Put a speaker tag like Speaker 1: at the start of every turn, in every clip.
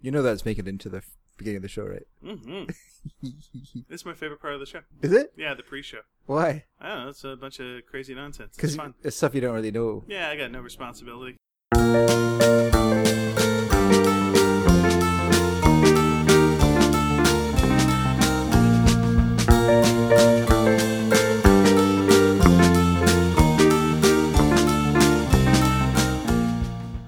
Speaker 1: You know that's making it into the f- beginning of the show, right?
Speaker 2: Mm-hmm. This is my favorite part of the show.
Speaker 1: Is it?
Speaker 2: Yeah, the pre-show.
Speaker 1: Why?
Speaker 2: I don't know. It's a bunch of crazy nonsense. It's
Speaker 1: Because
Speaker 2: fun.
Speaker 1: it's stuff you don't really know.
Speaker 2: Yeah, I got no responsibility.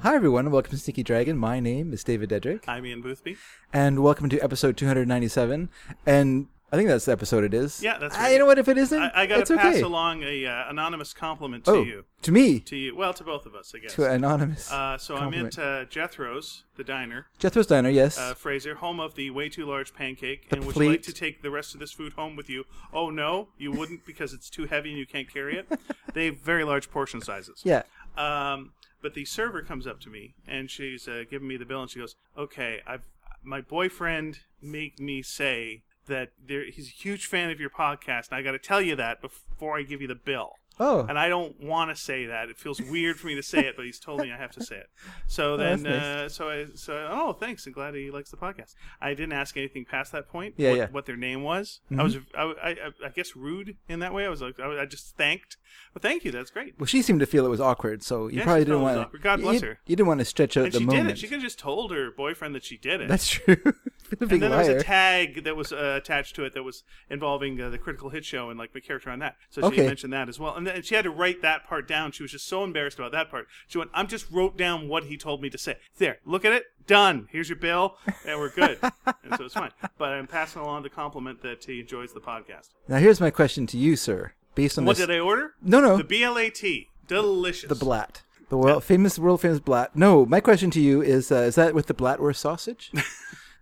Speaker 1: Hi, everyone, and welcome to Sneaky Dragon. My name is David Dedrick,
Speaker 2: I'm Ian Boothby.
Speaker 1: and welcome to episode 297. And I think that's the episode it is.
Speaker 2: Yeah, that's
Speaker 1: Ah,
Speaker 2: right.
Speaker 1: You know what? If it isn't,
Speaker 2: I, I got
Speaker 1: it's
Speaker 2: to pass
Speaker 1: okay.
Speaker 2: along a uh, anonymous compliment to
Speaker 1: oh,
Speaker 2: you.
Speaker 1: to me,
Speaker 2: To you. Well, to both of us, I guess.
Speaker 1: to anonymous.
Speaker 2: uh, so
Speaker 1: compliment.
Speaker 2: I'm at uh, Jethro's, the diner,
Speaker 1: Jethro's Diner, yes.
Speaker 2: uh, Fraser, home of the way too large pancake,
Speaker 1: The
Speaker 2: and would you
Speaker 1: pleat.
Speaker 2: like to take the rest of this food home with you? Oh no, you wouldn't because it's too heavy and you can't carry it. they have very large portion sizes.
Speaker 1: yeah.
Speaker 2: Um, but the server comes up to me and she's uh, giving me the bill and she goes, "Okay, I've my boyfriend made me say that there, he's a huge fan of your podcast, and I got to tell you that before I give you the bill."
Speaker 1: Oh,
Speaker 2: And I don't want to say that. It feels weird for me to say it, but he's told me I have to say it. So then,
Speaker 1: Oh, that's
Speaker 2: uh, so I, so I- oh, thanks. I'm glad he likes the podcast. I didn't ask anything past that point.
Speaker 1: Yeah,
Speaker 2: what,
Speaker 1: yeah. Mm-hmm.
Speaker 2: what their name was. I was, I, I, I guess, rude in that way. I was like, I, I just thanked. Well, thank you. That's great.
Speaker 1: well, she seemed to feel it was awkward, so you
Speaker 2: Yeah, she
Speaker 1: probably
Speaker 2: felt
Speaker 1: didn't
Speaker 2: it was
Speaker 1: want.
Speaker 2: awkward. God
Speaker 1: you,
Speaker 2: bless
Speaker 1: you-
Speaker 2: her.
Speaker 1: You didn't want to stretch out
Speaker 2: And
Speaker 1: the
Speaker 2: she
Speaker 1: moment.
Speaker 2: did it. She could have just told her boyfriend that she did it.
Speaker 1: That's true. Been a big
Speaker 2: and then
Speaker 1: liar.
Speaker 2: there was a tag that was uh, attached to it that was involving uh, the critical hit show and like the character on that. So she
Speaker 1: Okay.
Speaker 2: had mentioned that as well, and, then she had to write that part down. She was just so embarrassed about that part. She went, "I'm just wrote down what he told me to say. There, look at it. Done. Here's your bill, and we're good." and so it's fine. But I'm passing along the compliment that he enjoys the podcast.
Speaker 1: Now, here's my question to you, sir. Based on
Speaker 2: What
Speaker 1: this,
Speaker 2: did I order?
Speaker 1: no, no,
Speaker 2: The BLAT. Delicious.
Speaker 1: the blat, the world famous, world famous blat. No, my question to you is: uh, is that with the Blatwurst sausage?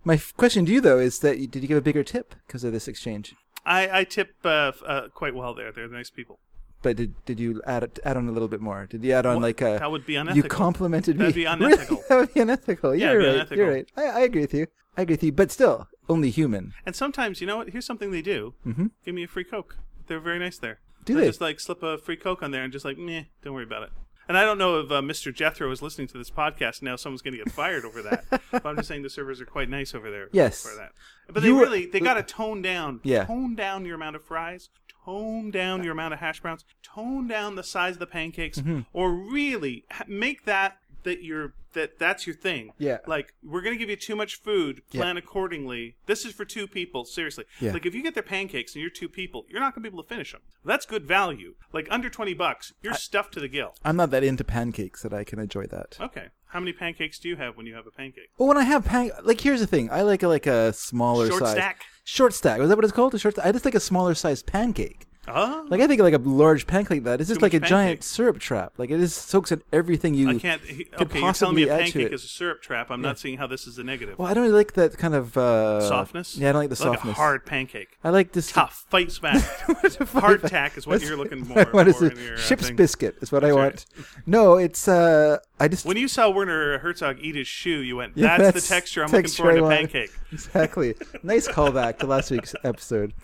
Speaker 1: my f- question to you though is that you, did you give a bigger tip because of this exchange?
Speaker 2: I, I tip uh, f- uh, quite well there. They're nice people.
Speaker 1: But did did you add it- add on a little bit more? Did you add on
Speaker 2: What?
Speaker 1: like a?
Speaker 2: That would be
Speaker 1: You
Speaker 2: unethical.
Speaker 1: complimented
Speaker 2: That'd
Speaker 1: me.
Speaker 2: be
Speaker 1: Really?
Speaker 2: unethical.
Speaker 1: that would be unethical.
Speaker 2: Yeah,
Speaker 1: You're
Speaker 2: it'd be
Speaker 1: right. You're right.
Speaker 2: unethical.
Speaker 1: I, I agree with you. I agree with you. But still, only human.
Speaker 2: And sometimes, you know what? Here's something they do. Mm-hmm. Give me a free Coke. They're very nice there.
Speaker 1: Do
Speaker 2: They'll
Speaker 1: they?
Speaker 2: Just like slip a free Coke on there and just like, meh, don't worry about it. And I don't know if uh, Mr. Jethro is listening to this podcast now. Someone's going to get fired over that. but I'm just saying the servers are quite nice over there.
Speaker 1: Yes.
Speaker 2: For that. But they
Speaker 1: You were-
Speaker 2: really they got to tone down.
Speaker 1: Yeah.
Speaker 2: Tone down your amount of fries. Tone down your amount of hash browns. Tone down the size of the pancakes.
Speaker 1: Mm-hmm.
Speaker 2: Or really ha- make that that your that that's your thing.
Speaker 1: Yeah.
Speaker 2: Like we're going to give you too much food. Plan accordingly. This is for two people. Seriously.
Speaker 1: Yeah.
Speaker 2: Like if you get their pancakes and you're two people, you're not going to be able to finish them. That's good value. Like under twenty bucks, you're stuffed to the gill.
Speaker 1: I'm not that into pancakes that I can enjoy that.
Speaker 2: Okay. How many pancakes do you have when you have a pancake?
Speaker 1: Well, when I have pan, like here's the thing, I like a, like a smaller
Speaker 2: Short
Speaker 1: size
Speaker 2: stack?
Speaker 1: Short stack. Was that what it's called? A short. Stack? I just like a smaller sized pancake.
Speaker 2: Oh.
Speaker 1: Like I think like a large pancake like that. It's just like a
Speaker 2: much pancake.
Speaker 1: giant syrup trap. Like it just soaks in everything you.
Speaker 2: I can't. He,
Speaker 1: could
Speaker 2: okay, you're telling me
Speaker 1: possibly
Speaker 2: a
Speaker 1: add to
Speaker 2: pancake
Speaker 1: it.
Speaker 2: is a syrup trap. I'm not seeing how this is a negative.
Speaker 1: Well, I don't really like that kind of uh,
Speaker 2: softness.
Speaker 1: Yeah, I don't like the
Speaker 2: like
Speaker 1: softness.
Speaker 2: A hard pancake.
Speaker 1: I like this
Speaker 2: Tough fights back. Hardtack is what
Speaker 1: That's-
Speaker 2: you're looking more,
Speaker 1: what is
Speaker 2: for
Speaker 1: it?
Speaker 2: in your uh,
Speaker 1: Ship's
Speaker 2: thing.
Speaker 1: biscuit is what I want.
Speaker 2: That's
Speaker 1: No, it's uh, I just
Speaker 2: When you saw Werner Herzog eat his shoe, you went,
Speaker 1: Yeah,
Speaker 2: "That's,
Speaker 1: that's
Speaker 2: the texture I'm
Speaker 1: texture I
Speaker 2: looking for in
Speaker 1: want."
Speaker 2: a pancake."
Speaker 1: exactly. nice callback to last week's episode.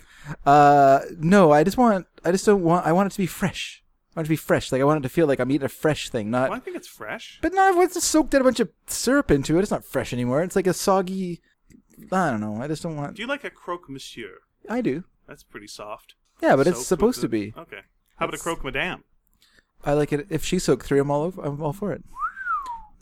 Speaker 1: Uh, no, I just want, I just don't want, I want it to be fresh. I want it to be fresh. Like, I want it to feel like I'm eating a fresh thing, not,
Speaker 2: Well, I think it's fresh.
Speaker 1: but not once it's soaked in a bunch of syrup into it. It's not fresh anymore. It's like a soggy, I don't know. I just don't want,
Speaker 2: Do you like a croque monsieur?
Speaker 1: I do.
Speaker 2: That's pretty soft.
Speaker 1: Yeah, but it's
Speaker 2: Soaked
Speaker 1: supposed
Speaker 2: with
Speaker 1: to
Speaker 2: the-
Speaker 1: be.
Speaker 2: Okay. How about a croque madame?
Speaker 1: I like it. If she soaked three, I'm all over, I'm all for it.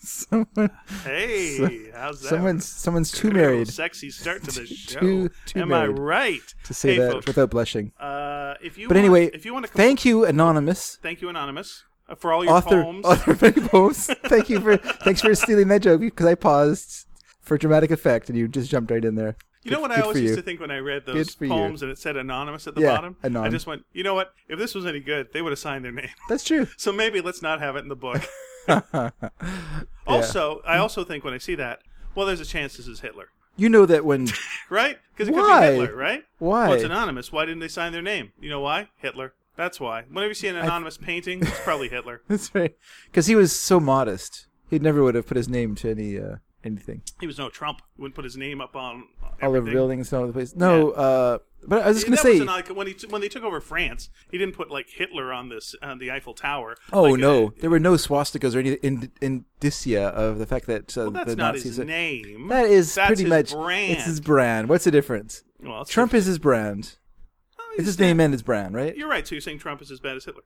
Speaker 1: someone,
Speaker 2: Hey, how's that?
Speaker 1: someone's, someone's too
Speaker 2: Real
Speaker 1: married
Speaker 2: Sexy start to the show.
Speaker 1: Too- too
Speaker 2: Am
Speaker 1: married
Speaker 2: I right?
Speaker 1: to say
Speaker 2: hey,
Speaker 1: that
Speaker 2: folks,
Speaker 1: without blushing.
Speaker 2: uh, if you
Speaker 1: But
Speaker 2: want-
Speaker 1: anyway,
Speaker 2: if you want to complain
Speaker 1: thank you, anonymous.
Speaker 2: Thank you, Anonymous, uh, for all your
Speaker 1: author
Speaker 2: poems.
Speaker 1: author of many poems. Thank you for thanks for stealing that joke because I paused for dramatic effect and you just jumped right in there.
Speaker 2: you know what I always used to think when I read
Speaker 1: Good
Speaker 2: those
Speaker 1: for you.
Speaker 2: poems and it said Anonymous at the
Speaker 1: Yeah,
Speaker 2: bottom?
Speaker 1: anon.
Speaker 2: I just went, you know what? If this was any good, they would have signed their name.
Speaker 1: That's true.
Speaker 2: So maybe let's not have it in the book. Also, I also think when I see that, well, there's a chance this is Hitler,
Speaker 1: You know that when
Speaker 2: right? Because it
Speaker 1: Why?
Speaker 2: could be Hitler, right?
Speaker 1: Why?
Speaker 2: Well, it's anonymous. Why didn't they sign their name? You know why? Hitler. That's why. Whenever you see an anonymous painting, it's probably Hitler.
Speaker 1: that's right because he was so modest, he never would have put his name to any uh, anything.
Speaker 2: He was no Trump. He wouldn't put his name up on
Speaker 1: All over
Speaker 2: everything.
Speaker 1: buildings, all over the place. No, uh, but I was just
Speaker 2: And
Speaker 1: gonna
Speaker 2: that
Speaker 1: say.
Speaker 2: wasn't like when he t- when they took over France, he didn't put like Hitler on this on the Eiffel Tower.
Speaker 1: Oh
Speaker 2: Like,
Speaker 1: no!
Speaker 2: uh,
Speaker 1: there were no swastikas or any ind- indicia of the fact that uh,
Speaker 2: well, that's
Speaker 1: the
Speaker 2: not
Speaker 1: Nazis.
Speaker 2: his name.
Speaker 1: That is
Speaker 2: That's
Speaker 1: pretty
Speaker 2: his
Speaker 1: much
Speaker 2: brand.
Speaker 1: it's his brand. What's the difference?
Speaker 2: Well, it's
Speaker 1: Trump is his brand.
Speaker 2: Oh,
Speaker 1: It's
Speaker 2: he's-
Speaker 1: his name and his brand, right?
Speaker 2: You're right. So you're saying Trump is as bad as Hitler.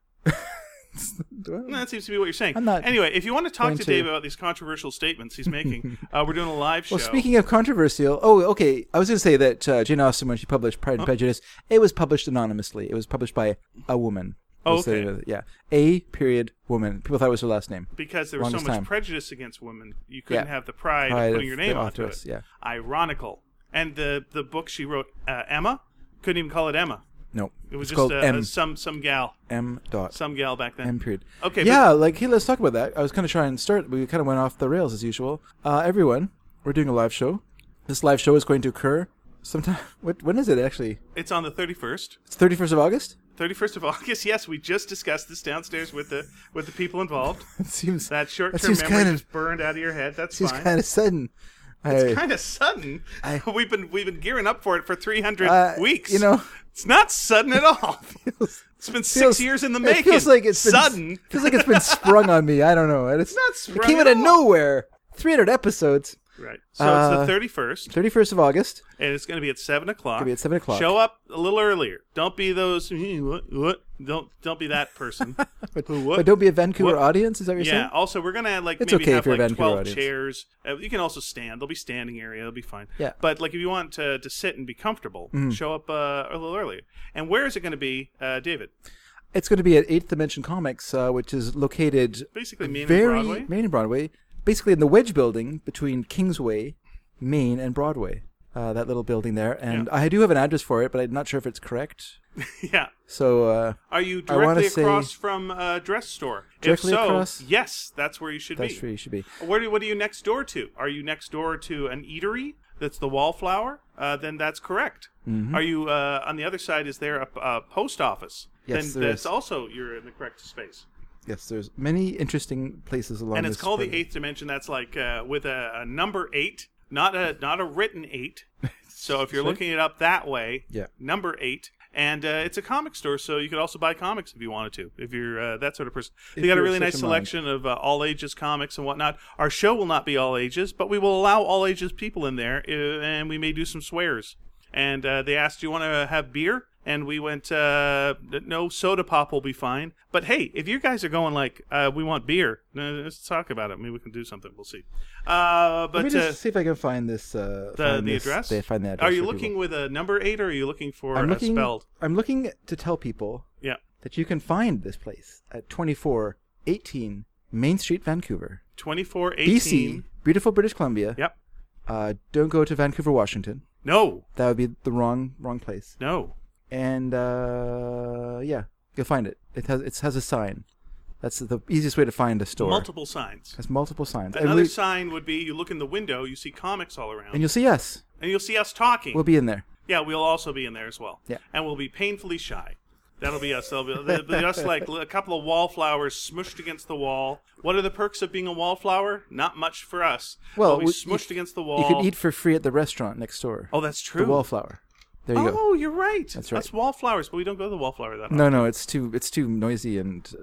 Speaker 1: Well,
Speaker 2: That seems to be what you're saying.
Speaker 1: I'm not
Speaker 2: anyway, if you want to talk
Speaker 1: going
Speaker 2: to Dave
Speaker 1: to-
Speaker 2: about these controversial statements he's making, uh, we're doing a live show.
Speaker 1: Well, speaking of controversial, oh, okay. I was going to say that uh, Jane Austen, when she published Pride and Prejudice, it was published anonymously. It was published by a woman.
Speaker 2: Oh,
Speaker 1: Was the-
Speaker 2: okay.
Speaker 1: yeah, a period woman. People thought it was her last name.
Speaker 2: because there was so
Speaker 1: longest
Speaker 2: much
Speaker 1: time.
Speaker 2: prejudice against women, you couldn't
Speaker 1: Yeah.
Speaker 2: have the pride,
Speaker 1: Pride
Speaker 2: of
Speaker 1: of
Speaker 2: putting your
Speaker 1: the
Speaker 2: name onto it.
Speaker 1: authoress, yeah.
Speaker 2: Ironical. And the the book she wrote, uh, Emma, couldn't even call it Emma.
Speaker 1: No,
Speaker 2: It
Speaker 1: it's
Speaker 2: was just
Speaker 1: called
Speaker 2: uh,
Speaker 1: M
Speaker 2: some some gal,
Speaker 1: M dot
Speaker 2: some gal back then.
Speaker 1: M period.
Speaker 2: Okay,
Speaker 1: Yeah, like hey, let's talk about that. I was kind of trying to start, but we kind of went off the rails as usual. Uh, everyone, we're doing a live show. This live show is going to occur sometime. What, when is it actually?
Speaker 2: It's on the thirty first.
Speaker 1: It's thirty first of August.
Speaker 2: 31st of August. Yes, we just discussed this downstairs with the with the people involved.
Speaker 1: It seems
Speaker 2: That short-term
Speaker 1: seems
Speaker 2: memory
Speaker 1: kinda-
Speaker 2: just burned out of your head. That's
Speaker 1: seems
Speaker 2: fine.
Speaker 1: kind of sudden. I-
Speaker 2: Kind of sudden.
Speaker 1: I-
Speaker 2: we've been we've been gearing up for it for 300
Speaker 1: Uh,
Speaker 2: weeks.
Speaker 1: you know-
Speaker 2: it's not sudden at all.
Speaker 1: feels-
Speaker 2: It's been
Speaker 1: feels-
Speaker 2: six years in the
Speaker 1: it
Speaker 2: making.
Speaker 1: feels like it's been,
Speaker 2: sudden.
Speaker 1: Feels like it's been sprung on me. I don't know. It's,
Speaker 2: not
Speaker 1: It
Speaker 2: sprung
Speaker 1: came
Speaker 2: at
Speaker 1: out of
Speaker 2: all.
Speaker 1: nowhere. 300 episodes.
Speaker 2: Right. So
Speaker 1: Uh,
Speaker 2: it's the 31st,
Speaker 1: 31st of August.
Speaker 2: and it's going to be at seven o'clock.
Speaker 1: be at 7 o'clock.
Speaker 2: Show up a little earlier. Don't be those. "Hmm, What, what? Don't don't be that person. Who, what?
Speaker 1: But don't be a Vancouver
Speaker 2: What?
Speaker 1: audience. Is that what you're
Speaker 2: Yeah.
Speaker 1: saying?
Speaker 2: Also, we're gonna add like
Speaker 1: It's
Speaker 2: maybe
Speaker 1: okay
Speaker 2: have
Speaker 1: if you're a
Speaker 2: like
Speaker 1: Vancouver
Speaker 2: twelve
Speaker 1: audience.
Speaker 2: chairs. Uh, you can also stand. There'll be standing area. It'll be fine.
Speaker 1: Yeah. Mm.
Speaker 2: But like if you want to, to sit and be comfortable, show up uh, a little earlier. And where is it going to be, uh, David?
Speaker 1: It's going to be at 8th Dimension Comics, uh, which is located
Speaker 2: Basically, Main and
Speaker 1: very
Speaker 2: Broadway?
Speaker 1: Main and Broadway, basically in the Wedge Building between Kingsway, Main, and Broadway. Uh, that little building there, and I do have an address for it, but I'm not sure if it's correct.
Speaker 2: yeah.
Speaker 1: So uh,
Speaker 2: Are you
Speaker 1: I wanna
Speaker 2: directly
Speaker 1: say-
Speaker 2: across from uh, dress store?
Speaker 1: Directly
Speaker 2: if so,
Speaker 1: across?
Speaker 2: yes, that's where you should
Speaker 1: that's
Speaker 2: be.
Speaker 1: where you should be.
Speaker 2: Where do, what are you next door to? Are you next door to an eatery that's the wallflower? Uh, then that's correct.
Speaker 1: Mm-hmm.
Speaker 2: Are you uh, on the other side? Is there a, a post office?
Speaker 1: Yes,
Speaker 2: then
Speaker 1: there
Speaker 2: that's
Speaker 1: is.
Speaker 2: also you're in the correct space.
Speaker 1: Yes, there's many interesting places along.
Speaker 2: and it's
Speaker 1: this
Speaker 2: called
Speaker 1: road.
Speaker 2: the eighth dimension. That's like uh, with a, a number eight, not a not a written eight. So if you're looking it up that way,
Speaker 1: Yeah.
Speaker 2: number eight. And uh, it's a comic store, so you could also buy comics if you wanted to, if you're uh, that sort of person. they got a
Speaker 1: you're
Speaker 2: really
Speaker 1: such
Speaker 2: nice
Speaker 1: a mind.
Speaker 2: selection of uh, all ages comics and whatnot. Our show will not be all ages, but we will allow all ages people in there, uh, and we may do some swears. And uh, they asked, "Do you want to have beer?" And we went, uh, "No, soda pop will be fine." But hey, if you guys are going like, uh, "We want beer," uh, let's talk about it. Maybe we can do something. We'll see. Uh, but
Speaker 1: Let me
Speaker 2: uh,
Speaker 1: just see if I can find this. Uh,
Speaker 2: the,
Speaker 1: find
Speaker 2: the
Speaker 1: this-
Speaker 2: address.
Speaker 1: They find the address.
Speaker 2: Are you
Speaker 1: for
Speaker 2: looking
Speaker 1: people.
Speaker 2: with a number eight, or are you looking for
Speaker 1: I'm
Speaker 2: a
Speaker 1: looking.
Speaker 2: spelled?
Speaker 1: I'm looking to tell people
Speaker 2: Yeah,
Speaker 1: that you can find this place at 2418 Main Street, Vancouver,
Speaker 2: twenty-four eighteen.
Speaker 1: BC, beautiful British Columbia.
Speaker 2: Yep.
Speaker 1: Uh, don't go to Vancouver, Washington.
Speaker 2: No,
Speaker 1: That would be the wrong wrong place.
Speaker 2: no.
Speaker 1: And uh, yeah, you'll find it. It has it has a sign. That's the easiest way to find a store.
Speaker 2: Multiple signs.
Speaker 1: Has multiple signs. And
Speaker 2: Another
Speaker 1: we-
Speaker 2: sign would be you look in the window, you see comics all around,
Speaker 1: and
Speaker 2: and,
Speaker 1: you'll see us.
Speaker 2: you'll see us talking.
Speaker 1: We'll be in there.
Speaker 2: yeah, we'll also be in there as well.
Speaker 1: Yeah.
Speaker 2: And we'll be painfully shy. That'll be us. They'll be, they'll be us like a couple of wallflowers smushed against the wall. What are the perks of being a wallflower? Not much for us.
Speaker 1: Well,
Speaker 2: we'll be
Speaker 1: we-
Speaker 2: smushed against the
Speaker 1: You
Speaker 2: wall.
Speaker 1: can eat for free at the restaurant next door.
Speaker 2: Oh, that's true.
Speaker 1: the wallflower. There you go.
Speaker 2: oh, you're right.
Speaker 1: That's right.
Speaker 2: That's wallflowers, but we don't go to the wallflower that often.
Speaker 1: No, no, it's too it's too noisy and a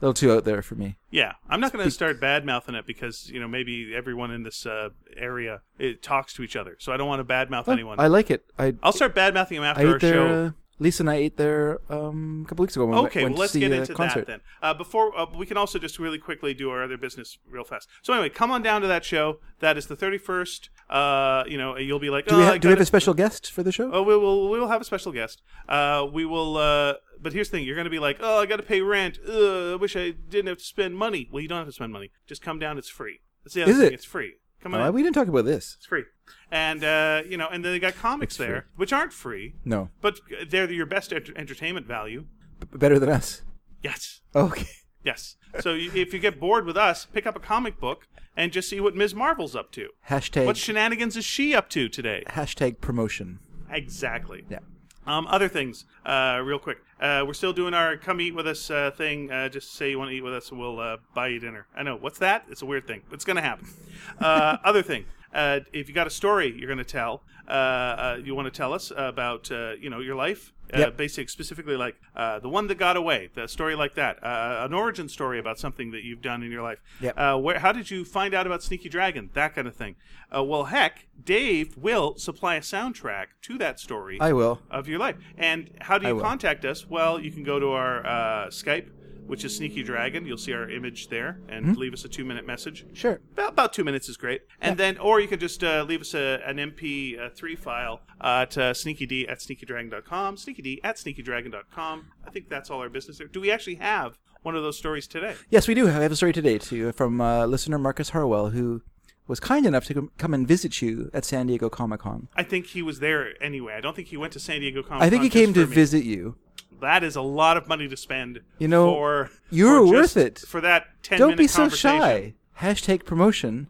Speaker 1: little too out there for me.
Speaker 2: Yeah, I'm not going to start bad mouthing it because you know maybe everyone in this uh, area it talks to each other, so I don't want to badmouth mouth anyone.
Speaker 1: I like it. I
Speaker 2: I'll start bad mouthing them
Speaker 1: I
Speaker 2: after our
Speaker 1: ate there.
Speaker 2: show.
Speaker 1: Uh, Lisa and I ate there um, a couple weeks ago. When
Speaker 2: Okay,
Speaker 1: we went
Speaker 2: well, let's
Speaker 1: to see
Speaker 2: get
Speaker 1: a
Speaker 2: into
Speaker 1: concert.
Speaker 2: that then. Uh, before uh, we can also just really quickly do our other business real fast. So anyway, come on down to that show. That is the 31st. Uh, you know, you'll be like,
Speaker 1: Do
Speaker 2: oh,
Speaker 1: we,
Speaker 2: I
Speaker 1: have, do we have
Speaker 2: gotta-
Speaker 1: a special guest for the show?
Speaker 2: Oh, we will. We will have a special guest. Uh, we will. Uh, but here's the thing: you're going to be like, "Oh, I got to pay rent. Ugh, I wish I didn't have to spend money." Well, you don't have to spend money. Just come down. It's free. That's the other
Speaker 1: Is
Speaker 2: thing.
Speaker 1: it?
Speaker 2: It's free. Come on.
Speaker 1: Uh,
Speaker 2: in.
Speaker 1: we didn't talk about this.
Speaker 2: It's free. And uh, you know, and then they got comics
Speaker 1: It's
Speaker 2: there,
Speaker 1: free.
Speaker 2: which aren't free,
Speaker 1: No,
Speaker 2: but they're your best ent- entertainment value.
Speaker 1: B- better than us.
Speaker 2: Yes.
Speaker 1: Okay.
Speaker 2: Yes. So you, if you get bored with us, pick up a comic book and just see what Ms. Marvel's up to.
Speaker 1: Hashtag
Speaker 2: What shenanigans is she up to today?
Speaker 1: hashtag promotion.
Speaker 2: Exactly.
Speaker 1: Yeah.
Speaker 2: Um, other things, uh, real quick. Uh, we're still doing our come eat with us uh, thing. Uh, just say you want to eat with us, and we'll uh, buy you dinner. I know. What's that? It's a weird thing, but it's going to happen. Uh, other thing, uh, if you got a story you're going to tell, uh, uh, you want to tell us about uh, you know your life. Uh,
Speaker 1: Yep.
Speaker 2: Basic, specifically like uh, the one that got away, the story like that, uh, an origin story about something that you've done in your life.
Speaker 1: Yep.
Speaker 2: Uh, where, how did you find out about Sneaky Dragon? That kind of thing. Uh, well, heck, Dave will supply a soundtrack to that story
Speaker 1: I will.
Speaker 2: of your life. And how do
Speaker 1: I
Speaker 2: you
Speaker 1: will.
Speaker 2: contact us? Well, you can go to our uh, Skype, which is Sneaky Dragon. You'll see our image there, and
Speaker 1: Mm-hmm.
Speaker 2: leave us a two-minute message.
Speaker 1: Sure.
Speaker 2: About, about two minutes is great, and then or you can just uh, leave us a, an MP3 file uh, to sneakyd at sneakydragon.com, sneakyd at sneakydragon.com. I think that's all our business there. Do we actually have one of those stories today?
Speaker 1: Yes, we do. have a story today too from uh, listener Marcus Harwell, who was kind enough to com- come and visit you at San Diego Comic Con.
Speaker 2: I think he was there anyway. I don't think he went to San Diego Comic.
Speaker 1: I think he
Speaker 2: Con just
Speaker 1: came to
Speaker 2: for me.
Speaker 1: visit you.
Speaker 2: That is a lot of money to spend.
Speaker 1: You know,
Speaker 2: for
Speaker 1: you
Speaker 2: for
Speaker 1: were
Speaker 2: just-
Speaker 1: worth it.
Speaker 2: for that ten.
Speaker 1: Don't
Speaker 2: minute
Speaker 1: be so
Speaker 2: conversation.
Speaker 1: shy. Hashtag promotion.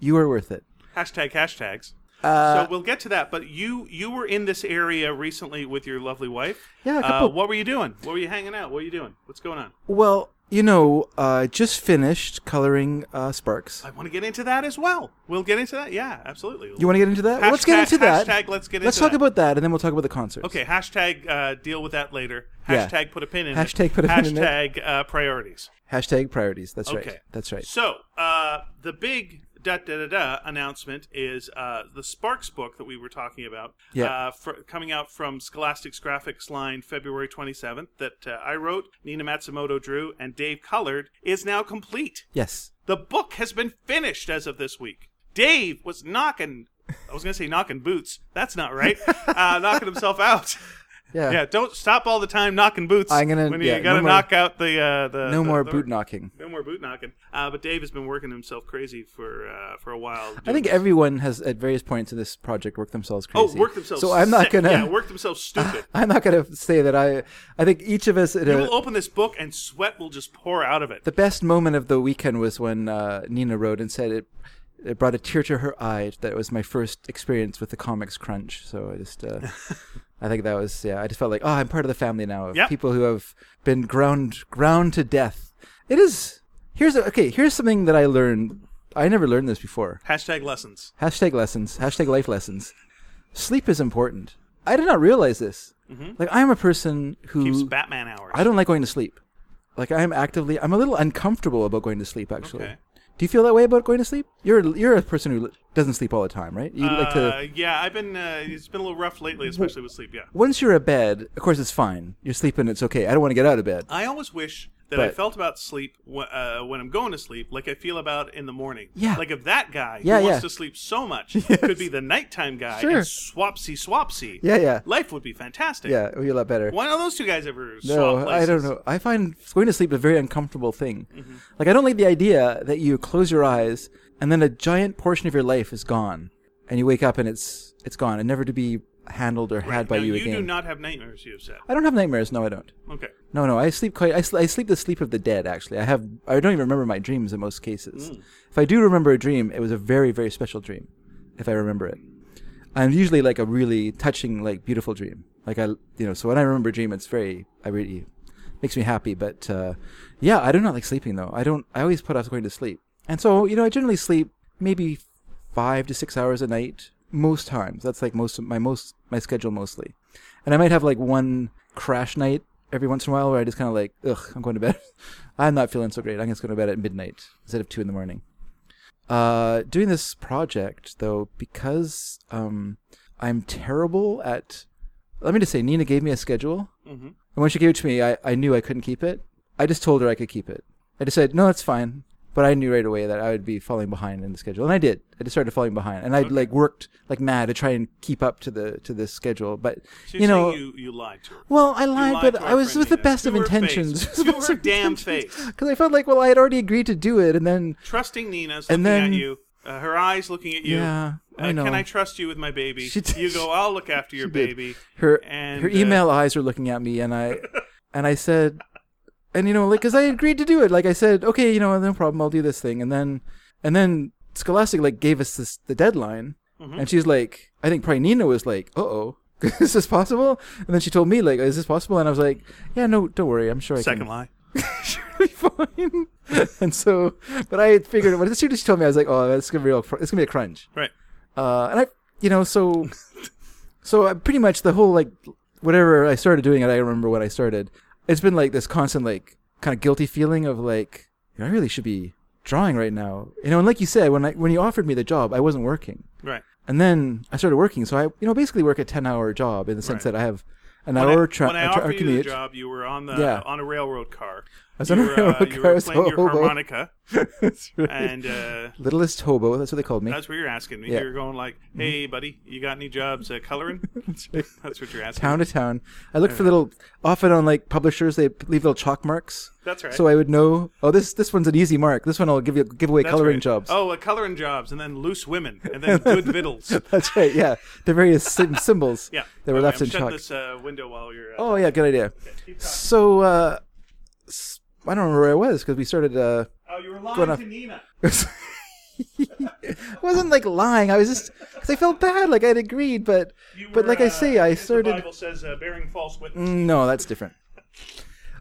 Speaker 1: You are worth it.
Speaker 2: Hashtag hashtags.
Speaker 1: Uh,
Speaker 2: so we'll get to that. But you you were in this area recently with your lovely wife.
Speaker 1: Yeah, a
Speaker 2: Uh,
Speaker 1: couple-
Speaker 2: what were you doing? What were you hanging out? What were you doing? What's going on?
Speaker 1: Well, you know, uh, just finished coloring uh, Sparks.
Speaker 2: I want to get into that as well. We'll get into that. Yeah, absolutely.
Speaker 1: You want to get into that? Well, let's get
Speaker 2: Hashtag-
Speaker 1: into that.
Speaker 2: hashtag let's get
Speaker 1: Let's
Speaker 2: into
Speaker 1: talk
Speaker 2: that.
Speaker 1: about that, and then we'll talk about the concert.
Speaker 2: Okay. Hashtag uh, deal with that later.
Speaker 1: Yeah.
Speaker 2: Hashtag put a pin in it.
Speaker 1: Hashtag put a pin in it.
Speaker 2: Hashtag uh, priorities.
Speaker 1: Hashtag priorities. That's
Speaker 2: Okay.
Speaker 1: right. That's right.
Speaker 2: So uh, the big da da da da announcement is uh, the Sparks book that we were talking about,
Speaker 1: Yeah.
Speaker 2: uh, fr- coming out from Scholastics Graphics line February 27th that uh, I wrote, Nina Matsumoto drew, and Dave colored is now complete.
Speaker 1: Yes.
Speaker 2: The book has been finished as of this week. Dave was knocking. I was going to say knocking boots. That's not right. Uh, knocking himself out.
Speaker 1: Yeah.
Speaker 2: Yeah, don't stop all the time knocking boots.
Speaker 1: I'm gonna-
Speaker 2: When
Speaker 1: yeah, no
Speaker 2: you gotta
Speaker 1: more-
Speaker 2: knock out the uh, the
Speaker 1: No
Speaker 2: the-
Speaker 1: more
Speaker 2: the-
Speaker 1: boot knocking.
Speaker 2: no more boot knocking. Uh, but Dave has been working himself crazy for uh, for a while.
Speaker 1: I think everyone has, at various points in this project, worked themselves
Speaker 2: oh,
Speaker 1: crazy.
Speaker 2: work themselves.
Speaker 1: So I'm not
Speaker 2: sick.
Speaker 1: gonna.
Speaker 2: yeah, work themselves stupid.
Speaker 1: I'm not gonna say that I. I think each of us. At
Speaker 2: you
Speaker 1: a,
Speaker 2: will open this book and sweat will just pour out of it.
Speaker 1: the best moment of the weekend was when uh, Nina wrote and said it. It brought a tear to her eye. That it was my first experience with the comics crunch. So I just. Uh, I think that was yeah. I just felt like oh, I'm part of the family now of
Speaker 2: Yep.
Speaker 1: people who have been ground ground to death. It is here's a, okay. Here's something that I learned. I never learned this before.
Speaker 2: Hashtag lessons.
Speaker 1: Hashtag lessons. Hashtag life lessons. Sleep is important. I did not realize this. Like I am a person who
Speaker 2: Keeps Batman hours.
Speaker 1: Mm. I don't like going to sleep. Like I am actively, I'm a little uncomfortable about going to sleep. Actually,
Speaker 2: Okay.
Speaker 1: do you feel that way about going to sleep? You're you're a person who li- doesn't sleep all the time, right? You like to.
Speaker 2: Uh, yeah, I've been. Uh, it's been a little rough lately, especially with sleep. Yeah,
Speaker 1: Once you're abed, of course it's fine. You're sleeping, it's okay. I don't want to get out of bed.
Speaker 2: I always wish that I
Speaker 1: But-
Speaker 2: felt about sleep wh- uh, when I'm going to sleep, like I feel about in the morning.
Speaker 1: Yeah.
Speaker 2: Like if that guy
Speaker 1: Yeah,
Speaker 2: who
Speaker 1: yeah.
Speaker 2: wants to sleep so much could be the nighttime guy
Speaker 1: Sure.
Speaker 2: and swapsy swapsy,
Speaker 1: Yeah, yeah,
Speaker 2: life would be fantastic.
Speaker 1: yeah. It'll be a lot better.
Speaker 2: Why don't those two guys ever swap
Speaker 1: No,
Speaker 2: places? Mm-hmm.
Speaker 1: I don't know. I find going to sleep a very uncomfortable thing. Like I don't like the idea that you close your eyes and then a giant portion of your life is gone, and you wake up and it's it's gone and never to be handled or had by
Speaker 2: now,
Speaker 1: you,
Speaker 2: you
Speaker 1: again.
Speaker 2: do not have nightmares, you have said.
Speaker 1: I don't have nightmares. No, I don't.
Speaker 2: Okay.
Speaker 1: No, no. I sleep quite. I, sl- I sleep the sleep of the dead. Actually, I have. I don't even remember my dreams in most cases. If I do remember a dream, it was a very, very special dream. If I remember it, I'm usually like a really touching, like beautiful dream. Like I, you know. So when I remember a dream, it's very. I really makes me happy. But uh, yeah, I do not like sleeping though. I don't. I always put off going to sleep, and so you know, I generally sleep maybe five to six hours a night most times. That's like most of my most my schedule mostly, and I might have like one crash night every once in a while where I just kind of like, ugh, I'm going to bed. I'm not feeling so great. I'm just going to bed at midnight instead of two in the morning. Uh, doing this project though, because um, I'm terrible at. Let me just say, Nina gave me a schedule,
Speaker 2: Mm-hmm.
Speaker 1: and when she gave it to me, I, I knew I couldn't keep it. I just told her I could keep it. I just said, no, that's fine. But I knew right away that I would be falling behind in the schedule, and I did. I just started falling behind, and I would like worked like mad to try and keep up to the to this schedule. But
Speaker 2: So you're
Speaker 1: you know,
Speaker 2: saying you, you lied to her.
Speaker 1: well, I
Speaker 2: You
Speaker 1: lied,
Speaker 2: lied
Speaker 1: but
Speaker 2: to our
Speaker 1: I was
Speaker 2: friend
Speaker 1: with the
Speaker 2: Nina.
Speaker 1: best of
Speaker 2: To her
Speaker 1: intentions.
Speaker 2: Face. To her damn face.
Speaker 1: Because I felt like, well, I had already agreed to do it, and then
Speaker 2: Trusting Nina's looking
Speaker 1: And
Speaker 2: at
Speaker 1: then-
Speaker 2: you, uh, her eyes looking at you.
Speaker 1: Yeah, I
Speaker 2: Uh,
Speaker 1: know.
Speaker 2: Can I trust you with my baby?
Speaker 1: She did-
Speaker 2: You go, I'll look after your
Speaker 1: did.
Speaker 2: baby.
Speaker 1: her
Speaker 2: And,
Speaker 1: her
Speaker 2: uh,
Speaker 1: email eyes were looking at me, and I and I said, and you know, like, because I agreed to do it, like I said, okay, you know, no problem, I'll do this thing, and then and then
Speaker 2: Mm-hmm.
Speaker 1: Scholastic like gave us this the deadline, and she's like, I think probably Nina was like, uh oh, is this possible? And then she told me, like, is this possible? And I was like, yeah, no, don't worry. I'm sure I can.
Speaker 2: Second lie.
Speaker 1: be fine. and so, but I had figured when as soon as she told me, I was like, oh, that's gonna be real. Cr- it's gonna be a crunch.
Speaker 2: Right.
Speaker 1: Uh, and I, you know, so, so I pretty much the whole like whatever I started doing it. I remember when I started. It's been like this constant like kind of guilty feeling of like I really should be drawing right now. You know, and like you said, when I when you offered me the job, I wasn't working.
Speaker 2: Right.
Speaker 1: And then I started working, so I, you know, basically work a ten-hour job in the sense
Speaker 2: Right.
Speaker 1: that I have an
Speaker 2: When I-
Speaker 1: hour tra-
Speaker 2: when I
Speaker 1: a tra-
Speaker 2: offered you the
Speaker 1: commute.
Speaker 2: job, you were on the
Speaker 1: Yeah.
Speaker 2: on a railroad car.
Speaker 1: was
Speaker 2: you
Speaker 1: on a
Speaker 2: were, uh,
Speaker 1: railroad
Speaker 2: you
Speaker 1: car,
Speaker 2: were
Speaker 1: so
Speaker 2: playing your
Speaker 1: hobo.
Speaker 2: harmonica,
Speaker 1: That's right.
Speaker 2: and uh,
Speaker 1: Littlest hobo. That's what they called me.
Speaker 2: that's what you're asking me.
Speaker 1: Yeah. Mm-hmm.
Speaker 2: You're going like, "Hey, buddy, you got any jobs uh, coloring?" that's what you're asking.
Speaker 1: town to town. I look for little often on like publishers they leave little chalk marks.
Speaker 2: That's right.
Speaker 1: So I would know. Oh, this this one's an easy mark. This one I'll give you give away
Speaker 2: That's
Speaker 1: coloring
Speaker 2: right.
Speaker 1: jobs.
Speaker 2: Oh, uh, coloring jobs, and then loose women, and then good vittles.
Speaker 1: That's right. Yeah, the various sim- symbols.
Speaker 2: Yeah,
Speaker 1: that were
Speaker 2: Okay,
Speaker 1: left
Speaker 2: I'm
Speaker 1: in
Speaker 2: shutting
Speaker 1: chalk.
Speaker 2: this uh, window while you're. Uh,
Speaker 1: Oh yeah, good idea.
Speaker 2: keep talking.
Speaker 1: So uh, s- I don't remember where I was because we started. Uh,
Speaker 2: oh, you were lying
Speaker 1: Gonna-
Speaker 2: to Nina.
Speaker 1: I wasn't like lying. I was just because I felt bad. Like I'd agreed, but
Speaker 2: You
Speaker 1: but
Speaker 2: were,
Speaker 1: like
Speaker 2: uh,
Speaker 1: I say, I
Speaker 2: as The
Speaker 1: started. Mm.
Speaker 2: Bible says uh, bearing false witness.
Speaker 1: No, that's different.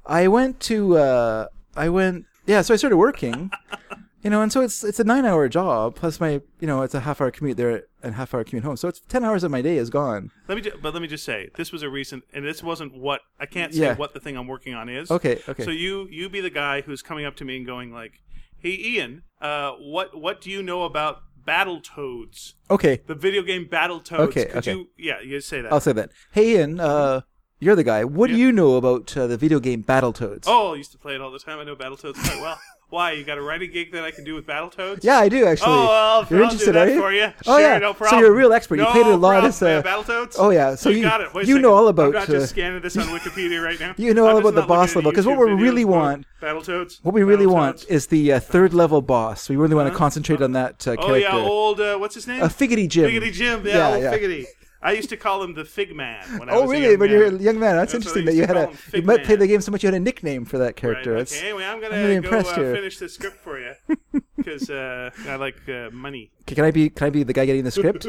Speaker 1: I went to uh I went yeah, so I started working. you know, and so it's it's a 9-hour job plus my, you know, it's a half hour commute there and half hour commute home. So it's 10 hours of my day is gone.
Speaker 2: Let me, ju- but let me just say, this was a recent, and this wasn't what I can't say
Speaker 1: Yeah.
Speaker 2: what the thing I'm working on is.
Speaker 1: Okay, okay.
Speaker 2: So you, you be the guy who's coming up to me and going like, "Hey, Ian, uh, what, what do you know about Battletoads?
Speaker 1: Okay,
Speaker 2: The video game Battletoads?
Speaker 1: Okay,
Speaker 2: Could
Speaker 1: okay.
Speaker 2: you, yeah, you say that.
Speaker 1: I'll say that. Hey Ian, uh you're the guy. What do you know about uh, the video game Battletoads?
Speaker 2: oh, I used to play it all the time. I know Battletoads quite well. Why? You got a writing gig that I can do with Battletoads?
Speaker 1: Yeah, I do actually.
Speaker 2: Oh, well, I'll-
Speaker 1: you're
Speaker 2: I'll
Speaker 1: interested,
Speaker 2: do that
Speaker 1: are you?
Speaker 2: for you.
Speaker 1: Oh,
Speaker 2: sure,
Speaker 1: yeah.
Speaker 2: no
Speaker 1: So
Speaker 2: problem.
Speaker 1: you're a real expert. You
Speaker 2: no
Speaker 1: played a lot
Speaker 2: problem,
Speaker 1: as a
Speaker 2: man. Battletoads.
Speaker 1: Oh, yeah. So you-
Speaker 2: got it. Wait a
Speaker 1: you
Speaker 2: second.
Speaker 1: know all about,
Speaker 2: I'm not
Speaker 1: uh,
Speaker 2: just scanning this on Wikipedia right now.
Speaker 1: you know all
Speaker 2: I'm just
Speaker 1: about the
Speaker 2: not
Speaker 1: boss
Speaker 2: looking at
Speaker 1: level, 'cause what
Speaker 2: YouTube
Speaker 1: we really
Speaker 2: videos
Speaker 1: want-
Speaker 2: about Battletoads.
Speaker 1: What we really
Speaker 2: Battletoads. Uh-huh.
Speaker 1: want is the uh, third level boss. We really want to concentrate on that uh,
Speaker 2: Oh
Speaker 1: character.
Speaker 2: yeah, old uh, what's his name?
Speaker 1: a figgity Jim.
Speaker 2: Figgity Jim. Yeah,
Speaker 1: Yeah,
Speaker 2: old
Speaker 1: yeah.
Speaker 2: Figgity. I used to call him the Fig Man when I
Speaker 1: Oh,
Speaker 2: was
Speaker 1: really?
Speaker 2: a young
Speaker 1: When
Speaker 2: man.
Speaker 1: you're a young man, that's,
Speaker 2: That's
Speaker 1: interesting
Speaker 2: what
Speaker 1: that
Speaker 2: they
Speaker 1: you
Speaker 2: used to
Speaker 1: had a
Speaker 2: call him,
Speaker 1: you
Speaker 2: Fig
Speaker 1: might play
Speaker 2: Man.
Speaker 1: the game so much you had a nickname for that
Speaker 2: Right,
Speaker 1: character. That's-
Speaker 2: okay, well, I'm gonna
Speaker 1: really
Speaker 2: go
Speaker 1: impressed
Speaker 2: uh,
Speaker 1: here.
Speaker 2: finish the script for you because uh, I like uh, money.
Speaker 1: Okay, Can I be can I be the guy getting the script?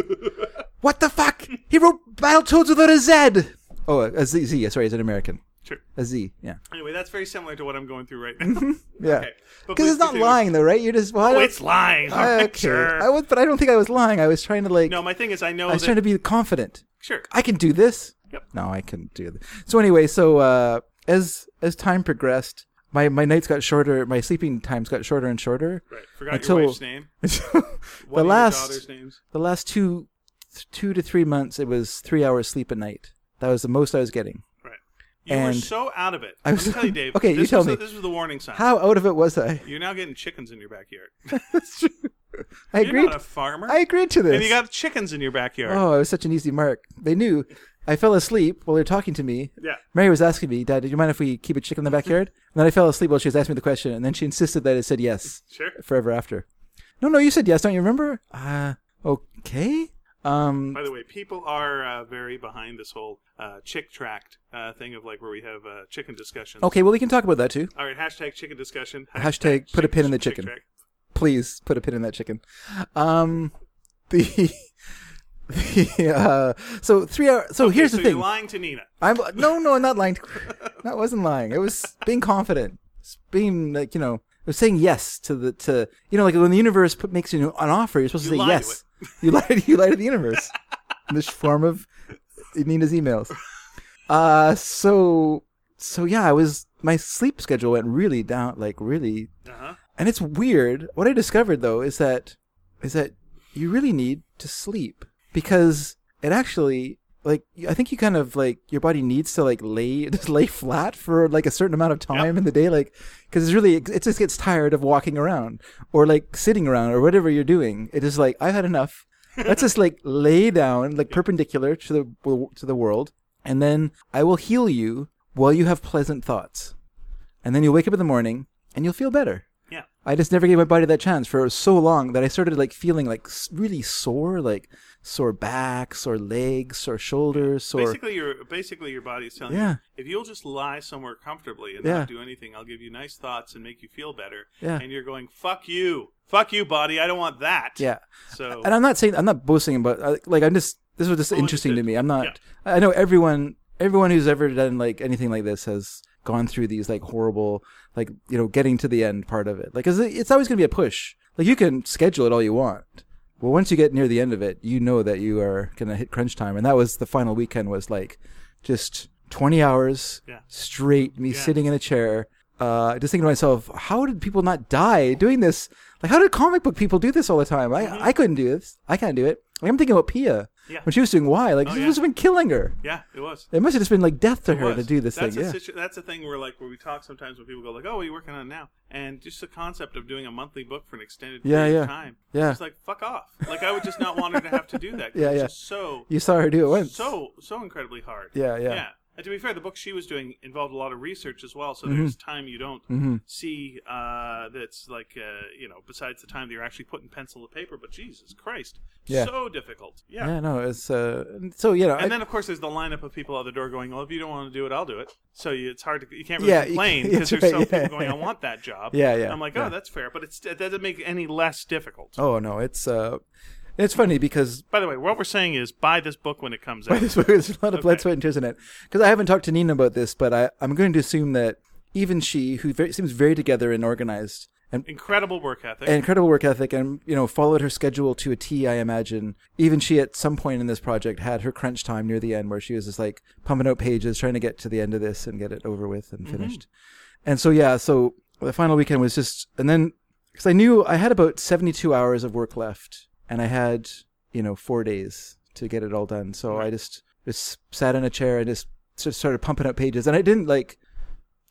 Speaker 1: what the fuck? He wrote Battletoads without a Z. Oh, a Z, Z. Sorry, he's an American.
Speaker 2: Sure.
Speaker 1: A Z. Yeah.
Speaker 2: Anyway, that's very similar to what I'm going through right now.
Speaker 1: Yeah.
Speaker 2: Okay,
Speaker 1: Because
Speaker 2: but
Speaker 1: it's
Speaker 2: please
Speaker 1: not
Speaker 2: continue.
Speaker 1: lying though, right? You're just well, I
Speaker 2: Oh,
Speaker 1: don't-
Speaker 2: it's lying.
Speaker 1: I-
Speaker 2: Alright,
Speaker 1: okay.
Speaker 2: sure.
Speaker 1: I was, but I don't think I was lying. I was trying to like.
Speaker 2: no, my thing is, I know
Speaker 1: I was
Speaker 2: that.
Speaker 1: trying to be confident.
Speaker 2: Sure.
Speaker 1: I can do this.
Speaker 2: Yep.
Speaker 1: No, I couldn't do this. So anyway, so uh, as as time progressed, my my nights got shorter. My sleeping times got shorter and shorter.
Speaker 2: Right. Forgot
Speaker 1: Until-
Speaker 2: your wife's name. What
Speaker 1: the
Speaker 2: are
Speaker 1: last
Speaker 2: your daughter's names?
Speaker 1: the last two th- two to three months, it was three hours sleep a night. That was the most I was getting.
Speaker 2: Right. You were
Speaker 1: and-
Speaker 2: so out of it.
Speaker 1: I
Speaker 2: I'm
Speaker 1: was-
Speaker 2: telling you, Dave.
Speaker 1: Okay,
Speaker 2: this
Speaker 1: you tell
Speaker 2: was
Speaker 1: me.
Speaker 2: The, this was the warning sign.
Speaker 1: How out of it was I?
Speaker 2: You're now getting chickens in your backyard.
Speaker 1: I
Speaker 2: You're
Speaker 1: agreed.
Speaker 2: not a farmer.
Speaker 1: I agreed to this.
Speaker 2: and you got chickens in your backyard.
Speaker 1: oh, I was such an easy mark. They knew. I fell asleep while they were talking to me.
Speaker 2: Yeah.
Speaker 1: Mary was asking me, Dad, do you mind if we keep a chicken in the backyard? And then I fell asleep while she was asking me the question, and then she insisted that I said yes.
Speaker 2: Sure.
Speaker 1: Forever after. No, no, you said yes. Don't you remember? Uh, okay. Um,
Speaker 2: By the way, people are uh, very behind this whole uh, chick tract uh, thing of like where we have uh, chicken discussions.
Speaker 1: okay, well, we can talk about that too.
Speaker 2: All right. Hashtag chicken discussion.
Speaker 1: Oh. Hashtag put a pin in the
Speaker 2: chick
Speaker 1: chicken.
Speaker 2: tract.
Speaker 1: Please put a pin in that chicken. Um, the, the, uh, so three hour, so here's
Speaker 2: so
Speaker 1: the thing.
Speaker 2: You're lying to Nina.
Speaker 1: I'm no, no, I'm not lying. No, I wasn't lying. It was being confident, It's being like you know, it was saying yes to the to you know, like when the universe put, makes you an offer, you're supposed to
Speaker 2: You
Speaker 1: say
Speaker 2: lie to
Speaker 1: yes. you lie, you lie to the universe in this form of Nina's emails. Uh, so so yeah, I was my sleep schedule went really down, like really,
Speaker 2: Uh huh.
Speaker 1: and it's weird. What I discovered though is that is that you really need to sleep because it actually like I think you kind of like your body needs to like lay just lay flat for like a certain amount of time in the day like because it's really it just gets tired of walking around or like sitting around or whatever you're doing it is like I've had enough let's just like lay down like perpendicular to the to the world and then I will heal you while you have pleasant thoughts and then you'll wake up in the morning and you'll feel better
Speaker 2: Yeah.
Speaker 1: I just never gave my body that chance for so long that I started like feeling like s- really sore, like sore back, sore legs, sore shoulders, sore.
Speaker 2: Basically, your basically your body's telling
Speaker 1: Yeah.
Speaker 2: you if you'll just lie somewhere comfortably and
Speaker 1: Yeah.
Speaker 2: not do anything, I'll give you nice thoughts and make you feel better.
Speaker 1: Yeah.
Speaker 2: And you're going, "Fuck you, fuck you, body. I don't want that."
Speaker 1: yeah.
Speaker 2: So Oh,
Speaker 1: And I'm not saying I'm not boasting about I- uh, like I'm just This was just
Speaker 2: Well,
Speaker 1: interesting to
Speaker 2: understood.
Speaker 1: me. I'm not. I I know everyone. Everyone who's ever done like anything like this has gone through these like horrible, like you know, getting to the end part of it. Like, 'cause it- it's always going to be a push. Like you can schedule it all you want. Well, once you get near the end of it, you know that you are going to hit crunch time, and that was the final weekend. Was like just 20 hours
Speaker 2: Yeah.
Speaker 1: straight, me
Speaker 2: Yeah.
Speaker 1: sitting in a chair, uh, just thinking to myself, how did people not die doing this? Like, how did comic book people do this all the time? I, I couldn't do this. I can't do it. Like, I'm thinking about Pia
Speaker 2: Mm-hmm. Yeah.
Speaker 1: when she was doing Y. Like,
Speaker 2: Oh,
Speaker 1: this
Speaker 2: yeah.
Speaker 1: must have been killing her.
Speaker 2: Yeah, it was.
Speaker 1: It must have just been like death to
Speaker 2: It
Speaker 1: her to
Speaker 2: was.
Speaker 1: do this
Speaker 2: that's
Speaker 1: thing.
Speaker 2: A
Speaker 1: Yeah.
Speaker 2: situ- that's a thing where like where we talk sometimes when people go like, "Oh, what are you working on now?" And just the concept of doing a monthly book for an extended
Speaker 1: Yeah,
Speaker 2: period
Speaker 1: yeah.
Speaker 2: of time.
Speaker 1: Yeah.
Speaker 2: It's like fuck off. Like I would just not want her to have to do that. 'cause
Speaker 1: Yeah,
Speaker 2: it's
Speaker 1: yeah.
Speaker 2: just So
Speaker 1: you saw her do it once.
Speaker 2: so so incredibly hard.
Speaker 1: Yeah, yeah.
Speaker 2: Yeah. And to be fair, the book she was doing involved a lot of research as well.
Speaker 1: Mm-hmm.
Speaker 2: So there's time you don't see uh, that's like uh, you know besides the time that you're actually putting pencil to paper. But Jesus Christ,
Speaker 1: Yeah.
Speaker 2: so difficult. Yeah.
Speaker 1: yeah, no, it's uh. So you know, I-
Speaker 2: And then, of course, there's the lineup of people out the door going, "Well, if you don't want to do it, I'll do it." So you, it's hard to you can't really
Speaker 1: Yeah, you
Speaker 2: complain
Speaker 1: can't-
Speaker 2: because
Speaker 1: that's
Speaker 2: there's some
Speaker 1: right, yeah.
Speaker 2: people going, "I want that job."
Speaker 1: Yeah, yeah,
Speaker 2: I'm like,
Speaker 1: yeah.
Speaker 2: "Oh, that's fair," but it's, it doesn't make it any less difficult.
Speaker 1: oh no, it's uh, it's funny because
Speaker 2: By the way, what we're saying is buy this book when it comes
Speaker 1: by
Speaker 2: out.
Speaker 1: this way. There's a lot of blood,
Speaker 2: Okay.
Speaker 1: sweat, and tears in it. Because I haven't talked to Nina about this, but I, I'm going to assume that even she, who very, seems very together and organized and,
Speaker 2: Incredible work ethic.
Speaker 1: and incredible work ethic, and you know followed her schedule to a T, I imagine. Even she, at some point in this project, had her crunch time near the end, where she was just like pumping out pages, trying to get to the end of this and get it over with and finished. And so yeah, so the final weekend was just, and then because I knew I had about 72 hours of work left, and I had you know four days to get it all done. So I just just sat in a chair and just just started pumping out pages, and I didn't like.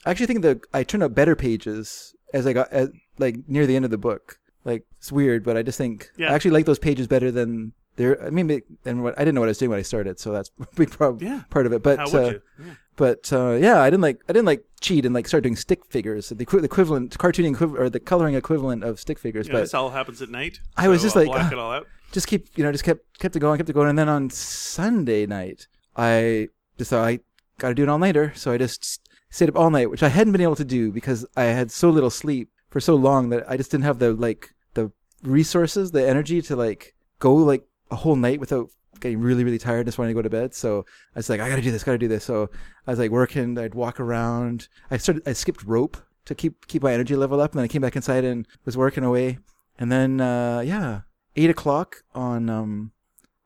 Speaker 1: I actually think the I turned out better pages as I got as, like near the end of the book. Like it's weird, but I just think
Speaker 2: Yeah.
Speaker 1: I actually like those pages better than there. I mean, ma- and what I didn't know what I was doing when I started, so that's a big prob-
Speaker 2: Yeah.
Speaker 1: part of it. But
Speaker 2: How
Speaker 1: uh,
Speaker 2: would you? Yeah.
Speaker 1: but uh, yeah, I didn't like I didn't like cheat and like start doing stick figures, the, equi- the equivalent cartooning equiv- or the coloring equivalent of stick figures.
Speaker 2: You know,
Speaker 1: but
Speaker 2: this all happens at night.
Speaker 1: I was
Speaker 2: so
Speaker 1: just
Speaker 2: I'll
Speaker 1: like,
Speaker 2: black
Speaker 1: "Ah."
Speaker 2: it all out.
Speaker 1: just keep you know just kept kept it going, kept it going, and then on Sunday night I just thought I got to do it all nighter, so I just stayed up all night, which I hadn't been able to do because I had so little sleep for so long that I just didn't have the like the resources, the energy to like go like a whole night without getting really really tired, just wanting to go to bed. So I was like, I got to do this, got to do this. So I was like working, I'd walk around, I started, I skipped rope to keep keep my energy level up, and then I came back inside and was working away, and then uh, yeah eight o'clock on um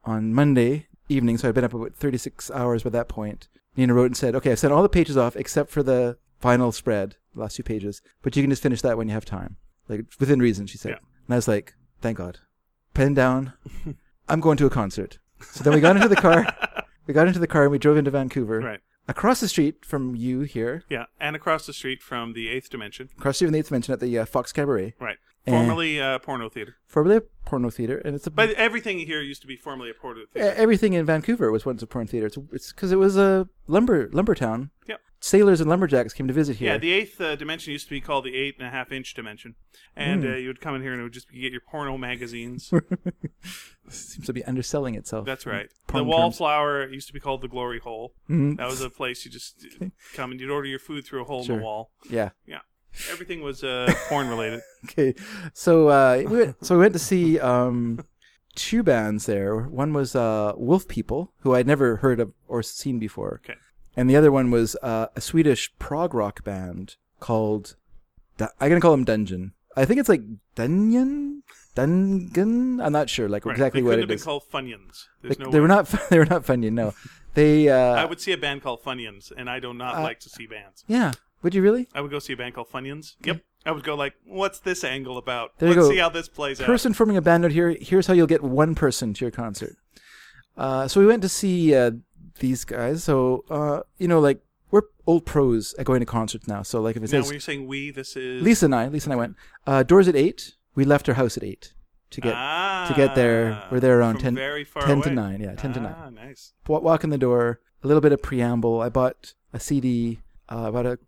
Speaker 1: on Monday evening, so I'd been up about thirty six hours by that point. Nina wrote and said, "Okay, I've sent all the pages off except for the final spread, the last two pages, but you can just finish that when you have time, like within reason." She said,
Speaker 2: Yeah.
Speaker 1: and I was like, "Thank God." Pen down. I'm going to a concert. So then we got into the car. We got into the car and we drove into Vancouver.
Speaker 2: Right.
Speaker 1: Across the street from you here,
Speaker 2: Yeah, and across the street from the Eighth Dimension.
Speaker 1: across the street from the Eighth Dimension at the uh, Fox Cabaret,
Speaker 2: Right.
Speaker 1: Eh.
Speaker 2: Formerly uh, porno theater.
Speaker 1: formerly a porno theater, and it's a
Speaker 2: But everything here used to be formerly a porno
Speaker 1: E-
Speaker 2: theater.
Speaker 1: everything in Vancouver was once a porn theater. It's it's because it was a lumber lumber town.
Speaker 2: Yep.
Speaker 1: Sailors and lumberjacks came to visit here.
Speaker 2: Yeah, the eighth uh, dimension used to be called the eight and a half inch dimension, and
Speaker 1: Hmm.
Speaker 2: uh, you would come in here and it would just be, get your porno magazines.
Speaker 1: seems to be underselling itself.
Speaker 2: That's right.
Speaker 1: Porn
Speaker 2: the
Speaker 1: terms. Hmm.
Speaker 2: wallflower used to be called the glory hole. That was a place you just uh, come and you'd order your food through a hole in
Speaker 1: Sure.
Speaker 2: the wall.
Speaker 1: Yeah.
Speaker 2: Yeah, everything was uh, porn related.
Speaker 1: Okay. So uh, we went, so we went to see um, two bands there. One was uh, Wolf People, who I'd never heard of or seen before,
Speaker 2: Okay,
Speaker 1: and the other one was uh, a Swedish prog rock band called Du- I'm gonna call them Dungeon. I think it's like Dungeon, Dungeon. I'm not sure, like
Speaker 2: right.
Speaker 1: exactly
Speaker 2: they
Speaker 1: what
Speaker 2: couldn't
Speaker 1: it
Speaker 2: have been
Speaker 1: is.
Speaker 2: called Funyuns.
Speaker 1: They,
Speaker 2: There's no.
Speaker 1: they
Speaker 2: way.
Speaker 1: were not. fun- They were not Funyun. No, they. Uh,
Speaker 2: I would see a band called Funyuns, and I do not like to see bands.
Speaker 1: yeah. Would you really?
Speaker 2: I would go see a band called Funyuns. Yep. I would go like, "What's this angle about?
Speaker 1: There you
Speaker 2: Let's
Speaker 1: go.
Speaker 2: see how this plays out."
Speaker 1: Person forming a band out here. Here's how you'll get one person to your concert. Uh, so we went to see uh, these guys. So uh, you know, like we're old pros at going to concerts now. So like if it
Speaker 2: Now,
Speaker 1: says
Speaker 2: when you're saying "we," this is
Speaker 1: Lisa and I, Lisa and I went. Uh, doors at eight. We left our house at eight to get to get there. We're there around
Speaker 2: Ah, from
Speaker 1: 10
Speaker 2: very Ah, far
Speaker 1: 10 to
Speaker 2: away.
Speaker 1: nine. Yeah, ten to nine.
Speaker 2: Ah, nice.
Speaker 1: Wa- walk in the door, a little bit of preamble. I bought a CD, uh, I bought a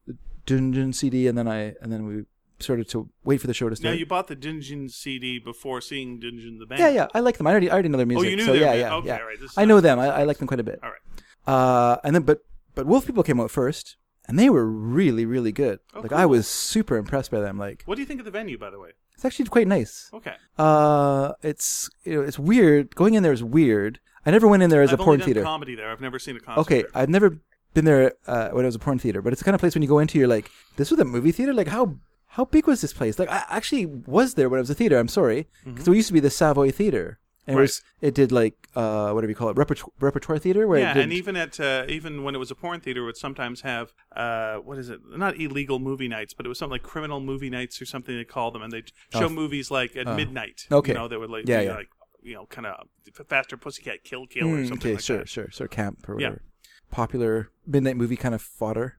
Speaker 1: Dungeon CD, and then I and then we started to wait for the show to
Speaker 2: Now
Speaker 1: start.
Speaker 2: you bought the Dungeon CD before seeing Dungeon the band.
Speaker 1: yeah, yeah, I like them. I already, I already know their music.
Speaker 2: Oh, you knew
Speaker 1: so
Speaker 2: their
Speaker 1: yeah,
Speaker 2: mu-
Speaker 1: yeah,
Speaker 2: okay,
Speaker 1: yeah.
Speaker 2: all right, this is
Speaker 1: I know them. I, I like them quite a bit.
Speaker 2: All right.
Speaker 1: Uh, and then but but Wolf People came out first, and they were really really good. like I
Speaker 2: Oh, cool.
Speaker 1: was super impressed by them. Like
Speaker 2: What do you think of the venue, by the way?
Speaker 1: it's actually quite nice.
Speaker 2: Okay.
Speaker 1: Uh, it's you know it's weird. Going in there is weird. I I never went in there as
Speaker 2: I've
Speaker 1: a
Speaker 2: only
Speaker 1: porn
Speaker 2: done
Speaker 1: theater.
Speaker 2: comedy there. I've never seen a concert.
Speaker 1: Okay,
Speaker 2: there.
Speaker 1: I've never been there uh, when it was a porn theater, but it's the kind of place when you go into, you're like, this was a movie theater. Like how how big was this place? Like I actually was there when it was a theater. I'm sorry,
Speaker 2: Mm-hmm.
Speaker 1: because it used to be the Savoy Theater, and it,
Speaker 2: Right.
Speaker 1: was, it did like uh, whatever you call it, repertoire, repertoire theater, where it
Speaker 2: Yeah,
Speaker 1: did,
Speaker 2: and even at uh, even when it was a porn theater, it would sometimes have uh, what is it? Not illegal movie nights, but it was something like criminal movie nights or something they called them, and they would show movies like at midnight.
Speaker 1: Oh, okay.
Speaker 2: you know, they would like
Speaker 1: Yeah,
Speaker 2: be
Speaker 1: yeah.
Speaker 2: like you know, kind of faster pussycat kill kill or
Speaker 1: Mm,
Speaker 2: something
Speaker 1: okay,
Speaker 2: like
Speaker 1: sure,
Speaker 2: that.
Speaker 1: sure, sure, camp or
Speaker 2: Yeah.
Speaker 1: whatever. Popular midnight movie kind of fodder.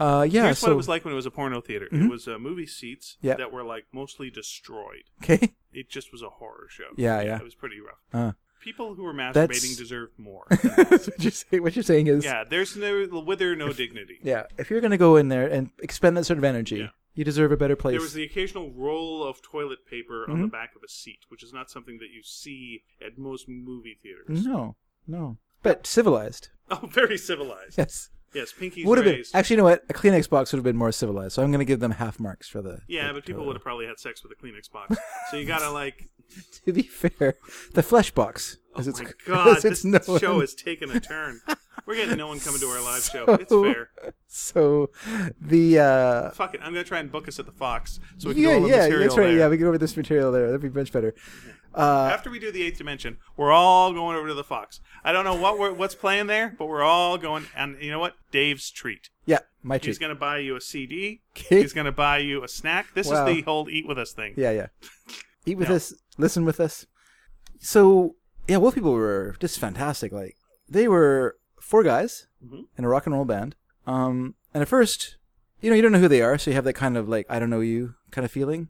Speaker 1: Uh, yeah,
Speaker 2: Here's
Speaker 1: so Mm-hmm.
Speaker 2: what it was like when it was a porno theater. It was uh, movie seats
Speaker 1: Yeah.
Speaker 2: that were like mostly destroyed.
Speaker 1: okay,
Speaker 2: It just was a horror show.
Speaker 1: Yeah, yeah.
Speaker 2: It was pretty rough.
Speaker 1: Uh.
Speaker 2: People who were
Speaker 1: That's-
Speaker 2: masturbating deserved more.
Speaker 1: That's what you're saying, what you're saying is,
Speaker 2: yeah, there's no with there no dignity.
Speaker 1: yeah, if you're gonna go in there and expend that sort of energy,
Speaker 2: Yeah.
Speaker 1: you deserve a better place. Mm-hmm.
Speaker 2: There was the occasional roll of toilet paper on the back of a seat, which is not something that you see at most movie theaters.
Speaker 1: No, no. But civilized.
Speaker 2: Oh, very civilized.
Speaker 1: Yes.
Speaker 2: Yes, pinkies
Speaker 1: Would have Mm-hmm. been
Speaker 2: raised.
Speaker 1: actually. You know what? A Kleenex box would have been more civilized. So I'm going to give them half marks for the.
Speaker 2: yeah,
Speaker 1: the-
Speaker 2: but people would have probably had sex with a Kleenex box. So you gotta like,
Speaker 1: To be fair, the flesh box.
Speaker 2: oh
Speaker 1: as it's,
Speaker 2: my
Speaker 1: as
Speaker 2: god,
Speaker 1: it's
Speaker 2: this
Speaker 1: known.
Speaker 2: show has taken a turn. We're getting no one coming to our live show.
Speaker 1: So-
Speaker 2: It's fair.
Speaker 1: So, the uh,
Speaker 2: Fuck it, I'm gonna try and book us at the Fox so we can
Speaker 1: yeah,
Speaker 2: go over
Speaker 1: yeah,
Speaker 2: material
Speaker 1: that's right.
Speaker 2: there.
Speaker 1: Yeah, we uh, can go over this material there. That'd be much better.
Speaker 2: After we do the eighth dimension, we're all going over to the Fox. I don't know what we're, what's playing there, but we're all going. And you know what? Dave's treat.
Speaker 1: Yeah, my treat.
Speaker 2: He's going to buy you a CD.
Speaker 1: Okay.
Speaker 2: He's going to buy you a snack. This
Speaker 1: Wow.
Speaker 2: is the whole eat with us thing.
Speaker 1: Yeah, yeah. Eat with
Speaker 2: No.
Speaker 1: us, listen with us. So yeah, Wolf People were just fantastic. Like they were four guys
Speaker 2: Mhm.
Speaker 1: in a rock and roll band. Um, and at first, you know, you don't know who they are, so you have that kind of like I don't know you kind of feeling.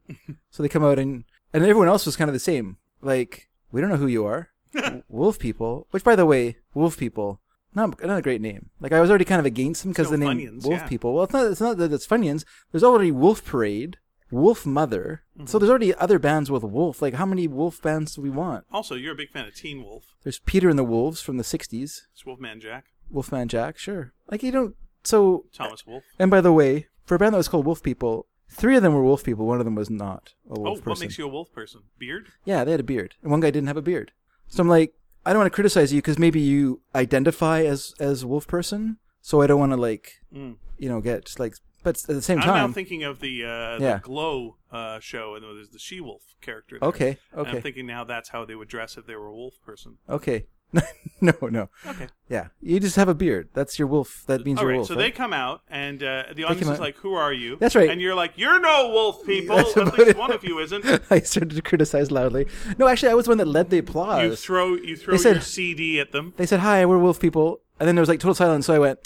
Speaker 1: so they come out and and everyone else was kind of the same. Like we don't know who you are, W- Wolf People. Which by the way, Wolf People. Not, not a great name. Like I was already kind of against them because
Speaker 2: no
Speaker 1: the name
Speaker 2: Funyuns,
Speaker 1: Wolf
Speaker 2: yeah.
Speaker 1: People. Well, it's not. It's not that it's Funyuns. There's already Wolf Parade, Wolf Mother.
Speaker 2: Mm-hmm.
Speaker 1: So there's already other bands with Wolf. Like how many Wolf bands do we want?
Speaker 2: Also, you're a big fan of Teen Wolf.
Speaker 1: There's Peter and the Wolves from the '60s.
Speaker 2: It's Wolfman Jack,
Speaker 1: Wolfman Jack, sure. Like you don't. So
Speaker 2: Thomas Wolf.
Speaker 1: and by the way, for a band that was called Wolf People, three of them were Wolf People. One of them was not a
Speaker 2: Oh,
Speaker 1: wolf person.
Speaker 2: what makes you a wolf person? Beard?
Speaker 1: Yeah, they had a beard, and one guy didn't have a beard. So I'm like, I don't want to criticize you because maybe you identify as as a wolf person. So I don't want to like,
Speaker 2: Mm.
Speaker 1: you know, get like. But at the same
Speaker 2: I'm now
Speaker 1: time,
Speaker 2: thinking of the, uh,
Speaker 1: Yeah.
Speaker 2: the Glow uh, show, and there's the She Wolf character. There.
Speaker 1: okay,
Speaker 2: And I'm
Speaker 1: okay,
Speaker 2: thinking now that's how they would dress if they were a wolf person.
Speaker 1: okay. no, no.
Speaker 2: Okay.
Speaker 1: Yeah, you just have a beard. That's your wolf. That means
Speaker 2: All
Speaker 1: you're
Speaker 2: right,
Speaker 1: a wolf.
Speaker 2: so
Speaker 1: right?
Speaker 2: they come out, and uh, the audience
Speaker 1: come
Speaker 2: is
Speaker 1: out-
Speaker 2: like, "Who are you?"
Speaker 1: That's right.
Speaker 2: And you're like, "You're no wolf, people.
Speaker 1: That's
Speaker 2: At
Speaker 1: about
Speaker 2: least
Speaker 1: it.
Speaker 2: one of you isn't."
Speaker 1: I started to criticize loudly. No, actually, I was the one that led the
Speaker 2: You
Speaker 1: applause.
Speaker 2: throw you throw
Speaker 1: They said-
Speaker 2: your CD at them.
Speaker 1: they said, "Hi, we're Wolf People," and then there was like total silence. So I went,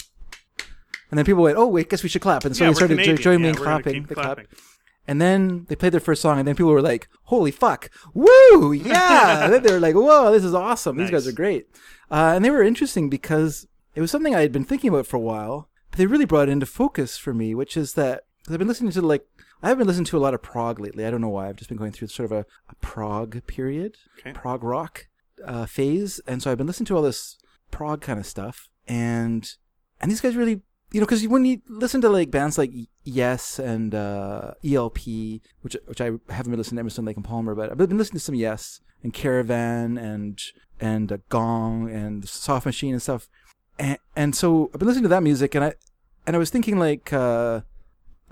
Speaker 1: and then people went, "Oh, wait, guess we should clap." And so
Speaker 2: yeah,
Speaker 1: they started
Speaker 2: we're
Speaker 1: to
Speaker 2: Canadian.
Speaker 1: join me
Speaker 2: yeah,
Speaker 1: in
Speaker 2: we're gonna
Speaker 1: clapping.
Speaker 2: keep
Speaker 1: They
Speaker 2: clapping.
Speaker 1: clapped. And then they played their first song, and then people were like, "Holy fuck! Woo! Yeah!" And then they were like, "Whoa, this is awesome! These guys
Speaker 2: Nice.
Speaker 1: are great." Uh, and they were interesting because it was something I had been thinking about for a while, but they really brought it into focus for me, which is that i I've been listening to like I haven't listened to a lot of prog lately. I don't know why. I've just been going through sort of a, a prog period,
Speaker 2: Okay.
Speaker 1: prog rock uh, phase, and so I've been listening to all this prog kind of stuff, and and these guys really you know because when you listen to like bands like yes and uh elp which which i haven't been listening to emerson lake and palmer but i've been listening to some yes and caravan and and uh, gong and soft machine and stuff and and so i've been listening to that music and i and i was thinking like uh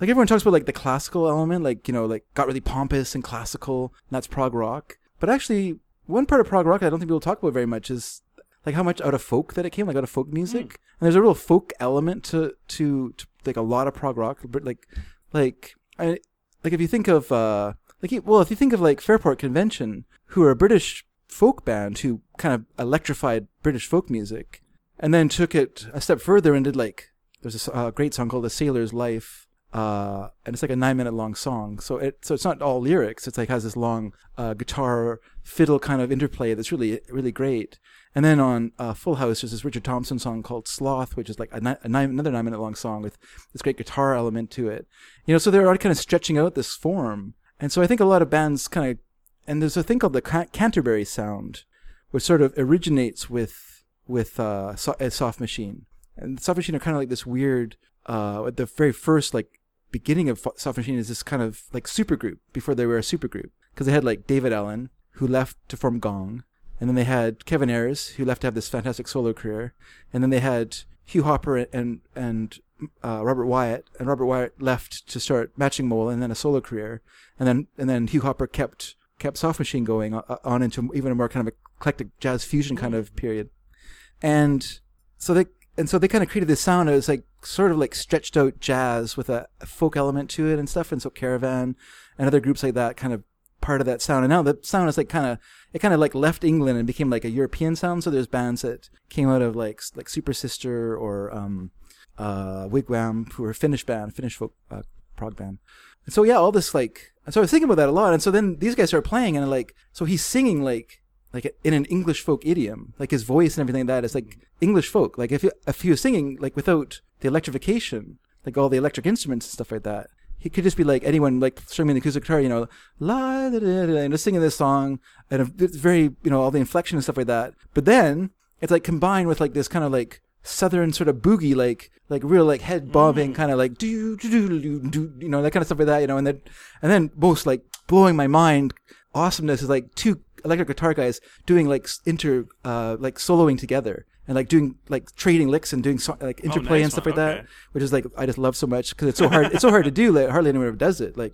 Speaker 1: like everyone talks about like the classical element like you know like got really pompous and classical and that's prog rock but actually one part of prog rock i don't think people talk about very much is like how much out of folk that it came like out of folk music and there's a real folk element to to, to like a lot of prog rock but like like i like if you think of uh like you- well if you think of like fairport convention who are a british folk band who kind of electrified british folk music and then took it a step further and did like there's this uh, great song called "A Sailor's Life," uh, and it's like a nine-minute long song. So it so it's not all lyrics. It's like has this long uh, guitar fiddle kind of interplay that's really really great. And then on uh, Full House, there's this Richard Thompson song called "Sloth," which is like a, ni- a nine, another nine-minute long song with this great guitar element to it. You know, so they're all kind of stretching out this form. And so I think a lot of bands kind of and there's a thing called the Can- Canterbury sound, which sort of originates with with uh, so- a soft machine. And soft machine are kind of like this weird. Uh, at the very first like beginning of Fo- soft machine is this kind of like supergroup before they were a supergroup because they had like David Allen who left to form Gong, And then they had Kevin Ayers, who left to have this fantastic solo career. And then they had Hugh Hopper and and uh, Robert Wyatt. And Robert Wyatt left to start Matching Mole and then a solo career. And then and then Hugh Hopper kept kept Soft Machine going o- on into even a more kind of eclectic jazz fusion kind of period. And so they and so they kind of created this sound. It was like sort of like stretched out jazz with a a folk element to it and stuff. And so Caravan and other groups like that kind of part of that sound. And now the sound is like kind of it kind of like left England and became like a European sound. So there's bands that came out of like s- like Super Sister or um, uh, Wigwam, who were a Finnish band, Finnish folk uh, prog band. And so yeah, all this like and so I was thinking about that a lot. And so then these guys start playing and like so he's singing like like in an English folk idiom, like his voice and everything like that is like English folk. Like if you, if he was singing like without the electrification, like all the electric instruments and stuff like that, he could just be like anyone like strumming the acoustic guitar, you know, la da, da, da, da, and just singing this song and a, it's very you know all the inflection and stuff like that. But then it's like combined with like this kind of like southern sort of boogie like like real like head bobbing
Speaker 2: Mm.
Speaker 1: kind of like do do do do do you know that kind of stuff like that you know and then and then most like blowing my mind awesomeness is like two electric guitar guys doing like s- inter uh like soloing together and like doing like trading licks and doing so, like interplay
Speaker 2: Oh, nice
Speaker 1: and stuff
Speaker 2: one.
Speaker 1: like that
Speaker 2: Okay.
Speaker 1: which is like I just love so much because it's so hard it's so hard to do like hardly anyone ever does it like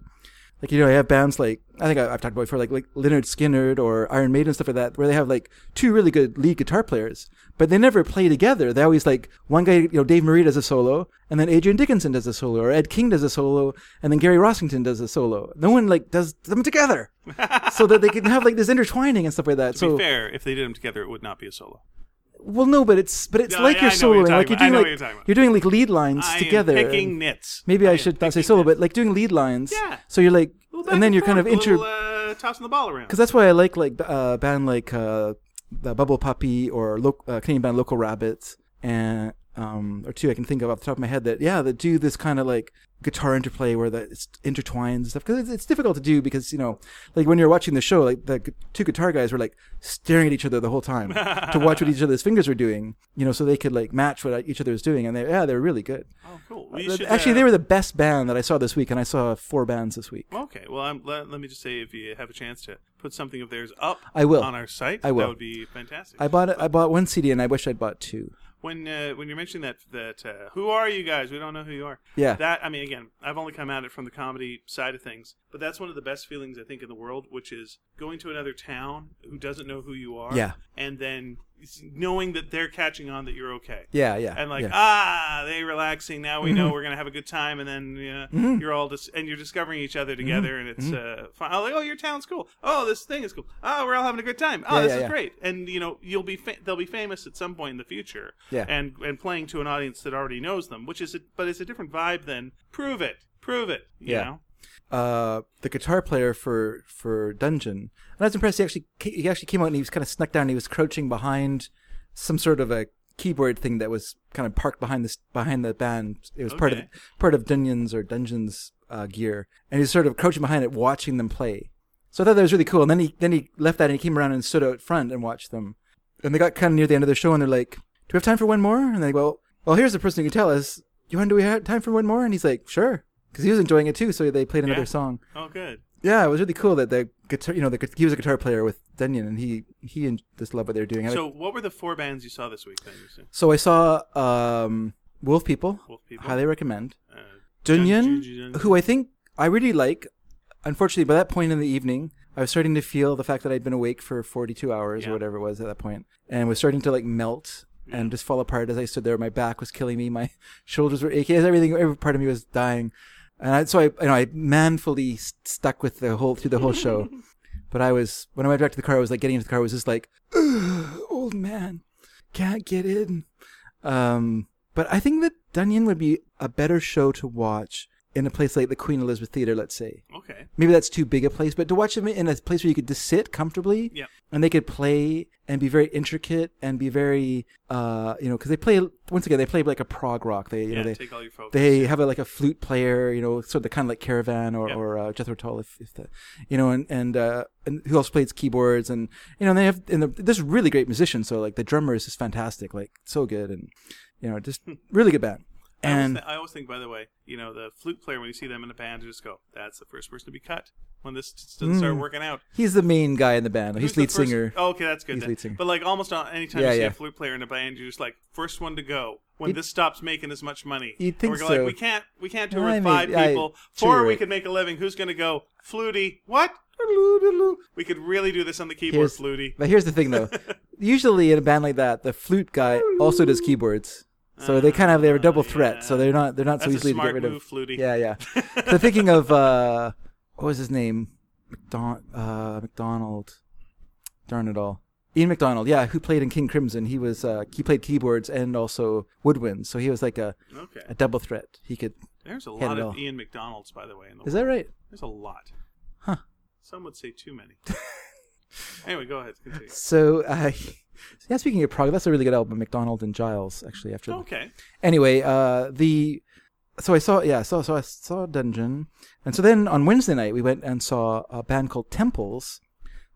Speaker 1: like you know, I have bands like I think I, I've talked about before, like like Leonard Skinner or Iron Maiden and stuff like that, where they have like two really good lead guitar players, but they never play together. They always like one guy, you know, Dave Murray does a solo, and then Adrian Dickinson does a solo, or Ed King does a solo, and then Gary Rossington does a solo. No one like does them together, so that they can have like this intertwining and stuff like that.
Speaker 2: To
Speaker 1: so
Speaker 2: be fair, if they did them together, it would not be a solo.
Speaker 1: well, no, but it's but it's
Speaker 2: No,
Speaker 1: like
Speaker 2: I-
Speaker 1: you're
Speaker 2: I know what you're
Speaker 1: soloing, like you're
Speaker 2: talking about. I
Speaker 1: doing
Speaker 2: know
Speaker 1: like
Speaker 2: what you're talking about.
Speaker 1: you're doing like lead lines
Speaker 2: I am
Speaker 1: together.
Speaker 2: picking
Speaker 1: and-
Speaker 2: nits.
Speaker 1: Maybe
Speaker 2: I
Speaker 1: I
Speaker 2: am
Speaker 1: should not say
Speaker 2: picking
Speaker 1: solo,
Speaker 2: nits.
Speaker 1: but like doing lead lines.
Speaker 2: Yeah.
Speaker 1: So you're like,
Speaker 2: Well, back
Speaker 1: and then you're kind
Speaker 2: forth,
Speaker 1: of
Speaker 2: a
Speaker 1: inter.
Speaker 2: little, uh, tossing the ball around.
Speaker 1: Because that's why I like like uh, band like uh, the Bubble Puppy or loc- uh, Canadian band Local Rabbits and um, or two I can think of off the top of my head that yeah that do this kind of like guitar interplay where the it's intertwines and stuff because it's, it's difficult to do because you know like when you're watching the show like the gu- two guitar guys were like staring at each other the whole time to watch what each other's fingers were doing you know so they could like match what each other was doing and they yeah they were really good
Speaker 2: Oh, cool. We
Speaker 1: Uh,
Speaker 2: should,
Speaker 1: actually
Speaker 2: uh,
Speaker 1: they were the best band that I saw this week and I saw four bands this week
Speaker 2: Okay, well, I'm, let, let me just say, if you have a chance to put something of theirs up,
Speaker 1: I will.
Speaker 2: on our site.
Speaker 1: I will.
Speaker 2: That would be fantastic.
Speaker 1: I bought I bought one CD and I wish I'd bought two
Speaker 2: when uh, when you're mentioning that that uh, who are you guys? We don't know who you are.
Speaker 1: Yeah.
Speaker 2: That I mean, again, I've only come at it from the comedy side of things, but that's one of the best feelings I think in the world, which is going to another town who doesn't know who you are.
Speaker 1: Yeah.
Speaker 2: And then knowing that they're catching on that you're okay.
Speaker 1: yeah yeah
Speaker 2: and like
Speaker 1: yeah. Mm-hmm.
Speaker 2: ah they relaxing now we know we're gonna have a good time and then you know, you're all just and you're discovering each other
Speaker 1: Mm-hmm.
Speaker 2: together and it's uh fun oh, like, oh your town's cool oh this thing is cool oh we're all having a good time oh
Speaker 1: Yeah,
Speaker 2: this
Speaker 1: yeah,
Speaker 2: is
Speaker 1: yeah.
Speaker 2: great and you know you'll be fa- they'll be famous at some point in the future
Speaker 1: Yeah.
Speaker 2: and and playing to an audience that already knows them which is a, but it's a different vibe than prove it prove it you
Speaker 1: Yeah.
Speaker 2: know
Speaker 1: uh, the guitar player for for Dungeon, and I was impressed. He actually ca- he actually came out and he was kind of snuck down. And he was crouching behind some sort of a keyboard thing that was kind of parked behind this behind the band. It was part of
Speaker 2: Okay.
Speaker 1: part of Dungeons or Dungeons uh, gear, and he was sort of crouching behind it, watching them play. So I thought that was really cool. And then he then he left that and he came around and stood out front and watched them. And they got kind of near the end of the show and they're like, "Do we have time for one more?" And they go, "Well, here's the person who can tell us. Johan, do we have time for one more?" And he's like, "Sure," because he was enjoying it too. So they played another
Speaker 2: Yeah.
Speaker 1: song.
Speaker 2: oh good
Speaker 1: Yeah, it was really cool that the guitar, you know, the, gu- he was a guitar player with Denyon, and he he and just loved what they were doing. And I-
Speaker 2: so what were the four bands you saw this week then you said?
Speaker 1: so I saw um, Wolf People,
Speaker 2: Wolf People.
Speaker 1: highly recommend.
Speaker 2: Uh,
Speaker 1: Dunyan, who I think I really like. Unfortunately, by that point in the evening, I was starting to feel the fact that I'd been awake for 42 hours
Speaker 2: Yeah.
Speaker 1: or whatever it was at that point, and was starting to like melt and just fall apart as I stood there. My back was killing me. My shoulders were aching. Everything, every part of me was dying. And I, so I, you know, I manfully s- stuck with the whole through the whole show. but I was when I went back to the car, I was like getting into the car, I was just like, "Ugh, old man, can't get in. Um, but I think that Dunyan would be a better show to watch in a place like the Queen Elizabeth Theater, let's say.
Speaker 2: okay
Speaker 1: Maybe that's too big a place, but to watch them in a place where you could just sit comfortably
Speaker 2: Yeah.
Speaker 1: and they could play and be very intricate and be very, uh, you know, because they play, once again, they play like a prog rock. They, you
Speaker 2: yeah
Speaker 1: know, they,
Speaker 2: take all your focus
Speaker 1: they have a, like a flute player, you know, sort of the kind of like Caravan or,
Speaker 2: Yeah.
Speaker 1: or uh, Jethro Tull, if, if the, you know, and and, uh, and who else plays keyboards and you know and they have and the, this really great musician. So like the drummer is just fantastic, like so good and you know just really good band. And-
Speaker 2: Hmm. I, always th- I always think, by the way, you know, the flute player when you see them in a band, you just go, "That's the first person to be cut when this just doesn't start working out."
Speaker 1: He's the main guy in the band. Hmm. He's
Speaker 2: Who's the
Speaker 1: lead
Speaker 2: first-
Speaker 1: singer.
Speaker 2: Oh, okay, that's good.
Speaker 1: He's
Speaker 2: then.
Speaker 1: lead singer.
Speaker 2: But like almost on any time
Speaker 1: Yeah,
Speaker 2: you see
Speaker 1: yeah.
Speaker 2: a flute player in a band, you're just like first one to go. When this stops making as much money,
Speaker 1: You'd
Speaker 2: And we're
Speaker 1: think
Speaker 2: like,
Speaker 1: so.
Speaker 2: we can't, we can't tour
Speaker 1: No, I
Speaker 2: with
Speaker 1: mean,
Speaker 2: five
Speaker 1: I-
Speaker 2: people.
Speaker 1: sure,
Speaker 2: Four,
Speaker 1: you're
Speaker 2: we
Speaker 1: right.
Speaker 2: could make eleven. Who's gonna go? Flutie, what? Doodaloo, doodaloo. We could really do this on the keyboard,
Speaker 1: Here's-
Speaker 2: flutie.
Speaker 1: But here's the thing, though. Usually in a band like that, the flute guy also does keyboards, so they kind of they're a double threat. So they're not they're not so
Speaker 2: Ah, That's a
Speaker 1: easily to
Speaker 2: smart
Speaker 1: get rid
Speaker 2: move,
Speaker 1: of.
Speaker 2: Flutie.
Speaker 1: Yeah, yeah. so thinking of uh, what was his name? McDon- uh, McDonald. Darn it all. Ian McDonald, yeah, who played in King Crimson. He was uh, he played keyboards and also woodwinds, so he was like a,
Speaker 2: Okay.
Speaker 1: a double threat. He could.
Speaker 2: There's a
Speaker 1: Hit
Speaker 2: lot
Speaker 1: it
Speaker 2: of
Speaker 1: all.
Speaker 2: Ian McDonald's, by the way. In the
Speaker 1: Is
Speaker 2: world.
Speaker 1: that right?
Speaker 2: There's a lot.
Speaker 1: Huh.
Speaker 2: Some would say too many. anyway, go ahead. Continue.
Speaker 1: So, uh, yeah. Speaking of prog, that's a really good album, McDonald and Giles. Actually, after
Speaker 2: Okay.
Speaker 1: anyway, uh, the so I saw yeah so so I saw Dungeon, and so then on Wednesday night we went and saw a band called Temples,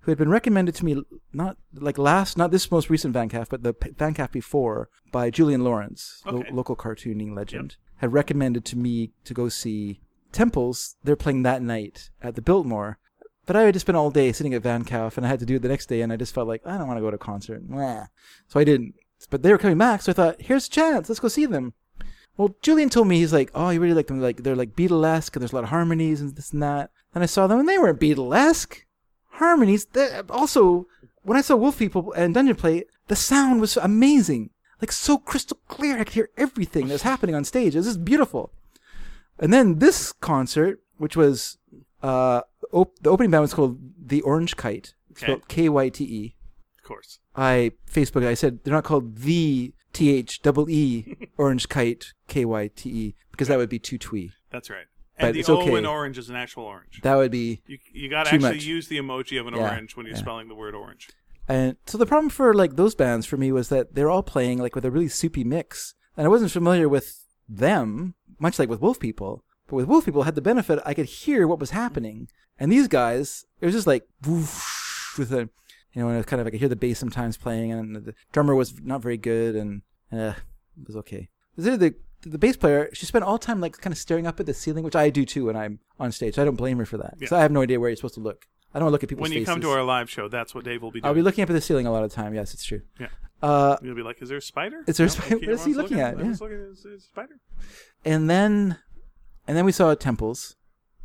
Speaker 1: who had been recommended to me not like last not this most recent Van Calf but the p- Van Calf before by Julian Lawrence, lo-
Speaker 2: Okay.
Speaker 1: local cartooning legend, had recommended to me to go see Temples. They're playing that night at the Biltmore. But I had just spent all day sitting at Van Calf, and I had to do it the next day, and I just felt like I don't want to go to a concert, Meh. so I didn't. But they were coming back, so I thought, here's a chance, let's go see them. Well, Julian told me he's like, oh, you really like them. Like they're like Beatlesque, and there's a lot of harmonies and this and that. And I saw them, and they weren't Beatlesque. Harmonies. they- Also, when I saw Wolf People and Dungeon Play, the sound was amazing. Like so crystal clear, I could hear everything that was happening on stage. It was just beautiful. And then this concert, which was uh, op- the opening band was called The Orange Kite,
Speaker 2: Okay.
Speaker 1: spelled K Y T E.
Speaker 2: Of course.
Speaker 1: I Facebook I said they're not called the T H double E Orange Kite K Y T E because that would be too twee.
Speaker 2: That's right.
Speaker 1: But
Speaker 2: And the
Speaker 1: it's
Speaker 2: O
Speaker 1: okay.
Speaker 2: in orange is an actual orange.
Speaker 1: That would be
Speaker 2: You you got to
Speaker 1: Too
Speaker 2: actually
Speaker 1: much.
Speaker 2: use the emoji of an
Speaker 1: Yeah,
Speaker 2: orange when you're
Speaker 1: yeah.
Speaker 2: spelling the word orange.
Speaker 1: and so the problem for like those bands for me was that they're all playing like with a really soupy mix. And I wasn't familiar with them, much like with Wolf People. But with Wolf People I had the benefit I could hear what was happening. And these guys, it was just like whoosh, with a you know, and it was kind of I could hear the bass sometimes playing and the drummer was not very good and uh, it was okay. The, the the bass player, she spent all time like kind of staring up at the ceiling, which I do too when I'm on stage. So I don't blame her for that. So I have no idea where you're supposed to look. I don't look at people's
Speaker 2: When you come to
Speaker 1: faces.
Speaker 2: our live show, that's what Dave will be doing.
Speaker 1: I'll be looking up at the ceiling a lot of time. Yes, it's true.
Speaker 2: Yeah.
Speaker 1: Uh,
Speaker 2: You'll be like, "Is there a spider?
Speaker 1: Is there a
Speaker 2: No,
Speaker 1: spider?
Speaker 2: okay,
Speaker 1: What is he
Speaker 2: everyone's
Speaker 1: looking at?
Speaker 2: everyone's looking at a- a spider.
Speaker 1: and then, and then we saw temples,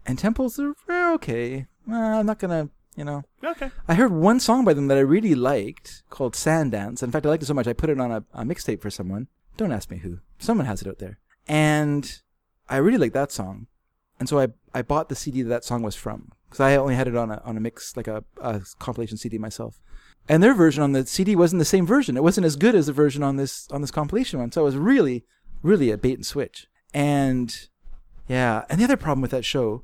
Speaker 1: and temples are are okay. Uh, I'm not gonna, you know.
Speaker 2: Okay.
Speaker 1: I heard one song by them that I really liked called Sand Dance. In fact, I liked it so much I put it on a, a mixtape for someone. Don't ask me who. Someone has it out there. And I really liked that song. And so I, I bought the CD that that song was from because I only had it on a, on a mix, like a, a compilation CD myself. And their version on the CD wasn't the same version. It wasn't as good as the version on this, on this compilation one. So it was really, really a bait and switch. And yeah. And the other problem with that show,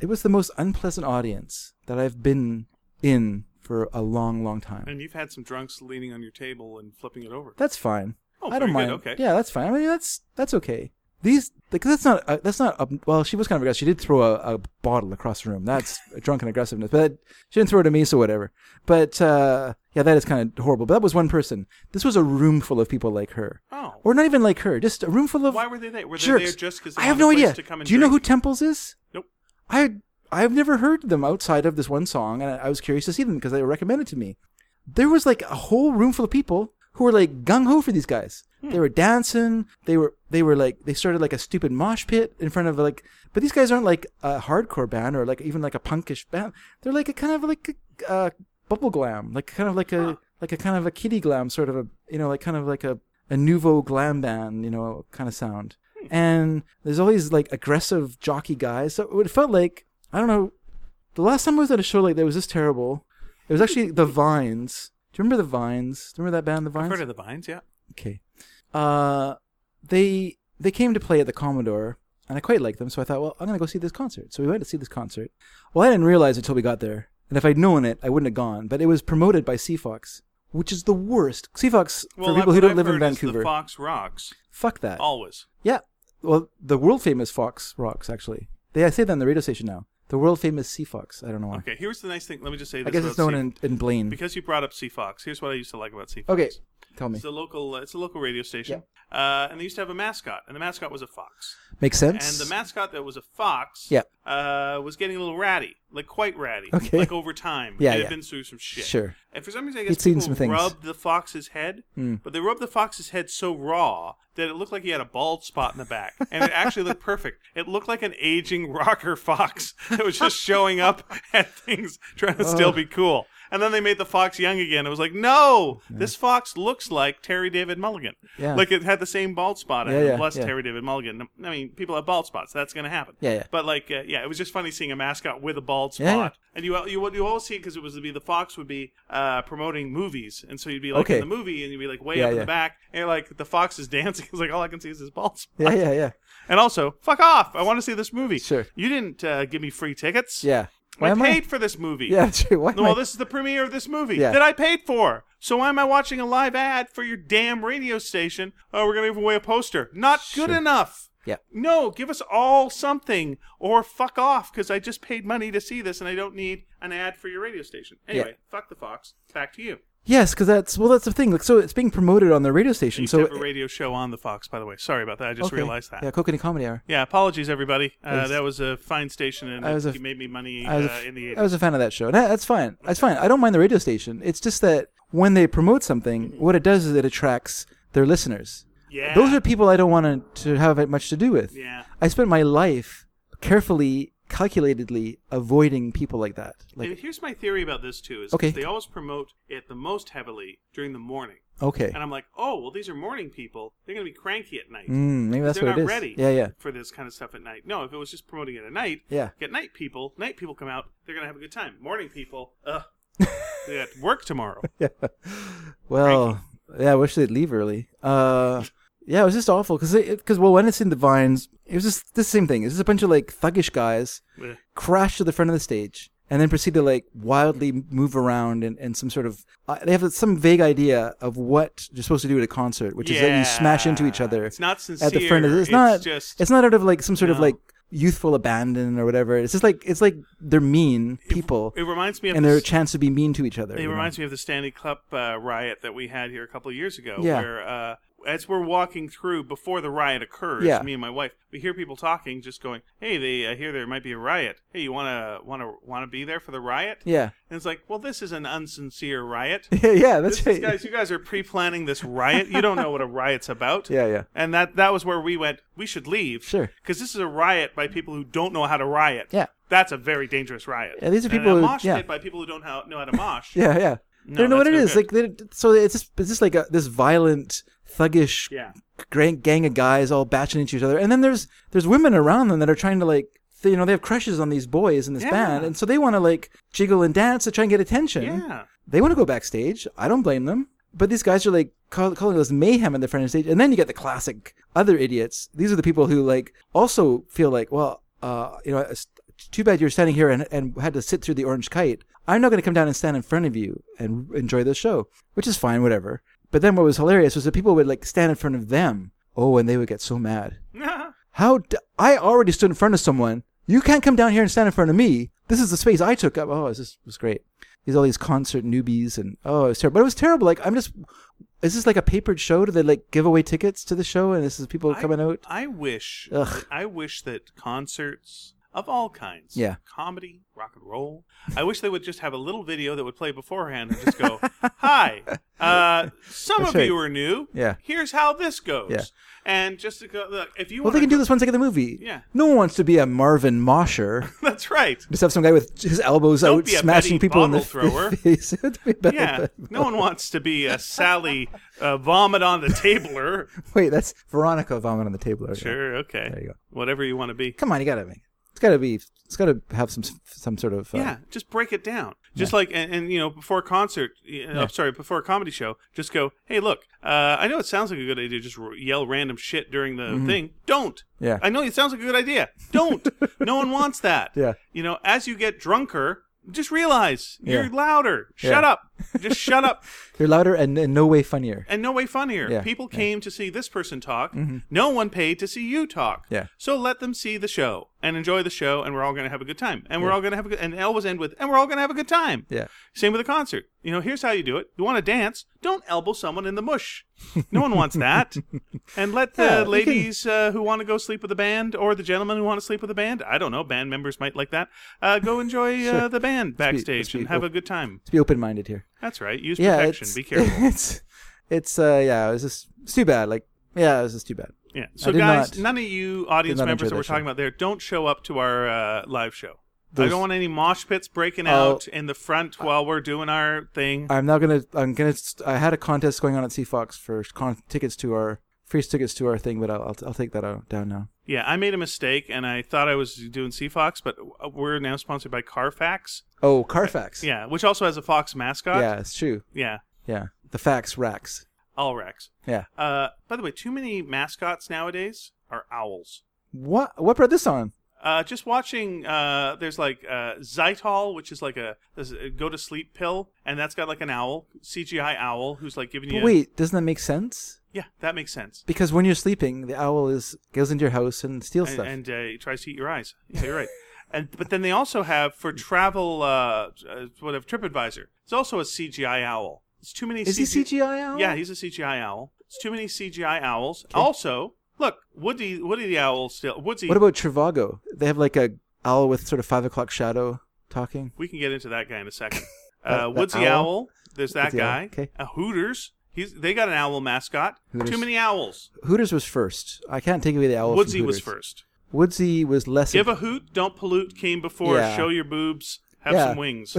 Speaker 1: it was the most unpleasant audience that I've been in for a long, long time.
Speaker 2: And you've had some drunks leaning on your table and flipping it over.
Speaker 1: That's fine.
Speaker 2: Oh,
Speaker 1: I don't
Speaker 2: very
Speaker 1: mind.
Speaker 2: good, okay.
Speaker 1: Yeah, that's fine. I mean, that's that's okay. These because that's not uh, that's not ob- well. She was kind of aggressive. She did throw a, a bottle across the room. That's drunken aggressiveness. But she didn't throw it at me, so whatever. But uh, yeah, that is kind of horrible. But that was one person. This was a room full of people like her,
Speaker 2: Oh.
Speaker 1: or not even like her. Just a room full of
Speaker 2: Why were they there? Were they
Speaker 1: jerks.
Speaker 2: there just because
Speaker 1: I have no idea.
Speaker 2: To come and
Speaker 1: Do you know who
Speaker 2: drink?
Speaker 1: Temples is?
Speaker 2: Nope.
Speaker 1: I I've never heard them outside of this one song, and I, I was curious to see them because they were recommended to me. There was like a whole room full of people who were like gung ho for these guys.
Speaker 2: Hmm.
Speaker 1: They were dancing. They were they were like they started like a stupid mosh pit in front of like. But these guys aren't like a hardcore band or like even like a punkish band. They're like a kind of like a uh, bubble glam, like kind of like a like a kind of a kiddie glam sort of a you know like kind of like a a nouveau glam band you know kind of sound. And there's all these like aggressive jockey guys. So it felt like I don't know. The last time I was at a show like that it was this terrible. It was actually the Vines. Do you remember the Vines? Do you remember that band, the Vines?
Speaker 2: I've heard of the vines? Yeah.
Speaker 1: Okay. Uh, they they came to play at the Commodore, and I quite liked them, so I thought, well, I'm gonna go see this concert. So we went to see this concert. Well, I didn't realize until we got there, and if I'd known it, I wouldn't have gone. But it was promoted by Seafox, which is the worst. Seafox
Speaker 2: Well,
Speaker 1: for people
Speaker 2: what
Speaker 1: who don't
Speaker 2: I've
Speaker 1: live in
Speaker 2: heard is
Speaker 1: Vancouver.
Speaker 2: the fox rocks
Speaker 1: Fuck that.
Speaker 2: always.
Speaker 1: Yeah. Well, the world famous Fox Rocks actually. They I say that on the radio station now. The world famous sea fox. I don't know why.
Speaker 2: Okay, here's the nice thing. Let me just say this.
Speaker 1: I guess it's
Speaker 2: about
Speaker 1: known
Speaker 2: Sea-
Speaker 1: in, in Blaine.
Speaker 2: because you brought up Sea Fox. Here's what I used to like about Sea Fox.
Speaker 1: Okay, tell me.
Speaker 2: It's a local. uh, It's a local radio station, uh, and they used to have a mascot, and the mascot was a fox.
Speaker 1: Makes
Speaker 2: And
Speaker 1: sense.
Speaker 2: the mascot that was a fox,
Speaker 1: Yeah.
Speaker 2: uh, was getting a little ratty, like quite ratty,
Speaker 1: Okay.
Speaker 2: like over time.
Speaker 1: Yeah,
Speaker 2: it had
Speaker 1: yeah.
Speaker 2: been through some shit.
Speaker 1: Sure.
Speaker 2: And for some reason, I guess
Speaker 1: He'd seen
Speaker 2: people
Speaker 1: some things. Hmm.
Speaker 2: rubbed the fox's head, but they rubbed the fox's head so raw that it looked like he had a bald spot in the back, and it actually looked perfect. It looked like an aging rocker fox that was just showing up at things, trying to still be cool. And then they made the fox young again. It was like, no, this fox looks like Terry David Mulligan.
Speaker 1: Yeah.
Speaker 2: Like it had the same bald spot. on
Speaker 1: Yeah,
Speaker 2: it.
Speaker 1: yeah,
Speaker 2: Bless
Speaker 1: yeah.
Speaker 2: Terry David Mulligan. I mean, people have bald spots. That's going to happen.
Speaker 1: Yeah, yeah.
Speaker 2: But like, uh, yeah, it was just funny seeing a mascot with a bald spot.
Speaker 1: Yeah,
Speaker 2: And you you you always see it because it was to be the fox would be uh, promoting movies, and so you'd be like
Speaker 1: Okay.
Speaker 2: in the movie, and you'd be like way
Speaker 1: Yeah,
Speaker 2: up in
Speaker 1: yeah.
Speaker 2: the back, and you're like the fox is dancing. It's like all I can see is his bald spot.
Speaker 1: Yeah, yeah, yeah.
Speaker 2: And also, fuck off! I want to see this movie.
Speaker 1: Sure.
Speaker 2: You didn't uh, give me free tickets.
Speaker 1: Yeah. Why
Speaker 2: I
Speaker 1: am
Speaker 2: paid
Speaker 1: I?
Speaker 2: for this movie.
Speaker 1: Yeah, sure. Why am
Speaker 2: Well,
Speaker 1: I?
Speaker 2: this is the premiere of this movie
Speaker 1: Yeah.
Speaker 2: that I paid for. So why am I watching a live ad for your damn radio station? Oh, we're gonna give away a poster. Not good
Speaker 1: Sure.
Speaker 2: enough.
Speaker 1: Yeah.
Speaker 2: No, give us all something or fuck off because I just paid money to see this and I don't need an ad for your radio station. Anyway, fuck the fox. Back to you.
Speaker 1: Yes, because that's well, that's the thing. Like, so it's being promoted on the radio station.
Speaker 2: You
Speaker 1: so
Speaker 2: have a radio show on the fox, by the way. Sorry about that. I just
Speaker 1: okay.
Speaker 2: realized that.
Speaker 1: Yeah, Kokanee Comedy Hour.
Speaker 2: Yeah, apologies everybody. Uh,
Speaker 1: was-
Speaker 2: that was a fine station and
Speaker 1: I was a-
Speaker 2: you made me money
Speaker 1: I was, a
Speaker 2: uh,
Speaker 1: f-
Speaker 2: in the
Speaker 1: I
Speaker 2: 80s.
Speaker 1: was a fan of that show. And that- that's fine. That's fine. I don't mind the radio station. It's just that when they promote something, what it does is it attracts their listeners.
Speaker 2: yeah.
Speaker 1: Those are people I don't want to, to have much to do with.
Speaker 2: Yeah.
Speaker 1: I spent my life carefully, calculatedly avoiding people like that.
Speaker 2: And
Speaker 1: Like,
Speaker 2: here's my theory about this too: is
Speaker 1: Okay.
Speaker 2: they always promote it the most heavily during the morning,
Speaker 1: okay,
Speaker 2: and I'm like, oh well, these are morning people; they're going to be cranky at night.
Speaker 1: mm, maybe that's
Speaker 2: they're
Speaker 1: what
Speaker 2: not
Speaker 1: it is.
Speaker 2: ready.
Speaker 1: Yeah, yeah,
Speaker 2: For this kind of stuff at night. No, if it was just promoting it at night,
Speaker 1: yeah.
Speaker 2: get night people. Night people come out; they're going to have a good time. Morning people, ugh, they got work tomorrow.
Speaker 1: Well, yeah, I wish they'd leave early. Uh, yeah, it was just awful because because well, when it's in the vines, it was just the same thing. It's just a bunch of like thuggish guys
Speaker 2: Ugh.
Speaker 1: crash to the front of the stage and then proceed to like wildly move around and, and some sort of uh, they have some vague idea of what you're supposed to do at a concert, which is that you smash into each
Speaker 2: Yeah.
Speaker 1: other
Speaker 2: It's not sincere.
Speaker 1: at the front of it's not
Speaker 2: just
Speaker 1: it's not out of like some sort of
Speaker 2: No.
Speaker 1: like youthful abandon or whatever. It's just like it's like they're mean people
Speaker 2: it reminds me of
Speaker 1: and
Speaker 2: the
Speaker 1: their chance to be mean to each other.
Speaker 2: It
Speaker 1: you know?
Speaker 2: reminds me of the Stanley Cup uh, riot that we had here a couple of years ago,
Speaker 1: Yeah.
Speaker 2: where uh, as we're walking through before the riot occurs,
Speaker 1: Yeah.
Speaker 2: me and my wife, we hear people talking, just going, "Hey, they uh, hear there might be a riot. Hey, you wanna wanna wanna be there for the riot?"
Speaker 1: Yeah.
Speaker 2: And it's like, well, this is an unsincere riot.
Speaker 1: Yeah, yeah, that's
Speaker 2: This
Speaker 1: right.
Speaker 2: is, guys, you guys are pre-planning this riot. You don't know what a riot's about.
Speaker 1: Yeah, yeah.
Speaker 2: And that that was where we went. We should leave.
Speaker 1: Sure.
Speaker 2: Because this is a riot by people who don't know how to riot.
Speaker 1: Yeah.
Speaker 2: That's a very dangerous riot.
Speaker 1: Yeah, these are
Speaker 2: And
Speaker 1: people
Speaker 2: a
Speaker 1: who-
Speaker 2: mosh
Speaker 1: yeah.
Speaker 2: pit by people who don't how, know how to mosh.
Speaker 1: Yeah, yeah.
Speaker 2: No,
Speaker 1: they don't know what it
Speaker 2: that's no
Speaker 1: is.
Speaker 2: good.
Speaker 1: Like, they, so it's just it's just like a, this violent, thuggish
Speaker 2: Yeah.
Speaker 1: gran- gang of guys all batching into each other, and then there's there's women around them that are trying to like. th- You know they have crushes on these boys in this
Speaker 2: Yeah.
Speaker 1: band, and so they want to like jiggle and dance to try and get attention.
Speaker 2: Yeah.
Speaker 1: They want to go backstage. I don't blame them. But these guys are like call, calling us mayhem in the front of the stage. And then you get the classic other idiots. These are the people who like also feel like, well, uh, you know, it's too bad you're standing here and, and had to sit through the orange kite. I'm not going to come down and stand in front of you and enjoy the show, which is fine, whatever. But then what was hilarious was that people would like stand in front of them. Oh, and they would get so mad. How d- I already stood in front of someone. You can't come down here and stand in front of me. This is the space I took up. Oh, this is- was great. These all these concert newbies and oh, it was terrible. But it was terrible. Like I'm just. Is this like a papered show? Do they like give away tickets to the show and this is people coming out?
Speaker 2: I wish.
Speaker 1: Ugh.
Speaker 2: I wish that concerts of all kinds.
Speaker 1: Yeah.
Speaker 2: Comedy, rock and roll. I wish they would just have a little video that would play beforehand and just go, "Hi, uh, some
Speaker 1: That's
Speaker 2: of
Speaker 1: right.
Speaker 2: you are new.
Speaker 1: Yeah.
Speaker 2: Here's how this goes."
Speaker 1: Yeah.
Speaker 2: And just to go, look, if you
Speaker 1: Well, they
Speaker 2: want
Speaker 1: can do this once they get the movie.
Speaker 2: Yeah.
Speaker 1: No one wants to be a Marvin Mosher.
Speaker 2: That's right.
Speaker 1: Just have some guy with his elbows
Speaker 2: Don't
Speaker 1: out,
Speaker 2: be a
Speaker 1: smashing
Speaker 2: Betty
Speaker 1: people in the
Speaker 2: bottle thrower.
Speaker 1: f- face. Don't be a Betty
Speaker 2: Yeah.
Speaker 1: bottle-
Speaker 2: No one wants to be a Sally uh, vomit on the tabler.
Speaker 1: Wait, that's Veronica vomit on the table. Okay.
Speaker 2: Sure. Okay.
Speaker 1: There you go.
Speaker 2: Whatever you want to be.
Speaker 1: Come on, you gotta make. It's gotta be. It's gotta have some some sort of. Uh,
Speaker 2: Yeah, just break it down. Just like, and, and you know, before a concert, y- uh, I'm sorry, before a comedy show, just go, hey, look, uh, I know it sounds like a good idea to just r- yell random shit during the thing. Don't.
Speaker 1: Mm-hmm. Yeah.
Speaker 2: I know it sounds like a good idea. Don't. no one wants that.
Speaker 1: Yeah.
Speaker 2: You know, as you get drunker, just realize
Speaker 1: Yeah.
Speaker 2: you're louder. Shut
Speaker 1: Yeah.
Speaker 2: up. Just shut up.
Speaker 1: They're louder and in no way funnier.
Speaker 2: And no way funnier.
Speaker 1: Yeah, Mm-hmm.
Speaker 2: People came to see this person talk. No one paid to see you talk.
Speaker 1: Yeah.
Speaker 2: So let them see the show and enjoy the show, and we're all going to have a good time. And we're all going to have a good. And they always end with, and we're all going to have a good time.
Speaker 1: Yeah.
Speaker 2: Same with a concert. You know, here's how you do it. You want to dance? Don't elbow someone in the mush. No one wants that. And let the
Speaker 1: Yeah, you
Speaker 2: ladies uh, who want to go sleep with the band, or the gentlemen who want to sleep with the band. I don't know. Band members might like that. Uh, go enjoy uh, the band
Speaker 1: be-
Speaker 2: backstage
Speaker 1: let's be
Speaker 2: and have
Speaker 1: op-
Speaker 2: a good time.
Speaker 1: Let's be open minded here.
Speaker 2: That's right. Use
Speaker 1: Yeah.
Speaker 2: protection.
Speaker 1: It's,
Speaker 2: Be careful.
Speaker 1: It's it's uh yeah. It was just it's too bad. Like yeah, it was just too bad.
Speaker 2: Yeah. So,
Speaker 1: did
Speaker 2: guys,
Speaker 1: not-
Speaker 2: none of you audience
Speaker 1: did not
Speaker 2: members
Speaker 1: enjoy
Speaker 2: that we're
Speaker 1: that
Speaker 2: talking
Speaker 1: show.
Speaker 2: about there, don't show up to our uh, live show. I
Speaker 1: Those-
Speaker 2: don't want any mosh pits breaking
Speaker 1: Oh.
Speaker 2: out in the front while we're doing our thing.
Speaker 1: I'm now gonna I'm gonna st- I had a contest going on at Fox for con- tickets to our free tickets to our thing, but I'll I'll, I'll take that out, down now.
Speaker 2: yeah, I made a mistake and I thought I was doing Fox, but uh, we're now sponsored by Carfax.
Speaker 1: Oh, Carfax.
Speaker 2: Yeah, which also has a Fox mascot.
Speaker 1: Yeah, it's true.
Speaker 2: Yeah,
Speaker 1: Yeah, the fax racks.
Speaker 2: all Rex.
Speaker 1: Yeah.
Speaker 2: Uh, by the way, too many mascots nowadays are owls.
Speaker 1: What what brought this on?
Speaker 2: Uh, just watching. Uh, there's like uh, Xylitol, which is like a, this- a go to sleep pill, and that's got like an owl, CGI owl, who's like giving you.
Speaker 1: But wait, doesn't that make sense?
Speaker 2: yeah, that makes sense.
Speaker 1: Because when you're sleeping, the owl is goes into your house and steals
Speaker 2: And,
Speaker 1: stuff.
Speaker 2: and uh, it tries to eat your eyes. Yeah, you're right. And but then they also have for travel, uh, uh, whatever TripAdvisor. It's also a CGI owl. It's too many.
Speaker 1: is
Speaker 2: CGI
Speaker 1: he CGI owl?
Speaker 2: Yeah, he's a CGI owl. It's too many CGI owls. Also, look, Woody, Woody the owl still. Woodsy.
Speaker 1: What about Trivago? They have like a owl with sort of five o'clock shadow talking.
Speaker 2: we can get into that guy in a second.
Speaker 1: That-
Speaker 2: Uh,
Speaker 1: that
Speaker 2: Woodsy owl.
Speaker 1: owl?
Speaker 2: There's that
Speaker 1: Woodsy owl,
Speaker 2: guy.
Speaker 1: okay.
Speaker 2: Uh, Hooters. He's they got an owl mascot.
Speaker 1: Hooters.
Speaker 2: Too many owls.
Speaker 1: Hooters was first. I can't take away the owl. from
Speaker 2: Woodsy was
Speaker 1: Hooters.
Speaker 2: first.
Speaker 1: Woodsy was less.
Speaker 2: Give a hoot, don't pollute. Came before.
Speaker 1: Yeah.
Speaker 2: Show your boobs. Have
Speaker 1: Yeah.
Speaker 2: some wings.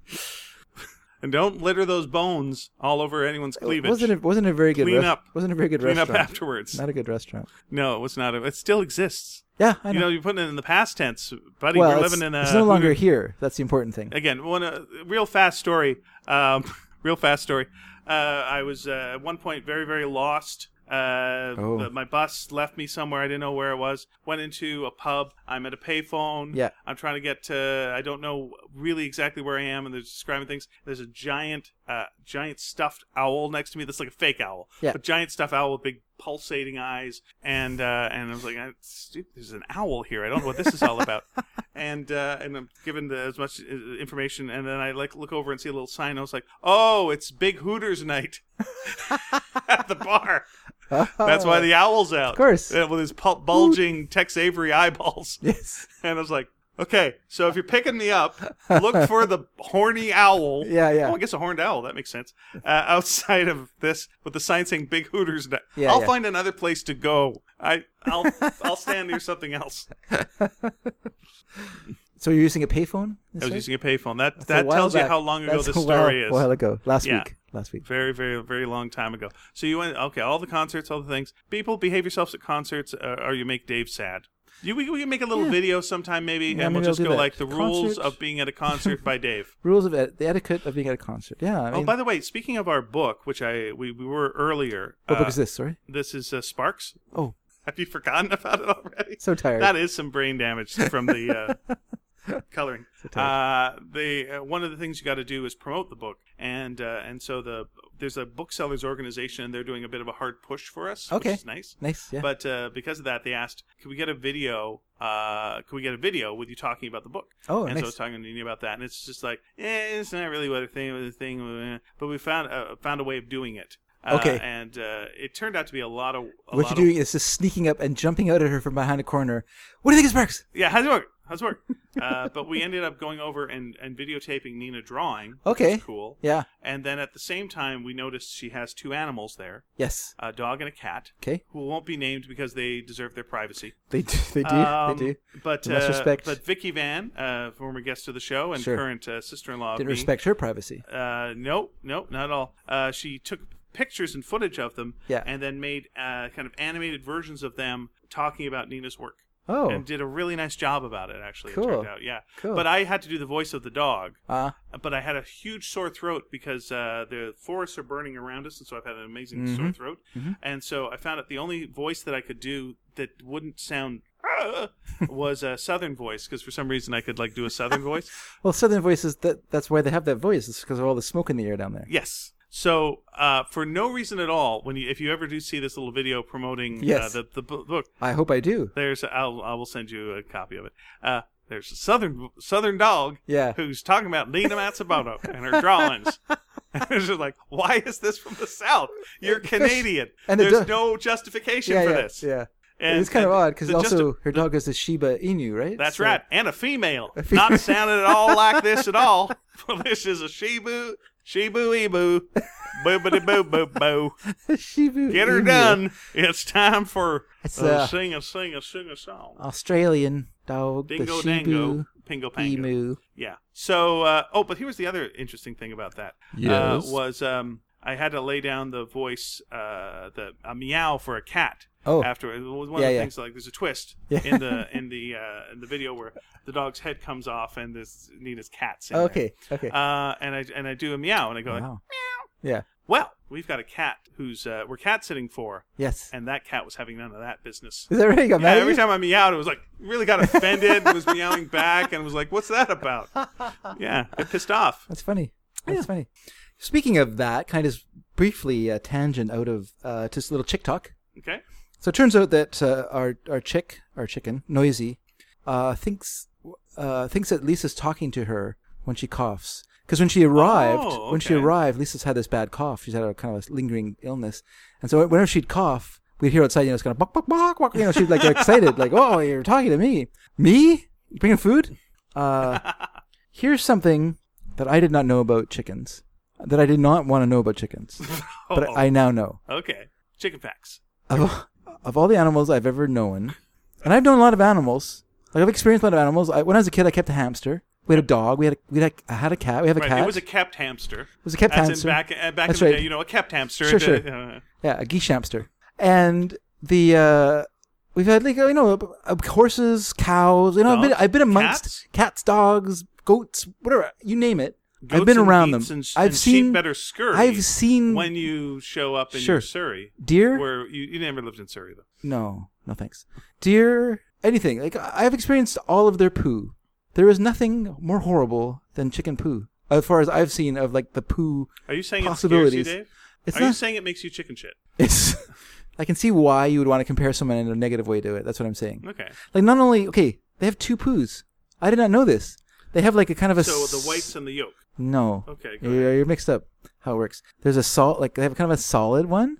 Speaker 2: and don't litter those bones all over anyone's cleavage.
Speaker 1: wasn't a, wasn't a very good
Speaker 2: Clean
Speaker 1: rest-
Speaker 2: up.
Speaker 1: wasn't a very good
Speaker 2: Clean up
Speaker 1: restaurant.
Speaker 2: afterwards.
Speaker 1: Not a good restaurant.
Speaker 2: No, it was not. A, it still exists.
Speaker 1: Yeah, I know.
Speaker 2: You know, you're putting it in the past tense, buddy.
Speaker 1: well,
Speaker 2: We're
Speaker 1: it's,
Speaker 2: living in a
Speaker 1: it's no longer
Speaker 2: Hooter-
Speaker 1: here. That's the important thing.
Speaker 2: again one uh, real fast story um, real fast story uh, i was uh, at one point very very lost uh,
Speaker 1: Oh.
Speaker 2: the- my bus left me somewhere. I didn't know where it was. Went into a pub. I'm at a payphone.
Speaker 1: Yeah.
Speaker 2: I'm trying to get to. I don't know really exactly where I am, and they're describing things. There's a giant, uh, giant stuffed owl next to me. That's like a fake owl.
Speaker 1: Yeah.
Speaker 2: A giant stuffed owl with big pulsating eyes, and uh, and I was like, "I- stu- there's an owl here. I don't know what this is all about. and uh, and I'm given the, as much uh, information, and then I like look over and see a little sign. I was like, oh, it's Big Hooters night at the bar. That's why the owl's out. Of
Speaker 1: Oh. course.
Speaker 2: With his pul- bulging Tex Avery eyeballs.
Speaker 1: yes.
Speaker 2: And I was like, okay, so if you're picking me up, look for the horny owl.
Speaker 1: Yeah, yeah.
Speaker 2: Oh, I guess a horned owl. That makes sense. Uh, outside of this, with the sign saying Big Hooters. Night.
Speaker 1: Yeah,
Speaker 2: I'll
Speaker 1: yeah.
Speaker 2: find another place to go. I, I'll, I'll stand near something else.
Speaker 1: So you're using a payphone?
Speaker 2: I was using a payphone. That,
Speaker 1: That's a
Speaker 2: that
Speaker 1: while
Speaker 2: tells you
Speaker 1: back.
Speaker 2: how long ago
Speaker 1: That's
Speaker 2: this
Speaker 1: a while-
Speaker 2: story is.
Speaker 1: while ago, last
Speaker 2: Yeah.
Speaker 1: week, last week.
Speaker 2: Very, very, very long time ago. So you went, okay, all the concerts, all the things. People, behave yourselves at concerts uh, or you make Dave sad. You, we, we can make a little
Speaker 1: Yeah.
Speaker 2: video sometime maybe,
Speaker 1: Yeah,
Speaker 2: and we'll
Speaker 1: maybe I'll
Speaker 2: just
Speaker 1: do
Speaker 2: go
Speaker 1: that.
Speaker 2: like the rules
Speaker 1: Concerts.
Speaker 2: of being at a concert by Dave.
Speaker 1: Rules of et- the etiquette of being at a concert. Yeah. I mean,
Speaker 2: oh, by the way, speaking of our book, which I we, we were earlier.
Speaker 1: what book
Speaker 2: uh,
Speaker 1: is this? Sorry.
Speaker 2: This is uh, Sparks.
Speaker 1: Oh,
Speaker 2: Have you forgotten about it already?
Speaker 1: so tired.
Speaker 2: That is some brain damage from the uh, coloring. Uh, they uh, one of the things you got to do is promote the book, and uh, and so the there's a booksellers organization, and they're doing a bit of a hard push for us,
Speaker 1: Okay.
Speaker 2: which is nice.
Speaker 1: nice. Yeah.
Speaker 2: But uh, because of that, they asked, "Can we get a video? Uh, can we get a video with you talking about the book?"
Speaker 1: oh,
Speaker 2: and so I
Speaker 1: nice.
Speaker 2: was talking to Nina about that, and it's just like, eh, it's not really what a thing was a thing, eh, but we found uh, found a way of doing it. Uh,
Speaker 1: Okay.
Speaker 2: and uh, it turned out to be a lot of
Speaker 1: what
Speaker 2: a lot
Speaker 1: you're
Speaker 2: of-
Speaker 1: doing is just sneaking up and jumping out at her from behind a corner. What do you think of Sparks?
Speaker 2: Yeah, how's it work? How's it work? uh, but we ended up going over and, and videotaping Nina drawing. which
Speaker 1: Okay.
Speaker 2: is cool.
Speaker 1: Yeah.
Speaker 2: And then at the same time, we noticed she has two animals there,
Speaker 1: Yes.
Speaker 2: a dog and a cat,
Speaker 1: Okay.
Speaker 2: who won't be named because they deserve their privacy.
Speaker 1: They do. They do.
Speaker 2: Um,
Speaker 1: they do.
Speaker 2: But
Speaker 1: Much
Speaker 2: uh,
Speaker 1: respect.
Speaker 2: but Vicky Van, uh, former guest of the show and
Speaker 1: Sure.
Speaker 2: current uh, sister-in-law, of
Speaker 1: Didn't
Speaker 2: me,
Speaker 1: respect her privacy.
Speaker 2: Uh, nope, nope, not at all. Uh, she took pictures and footage of them,
Speaker 1: Yeah.
Speaker 2: and then made uh, kind of animated versions of them talking about Nina's work,
Speaker 1: Oh.
Speaker 2: and did a really nice job about it. Actually, it
Speaker 1: Cool.
Speaker 2: turned out, yeah.
Speaker 1: Cool.
Speaker 2: But I had to do the voice of the dog,
Speaker 1: uh,
Speaker 2: but I had a huge sore throat because uh, the forests are burning around us, and so I've had an
Speaker 1: Mm-hmm.
Speaker 2: amazing sore throat, and so I found out the only voice that I could do that wouldn't sound. "Ah," was a southern voice because for some reason I could like do a southern voice.
Speaker 1: Well, Southern voices. That that's why they have that voice. It's because of all the smoke in the air down there.
Speaker 2: Yes. So uh, for no reason at all, when you, if you ever do see this little video promoting
Speaker 1: Yes.
Speaker 2: uh, the, the bu- book,
Speaker 1: I hope I do.
Speaker 2: there's I'll, I will send you a copy of it. Uh, there's a southern southern dog
Speaker 1: Yeah.
Speaker 2: who's talking about Nina Matsumoto and her drawings. And it's just like, why is this from the South? You're Canadian.
Speaker 1: and the
Speaker 2: There's
Speaker 1: do-
Speaker 2: no justification
Speaker 1: Yeah,
Speaker 2: for
Speaker 1: yeah,
Speaker 2: this.
Speaker 1: yeah.
Speaker 2: And-
Speaker 1: it's kind of
Speaker 2: and
Speaker 1: odd because
Speaker 2: the justi-
Speaker 1: also her dog is a Shiba Inu, right?
Speaker 2: That's
Speaker 1: So-
Speaker 2: right. And a female.
Speaker 1: fe-
Speaker 2: Not sounding at all like this at all. this is a Shibu, Shibu Ebu. Boobity boo boo boo.
Speaker 1: Shiba.
Speaker 2: Get her
Speaker 1: Inu.
Speaker 2: done. It's time for
Speaker 1: It's,
Speaker 2: uh,
Speaker 1: uh,
Speaker 2: sing a sing a sing a song.
Speaker 1: Australian dog.
Speaker 2: Dingo
Speaker 1: the Shibu
Speaker 2: dango. Pingo pango.
Speaker 1: Emu.
Speaker 2: Yeah. So, uh, oh, but here was the other interesting thing about that.
Speaker 1: Yes.
Speaker 2: Uh, was um, I had to lay down the voice, uh, the a meow for a cat.
Speaker 1: Oh.
Speaker 2: After it was one
Speaker 1: Yeah,
Speaker 2: of the
Speaker 1: yeah.
Speaker 2: things like there's a twist
Speaker 1: Yeah.
Speaker 2: in the in the uh, in the video where the dog's head comes off and there's Nina's cat's in there.
Speaker 1: Okay. Okay.
Speaker 2: Uh, and I and I do a meow and I go like,
Speaker 1: wow. Yeah.
Speaker 2: well, we've got a cat who's uh, we're cat sitting for,
Speaker 1: Yes.
Speaker 2: and that cat was having none of that business.
Speaker 1: Is that right? You got mad
Speaker 2: Yeah,
Speaker 1: at
Speaker 2: every
Speaker 1: you?
Speaker 2: time I meowed, it was like really got offended, was meowing back, and was like, "What's that about?" Yeah, it pissed off.
Speaker 1: That's funny. That's funny. Speaking of that, kind of briefly uh, tangent out of uh, just a little chick talk.
Speaker 2: Okay,
Speaker 1: So it turns out that uh, our our chick, our chicken, noisy, uh, thinks uh, thinks that Lisa's talking to her when she coughs. Because when she arrived,
Speaker 2: Oh,
Speaker 1: when she
Speaker 2: okay.
Speaker 1: arrived, Lisa's had this bad cough. She's had a kind of a lingering illness, and so whenever she'd cough, we'd hear outside. You know, it's kind of bok bok bok bok. You know, she'd like get excited, like, "Oh, you're talking to me? Me? You bringing food?" Uh, here's something that I did not know about chickens, that I did not want to know about chickens, but I, I
Speaker 2: Oh.
Speaker 1: now know
Speaker 2: okay. Chicken facts.
Speaker 1: of, of all the animals I've ever known, and I've known a lot of animals. Like I've experienced a lot of animals. I, when I was a kid, I kept a hamster. We had a dog. We had a, we had a, I had a cat. We have a
Speaker 2: Right,
Speaker 1: cat.
Speaker 2: it was a kept hamster.
Speaker 1: was a kept
Speaker 2: As
Speaker 1: hamster.
Speaker 2: in back uh, back in
Speaker 1: That's
Speaker 2: the
Speaker 1: right.
Speaker 2: day, you know, a kept hamster.
Speaker 1: Sure,
Speaker 2: to-
Speaker 1: sure.
Speaker 2: uh,
Speaker 1: yeah, a geesh hamster. And the uh, we've had like you know uh, horses, cows. You know, I've been
Speaker 2: Dogs?
Speaker 1: I've been amongst
Speaker 2: Cats?
Speaker 1: cats, dogs, goats, whatever you name it.
Speaker 2: goats
Speaker 1: I've been
Speaker 2: and
Speaker 1: around them.
Speaker 2: geats And,
Speaker 1: I've
Speaker 2: and
Speaker 1: seen
Speaker 2: sheep better scurry.
Speaker 1: I've seen
Speaker 2: when you show up in
Speaker 1: Sure.
Speaker 2: your Surrey,
Speaker 1: deer.
Speaker 2: where you, you never lived in Surrey though.
Speaker 1: No, no thanks. Deer, anything. Like I- I've experienced all of their poo. There is nothing more horrible than chicken poo, as far as I've seen of like the poo.
Speaker 2: Are you saying
Speaker 1: Possibilities.
Speaker 2: It scares you, Dave?
Speaker 1: It's
Speaker 2: Are you
Speaker 1: not.
Speaker 2: saying it makes you chicken shit?
Speaker 1: It's. I can see why you would want to compare someone in a negative way to it. That's what I'm saying.
Speaker 2: Okay.
Speaker 1: Like not only okay, they have two poos. I did not know this. They have like a kind of a
Speaker 2: So the
Speaker 1: s-
Speaker 2: whites and the yolk.
Speaker 1: No.
Speaker 2: Okay, go
Speaker 1: You're, you're mixed up. How it works? There's a salt like they have kind of a solid one.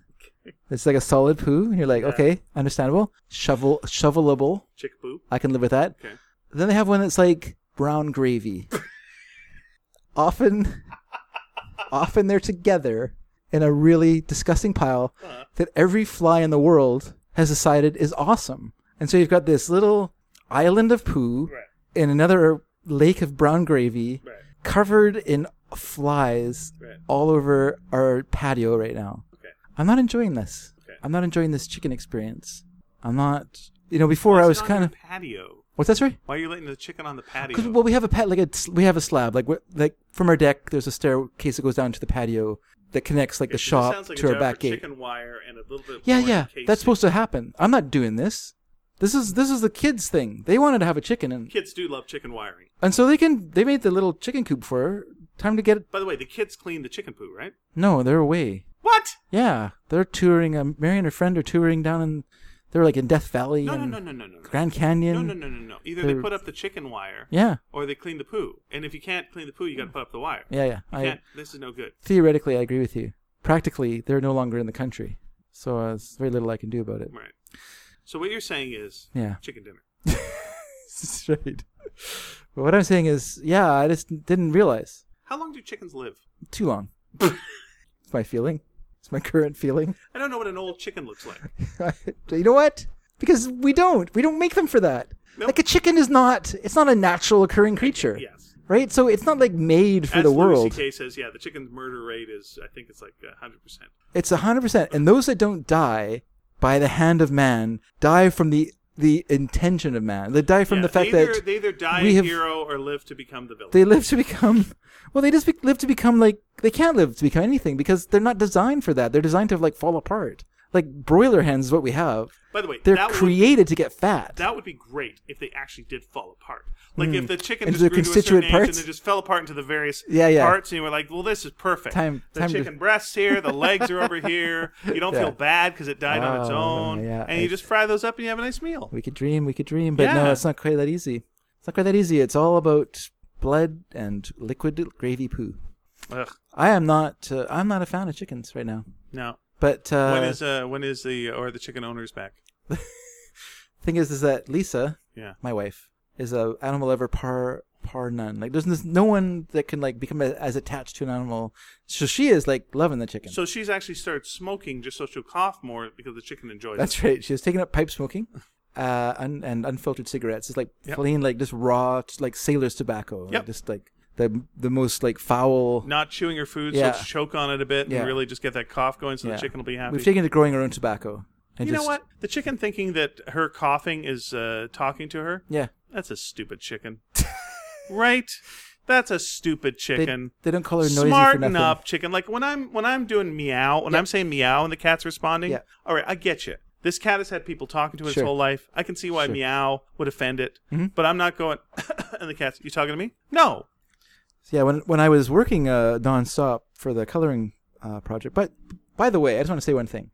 Speaker 1: It's like a solid poo, and you're like, okay, understandable, shovel, shovelable.
Speaker 2: Chick boo.
Speaker 1: I can live with that.
Speaker 2: Okay.
Speaker 1: Then they have one that's like brown gravy. often, often they're together in a really disgusting pile
Speaker 2: Uh-huh.
Speaker 1: that every fly in the world has decided is awesome. And so you've got this little island of poo
Speaker 2: Right.
Speaker 1: in another lake of brown gravy
Speaker 2: Right.
Speaker 1: covered in flies
Speaker 2: Right.
Speaker 1: all over our patio right now.
Speaker 2: Okay.
Speaker 1: I'm not enjoying this.
Speaker 2: Okay.
Speaker 1: I'm not enjoying this chicken experience. I'm not, you know, before I
Speaker 2: Why is
Speaker 1: was
Speaker 2: it on
Speaker 1: kind
Speaker 2: your
Speaker 1: of
Speaker 2: patio.
Speaker 1: What's that sorry?
Speaker 2: Why are you letting the chicken on the patio?
Speaker 1: Because well, we have a pat like a we have a slab like we like from our deck. There's a staircase that goes down to the patio that connects like the
Speaker 2: It just
Speaker 1: shop
Speaker 2: sounds like a
Speaker 1: to our
Speaker 2: job
Speaker 1: back
Speaker 2: for
Speaker 1: gate.
Speaker 2: Chicken wire and a little bit.
Speaker 1: Yeah,
Speaker 2: more
Speaker 1: yeah,
Speaker 2: casing.
Speaker 1: that's supposed to happen. I'm not doing this. This is this is the kids' thing. They wanted to have a chicken, and
Speaker 2: Kids do love chicken wiring.
Speaker 1: and so they can they made the little chicken coop for her. Time to get it.
Speaker 2: By the way, the kids clean the chicken poo, right?
Speaker 1: No, they're away.
Speaker 2: What?
Speaker 1: Yeah, they're touring. Um, Mary and her friend are touring down in. They're like in Death Valley
Speaker 2: No, no,
Speaker 1: and
Speaker 2: no, no, no, no. no.
Speaker 1: Grand Canyon.
Speaker 2: No, no, no, no, no. Either they
Speaker 1: They're-
Speaker 2: put up the chicken wire,
Speaker 1: Yeah,
Speaker 2: or they clean the poo. And if you can't clean the poo, you got to put up the wire.
Speaker 1: yeah, yeah.
Speaker 2: You can't. This is no good.
Speaker 1: theoretically, I agree with you. Practically, they're no longer in the country, so uh, there's very little I can do about it.
Speaker 2: Right. So what you're saying is
Speaker 1: Yeah,
Speaker 2: chicken dinner.
Speaker 1: That's right. But what I'm saying is, yeah, I just didn't realize
Speaker 2: How long do chickens live?
Speaker 1: too long. it's my feeling. It's my current feeling.
Speaker 2: I don't know what an old chicken looks like.
Speaker 1: you know what? Because we don't, we don't make them for that.
Speaker 2: No.
Speaker 1: Like a chicken is not, it's not a natural occurring creature,
Speaker 2: Yes.
Speaker 1: right? So it's not like made for
Speaker 2: As
Speaker 1: the
Speaker 2: Louis
Speaker 1: world.
Speaker 2: C.K. says, yeah, the chicken's murder rate is, I think it's like uh, 100%.
Speaker 1: It's a hundred percent. And those that don't die by the hand of man die from the the intention of man. They die from
Speaker 2: Yeah,
Speaker 1: the fact
Speaker 2: they either,
Speaker 1: that
Speaker 2: they either die
Speaker 1: we
Speaker 2: a
Speaker 1: have-
Speaker 2: hero or live to become the villain.
Speaker 1: they live to become. Well, they just be, live to become like they can't live to become anything because they're not designed for that. They're designed to like fall apart. Like broiler hens is what we have.
Speaker 2: By the way,
Speaker 1: They're
Speaker 2: that would,
Speaker 1: created to get fat.
Speaker 2: that would be great if they actually did fall apart. Like if the chicken
Speaker 1: Hmm. Into
Speaker 2: just
Speaker 1: their
Speaker 2: grew to a certain
Speaker 1: constituent
Speaker 2: age
Speaker 1: parts?
Speaker 2: and it just fell apart into the various
Speaker 1: Yeah, yeah.
Speaker 2: parts, and you were like, "Well, this is perfect."
Speaker 1: Time-
Speaker 2: the
Speaker 1: time to-
Speaker 2: chicken breasts here, the legs are over here. You don't
Speaker 1: Yeah.
Speaker 2: feel bad because it died on its
Speaker 1: Oh,
Speaker 2: own,
Speaker 1: yeah,
Speaker 2: and
Speaker 1: I-
Speaker 2: you just fry those up and you have a nice meal.
Speaker 1: we could dream, we could dream, but
Speaker 2: Yeah.
Speaker 1: no, it's not quite that easy. It's not quite that easy. It's all about blood and liquid gravy poo.
Speaker 2: Ugh,
Speaker 1: I am not. Uh, I'm not a fan of chickens right now.
Speaker 2: no.
Speaker 1: But uh,
Speaker 2: when is uh when is the or the chicken owners back?
Speaker 1: thing is, is that Lisa,
Speaker 2: Yeah.
Speaker 1: my wife, is a animal lover par par none. Like there's, there's no one that can like become a, as attached to an animal. So she is like loving the chicken.
Speaker 2: So she's actually started smoking just so she'll cough more because the chicken enjoys it.
Speaker 1: That's right. She was taking up pipe smoking. Uh, un- and unfiltered cigarettes. It's like
Speaker 2: Yep.
Speaker 1: plain, like just raw, just like sailor's tobacco. Like,
Speaker 2: Yep.
Speaker 1: Just like the the most like foul.
Speaker 2: Not chewing her food,
Speaker 1: Yeah.
Speaker 2: so she'll choke on it a bit
Speaker 1: Yeah.
Speaker 2: and really just get that cough going, so
Speaker 1: Yeah.
Speaker 2: the chicken will be happy.
Speaker 1: We've taken to growing our own tobacco. And
Speaker 2: you know
Speaker 1: just-
Speaker 2: what? The chicken thinking that her coughing is uh, talking to her.
Speaker 1: Yeah.
Speaker 2: That's a stupid chicken, right? That's a stupid
Speaker 1: They,
Speaker 2: chicken.
Speaker 1: they don't call her noisy for
Speaker 2: Smarten
Speaker 1: nothing.
Speaker 2: up, chicken. Like when I'm when I'm doing meow, when I'm saying meow and the cat's responding.
Speaker 1: Yeah.
Speaker 2: All right, I get you. This cat has had people talking to it
Speaker 1: Sure.
Speaker 2: its whole life. I can see why
Speaker 1: Sure. Mm-hmm.
Speaker 2: meow would offend it, but I'm not going. and the cat's, you talking to me? No.
Speaker 1: Yeah, when when I was working uh, nonstop for the coloring uh, project. But by the way, I just want to say one thing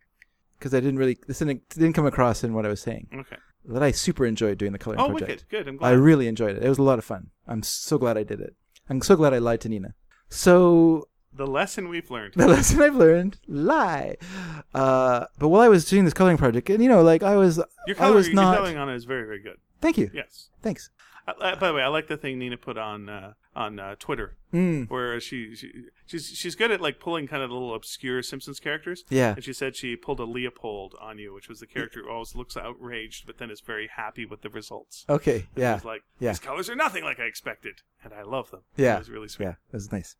Speaker 1: because I didn't really this didn't, didn't come across in what I was saying
Speaker 2: Okay.
Speaker 1: that I super enjoyed doing the coloring
Speaker 2: Oh,
Speaker 1: project.
Speaker 2: wicked. Good. I'm
Speaker 1: I
Speaker 2: glad.
Speaker 1: really enjoyed it. It was a lot of fun. I'm so glad I did it. I'm so glad I lied to Nina. So
Speaker 2: the lesson we've learned.
Speaker 1: the lesson I've learned: lie. Uh, but while I was doing this coloring project, and you know, like I was,
Speaker 2: Your
Speaker 1: I
Speaker 2: coloring,
Speaker 1: was
Speaker 2: your
Speaker 1: not.
Speaker 2: coloring on it is very, very good.
Speaker 1: Thank you.
Speaker 2: Yes.
Speaker 1: Thanks.
Speaker 2: I, I- by the way, I like the thing Nina put on uh, on uh, Twitter,
Speaker 1: Mm.
Speaker 2: where she, she she's she's good at like pulling kind of little obscure Simpsons characters.
Speaker 1: Yeah.
Speaker 2: And she said she pulled a Leopold on you, which was the character who always looks outraged but then is very happy with the results.
Speaker 1: Okay.
Speaker 2: And
Speaker 1: Yeah.
Speaker 2: She's like,
Speaker 1: yeah.
Speaker 2: these colors are nothing like I expected, and I love them.
Speaker 1: Yeah.
Speaker 2: It was really sweet.
Speaker 1: Yeah, it was nice.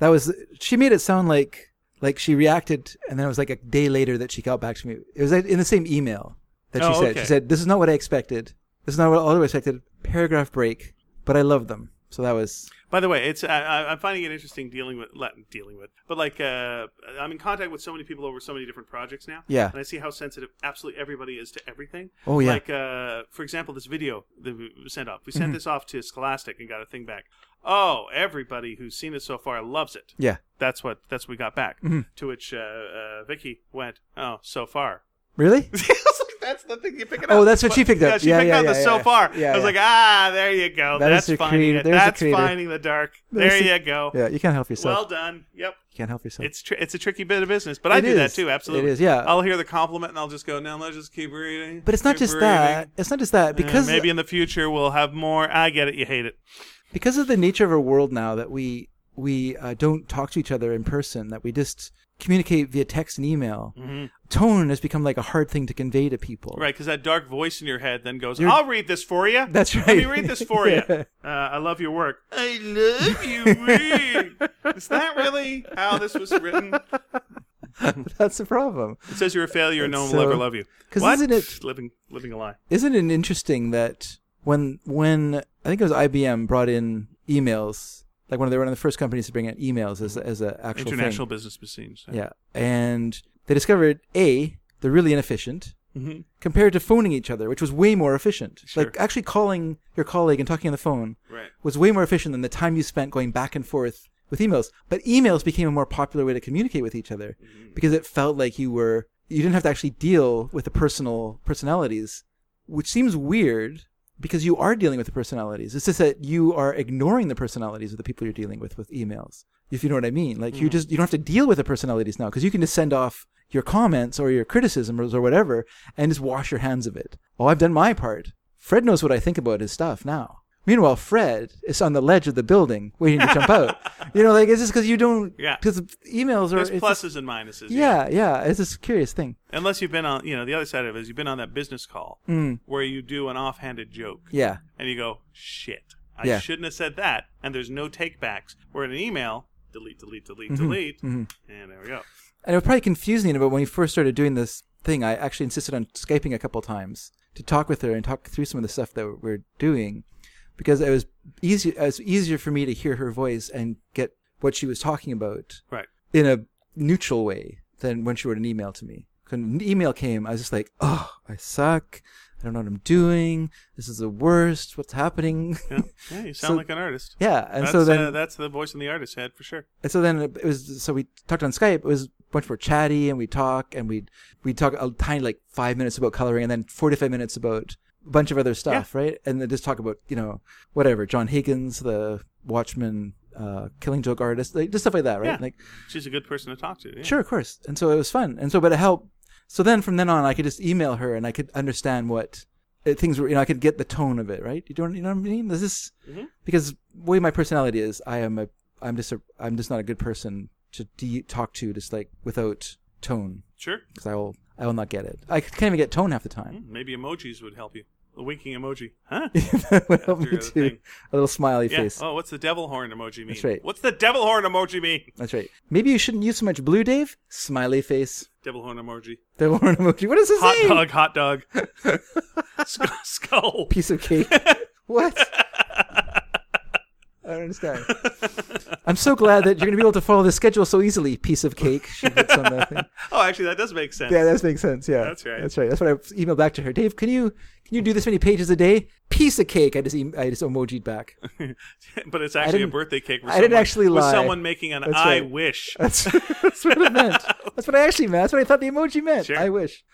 Speaker 1: That was she made it sound like like she reacted, and then it was like a day later that she got back to me. It was like in the same email that she
Speaker 2: Oh,
Speaker 1: said.
Speaker 2: okay.
Speaker 1: She said, "This is not what I expected. This is not what I expected." Paragraph break, but I love them. So that was
Speaker 2: By the way, it's I- I, I'm finding it interesting dealing with not dealing with, but like uh, I'm in contact with so many people over so many different projects now.
Speaker 1: Yeah.
Speaker 2: and I see how sensitive absolutely everybody is to everything.
Speaker 1: Oh, yeah.
Speaker 2: Like uh, for example, this video that we sent off, we
Speaker 1: Mm-hmm.
Speaker 2: sent this off to Scholastic and got a thing back. Oh, everybody who's seen it so far loves it.
Speaker 1: yeah,
Speaker 2: That's what that's what we got back.
Speaker 1: Mm-hmm.
Speaker 2: To which uh, uh, Vicky went, oh, so far.
Speaker 1: really.
Speaker 2: I was like, that's the thing you pick it up.
Speaker 1: Oh, that's what she picked up.
Speaker 2: Yeah, she
Speaker 1: Yeah,
Speaker 2: picked
Speaker 1: yeah,
Speaker 2: out
Speaker 1: yeah,
Speaker 2: the
Speaker 1: yeah,
Speaker 2: so
Speaker 1: yeah.
Speaker 2: far.
Speaker 1: Yeah,
Speaker 2: I was
Speaker 1: yeah.
Speaker 2: like, ah, there you go.
Speaker 1: That is
Speaker 2: that's
Speaker 1: the
Speaker 2: finding
Speaker 1: creator-
Speaker 2: it.
Speaker 1: there's the
Speaker 2: That's
Speaker 1: creator.
Speaker 2: finding the dark.
Speaker 1: There's
Speaker 2: there
Speaker 1: the-
Speaker 2: you go.
Speaker 1: Yeah, you can't help yourself.
Speaker 2: Well done. Yep.
Speaker 1: you can't help yourself.
Speaker 2: It's tr- it's a tricky bit of business, but I
Speaker 1: It
Speaker 2: do that
Speaker 1: is.
Speaker 2: too.
Speaker 1: It
Speaker 2: Absolutely.
Speaker 1: is, yeah.
Speaker 2: I'll hear the compliment and I'll just go. Now let's just keep reading.
Speaker 1: but it's not
Speaker 2: keep
Speaker 1: just
Speaker 2: reading."
Speaker 1: that. It's not just that
Speaker 2: Uh,
Speaker 1: because
Speaker 2: maybe in the future we'll have more. I get it. You hate it.
Speaker 1: because of the nature of our world now that we we uh, don't talk to each other in person, that we just communicate via text and email. Tone has become like a hard thing to convey to people.
Speaker 2: Mm-hmm. Right, because that dark voice in your head then goes,
Speaker 1: You're-
Speaker 2: "I'll read this for you.
Speaker 1: That's
Speaker 2: Let me
Speaker 1: right.
Speaker 2: read this for you.
Speaker 1: Yeah.
Speaker 2: Uh, I love your work. I love you. read. Is that really how this was written? It
Speaker 1: That's the problem.
Speaker 2: says you're a failure. and No one
Speaker 1: So-
Speaker 2: will ever love you.
Speaker 1: 'cause
Speaker 2: What?
Speaker 1: isn't it-
Speaker 2: living living a lie?
Speaker 1: Isn't it interesting that when when I think it was IBM brought in emails, like one of they were one of the first companies to bring in emails as as an actual thing.
Speaker 2: International business machines.
Speaker 1: Yeah, and they discovered a they're really inefficient
Speaker 2: Mhm.
Speaker 1: compared to phoning each other, which was way more efficient.
Speaker 2: Sure.
Speaker 1: Like actually calling your colleague and talking on the phone
Speaker 2: Right.
Speaker 1: was way more efficient than the time you spent going back and forth with emails. But emails became a more popular way to communicate with each other because it felt like you were you didn't have to actually deal with the personal personalities, which seems weird because you are dealing with the personalities. It's just that you are ignoring the personalities of the people you're dealing with with emails. If you know what I mean, like you just you don't have to deal with the personalities now because you can just send off your comments or your criticisms or whatever and just wash your hands of it. Oh, I've done my part. Fred knows what I think about his stuff now. Meanwhile, Fred is on the ledge of the building waiting to jump out. You know, like it's just because you don't.
Speaker 2: Yeah.
Speaker 1: Because emails are.
Speaker 2: There's
Speaker 1: it's
Speaker 2: pluses and minuses.
Speaker 1: just- yeah, yeah. It's this curious thing.
Speaker 2: Unless you've been on, you know, the other side of it is you've been on that business call
Speaker 1: Mm.
Speaker 2: where you do an offhanded joke.
Speaker 1: Yeah.
Speaker 2: and you go, shit, I
Speaker 1: Yeah.
Speaker 2: shouldn't have said that. And there's no takebacks. Where in an email, delete, delete, delete,
Speaker 1: Mm-hmm.
Speaker 2: delete, and there we go.
Speaker 1: And it was probably confusing, but when we first started doing this thing, I actually insisted on Skyping a couple times to talk with her and talk through some of the stuff that we're doing, because it was easy. It was easier for me to hear her voice and get what she was talking about
Speaker 2: Right.
Speaker 1: in a neutral way than when she wrote an email to me. When the email came, I was just like, oh, I suck. I don't know what I'm doing. This is the worst. What's happening?
Speaker 2: Yeah, yeah you sound
Speaker 1: So-
Speaker 2: like an artist.
Speaker 1: yeah. And
Speaker 2: that's,
Speaker 1: so then,
Speaker 2: uh, that's the voice in the artist head for sure.
Speaker 1: and so then it was, so we talked on Skype. It was much more chatty and we talk and we'd, we talk a tiny, like five minutes about coloring and then 45 minutes about a bunch of other stuff, right? And then just talk about, you know, whatever, John Higgins, the Watchman, uh, killing joke artist, like just stuff like that, right?
Speaker 2: Yeah.
Speaker 1: Like,
Speaker 2: She's a good person to talk to. Yeah.
Speaker 1: Sure, of course. And so it was fun. And so, but it helped. So then from then on, I could just email her and I could understand what uh, things were, you know, I could get the tone of it, right? You don't, you know what I mean? This is,
Speaker 2: Mhm.
Speaker 1: because the way my personality is, I am a, I'm just a, I'm just not a good person to de- talk to just like without tone
Speaker 2: Sure.
Speaker 1: because I will, I will not get it. I can't even get tone half the time.
Speaker 2: Mm, Maybe emojis would help you. A winking emoji. Huh?
Speaker 1: that would help
Speaker 2: After
Speaker 1: me
Speaker 2: the
Speaker 1: too.
Speaker 2: thing.
Speaker 1: A little smiley
Speaker 2: Yeah.
Speaker 1: face.
Speaker 2: Oh, what's the devil horn emoji mean?
Speaker 1: That's right.
Speaker 2: What's the devil horn emoji mean?
Speaker 1: That's right. Maybe you shouldn't use so much blue, Dave. Smiley face.
Speaker 2: Devil horn emoji.
Speaker 1: The horn emoji. What does this
Speaker 2: Hot
Speaker 1: mean?
Speaker 2: dog, hot dog. Sk- Skull.
Speaker 1: piece of cake. what? I don't understand. I'm so glad that you're going to be able to follow the schedule so easily. Piece of cake. She puts on that thing.
Speaker 2: Oh, actually, that does make sense.
Speaker 1: Yeah, that makes sense. Yeah,
Speaker 2: That's right.
Speaker 1: That's right. That's what I emailed back to her. Dave, can you can you do this many pages a day? Piece of cake. I just em- I just emoji'd back.
Speaker 2: but it's actually a
Speaker 1: didn't-
Speaker 2: birthday cake. With
Speaker 1: I didn't
Speaker 2: someone,
Speaker 1: actually
Speaker 2: with
Speaker 1: lie.
Speaker 2: someone making an
Speaker 1: That's
Speaker 2: I
Speaker 1: right.
Speaker 2: wish.
Speaker 1: That's, that's what it meant. That's what I actually meant. That's what I thought the emoji meant.
Speaker 2: Sure.
Speaker 1: I wish.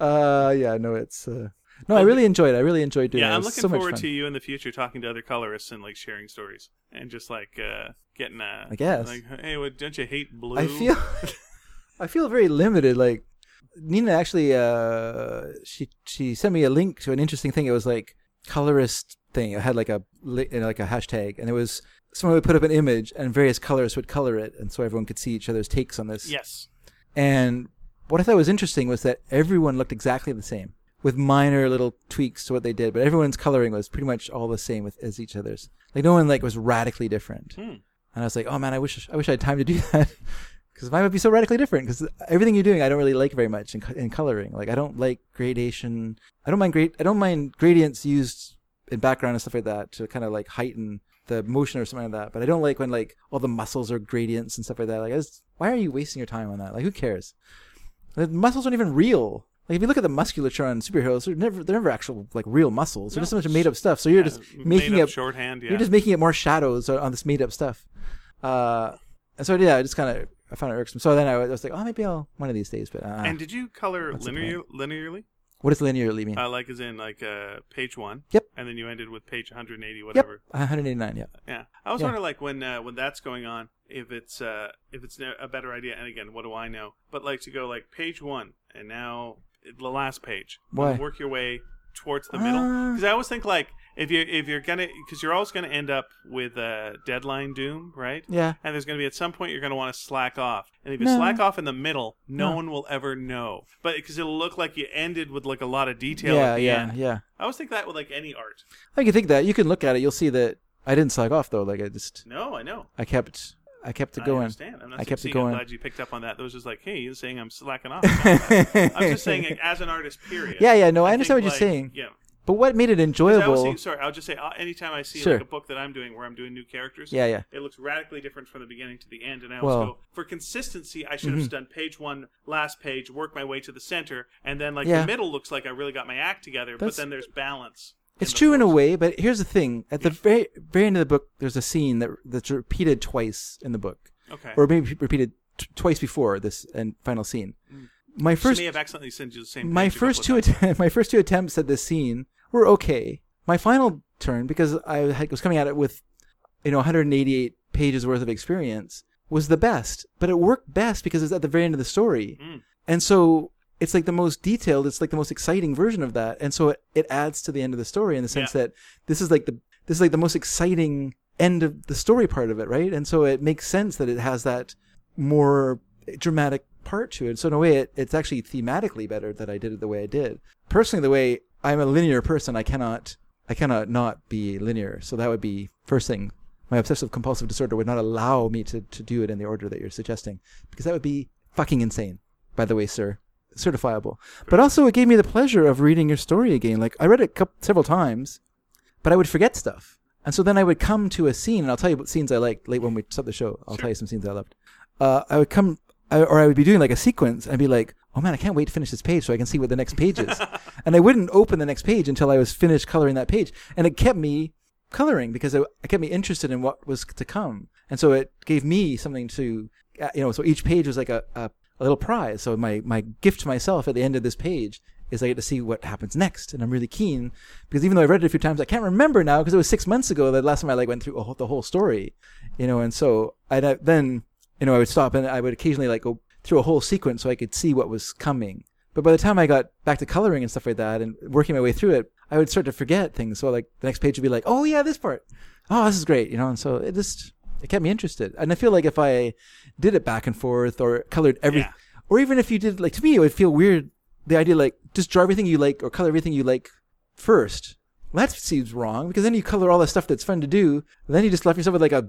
Speaker 1: Uh, yeah. No, it's. Uh, no, I really enjoyed. it. I really enjoyed doing
Speaker 2: Yeah,
Speaker 1: it. It
Speaker 2: I'm
Speaker 1: was
Speaker 2: looking
Speaker 1: so much
Speaker 2: forward
Speaker 1: fun.
Speaker 2: to you in the future talking to other colorists and like sharing stories and just like uh, getting a.
Speaker 1: I guess.
Speaker 2: Like, hey, what, don't you hate blue?
Speaker 1: I feel I feel very limited. Like Nina actually uh she she sent me a link to an interesting thing. It was like colorist thing. It had like a li- you know, like a hashtag and it was someone would put up an image and various colorists would color it and so everyone could see each other's takes on this.
Speaker 2: Yes.
Speaker 1: And what I thought was interesting was that everyone looked exactly the same with minor little tweaks to what they did, but everyone's coloring was pretty much all the same with, as each other's. Like no one like was radically different.
Speaker 2: Hmm.
Speaker 1: And I was like, oh man, I wish I wish I had time to do that because mine would be so radically different. Because everything you're doing, I don't really like very much in, co- in coloring. Like I don't like gradation. I don't mind grade. I don't mind gradients used in background and stuff like that to kind of like heighten the motion or something like that. But I don't like when like all the muscles are gradients and stuff like that. Like, I just, why are you wasting your time on that? Like, who cares? The muscles aren't even real. Like if you look at the musculature on superheroes, they're never they're never actual like real muscles. They're just a bunch of made up stuff. So you're just
Speaker 2: Yeah,
Speaker 1: making
Speaker 2: Uh, made up
Speaker 1: up
Speaker 2: shorthand. Yeah.
Speaker 1: you're just making it more shadows on on this made up stuff. Uh, and so yeah, I just kind of I found it irksome. So then I was I was like, oh, maybe I'll one of these days. But uh,
Speaker 2: and did you color
Speaker 1: What's the
Speaker 2: linear, linearly?
Speaker 1: what does linearly mean?
Speaker 2: Uh, like as in like uh, page one.
Speaker 1: Yep.
Speaker 2: And then you ended with page 180,
Speaker 1: yep,
Speaker 2: whatever.
Speaker 1: 189. Yeah,
Speaker 2: Yeah. I was
Speaker 1: Yeah.
Speaker 2: wondering like when uh, when that's going on, if it's uh, if it's a better idea. And again, what do I know? But like to go like page one, and now the last page.
Speaker 1: Why?
Speaker 2: And Work your way towards the middle.
Speaker 1: Ah.
Speaker 2: Because I always think like if you if you're gonna because you're always gonna end up with uh, deadline doom, right?
Speaker 1: yeah.
Speaker 2: And there's going to be at some point you're going to want to slack off. And if you
Speaker 1: No.
Speaker 2: slack off in the middle, no,
Speaker 1: No.
Speaker 2: one will ever know. But because it'll look like you ended with like a lot of detail.
Speaker 1: yeah,
Speaker 2: at the
Speaker 1: yeah,
Speaker 2: End.
Speaker 1: yeah.
Speaker 2: I always think that with like any art.
Speaker 1: I can think that you can look at it. You'll see that I didn't slack off though. Like I just
Speaker 2: No, I know.
Speaker 1: I kept I kept it
Speaker 2: I
Speaker 1: going.
Speaker 2: understand. I'm not
Speaker 1: I kept it
Speaker 2: saying
Speaker 1: going.
Speaker 2: I'm glad you picked up on that. That was just like, hey, you're saying I'm slacking off. I'm just saying like, as an artist, period.
Speaker 1: Yeah, yeah. No, I,
Speaker 2: think,
Speaker 1: understand what
Speaker 2: like,
Speaker 1: you're saying.
Speaker 2: Yeah.
Speaker 1: But what made it
Speaker 2: 'Cause I always
Speaker 1: enjoyable?
Speaker 2: think- sorry, I'll just say uh, anytime I see
Speaker 1: Sure.
Speaker 2: like a book that I'm doing where I'm doing new characters,
Speaker 1: Yeah, yeah.
Speaker 2: it looks radically different from the beginning to the end. And I always
Speaker 1: Well- Mm-hmm.
Speaker 2: go, for consistency, I should have just done page one, last page, work my way to the center, and then like
Speaker 1: Yeah.
Speaker 2: the middle looks like I really got my act together, but
Speaker 1: That's-
Speaker 2: then there's balance.
Speaker 1: It's
Speaker 2: the
Speaker 1: true in a
Speaker 2: force.
Speaker 1: way, but here's the thing: at the very, very end of the book, there's a scene that that's repeated twice in the book,
Speaker 2: Okay.
Speaker 1: or maybe repeated t- twice before this and final scene. My
Speaker 2: Mm. She
Speaker 1: first,
Speaker 2: may have accidentally sent you the same.
Speaker 1: my
Speaker 2: page a
Speaker 1: first two
Speaker 2: couple of times.
Speaker 1: att- my first two attempts at this scene were okay. My final turn, because I had, was coming at it with, you know, 188 pages worth of experience, was the best. But it worked best because it's at the very end of the story.
Speaker 2: Mm.
Speaker 1: And so it's like the most detailed, it's like the most exciting version of that. And so it, it adds to the end of the story in the sense
Speaker 2: Yeah.
Speaker 1: that this is like the this is like the most exciting end of the story part of it, right? And so it makes sense that it has that more dramatic part to it. So in a way it, it's actually thematically better that I did it the way I did. Personally the way I'm a linear person, I cannot I cannot not be linear. So that would be first thing. My obsessive compulsive disorder would not allow me to, to do it in the order that you're suggesting. Because that would be fucking insane by the way, sir. Certifiable. But also, it gave me the pleasure of reading your story again. Like, I read it coup several times, but I would forget stuff. And so then I would come to a scene, and I'll tell you what scenes I liked late when we stopped the show. I'll tell you some scenes I loved. Uh, I would come, I, or I would be doing like a sequence and be like, oh man, I can't wait to finish this page so I can see what the next page is. and I wouldn't open the next page until I was finished coloring that page. And it kept me coloring because it, it kept me interested in what was to come. And so it gave me something to, uh, you know, so each page was like a, a, a little prize. So my, my gift to myself at the end of this page is I get to see what happens next. And I'm really keen because even though I read it a few times, I can't remember now because it was six months ago the last time I like went through a whole, the whole story, you know, and so I then, you know, I would stop and I would occasionally like go through a whole sequence so I could see what was coming. But by the time I got back to coloring and stuff like that and working my way through it, I would start to forget things. So like the next page would be like, oh yeah, this part. Oh, this is great, you know, and so it just, it kept me interested. And I feel like if I did it back and forth or colored every,
Speaker 2: Yeah.
Speaker 1: or even if you did, like to me, it would feel weird the idea like just draw everything you like or color everything you like first. Well, that seems wrong because then you color all the stuff that's fun to do. And then you just left yourself with like a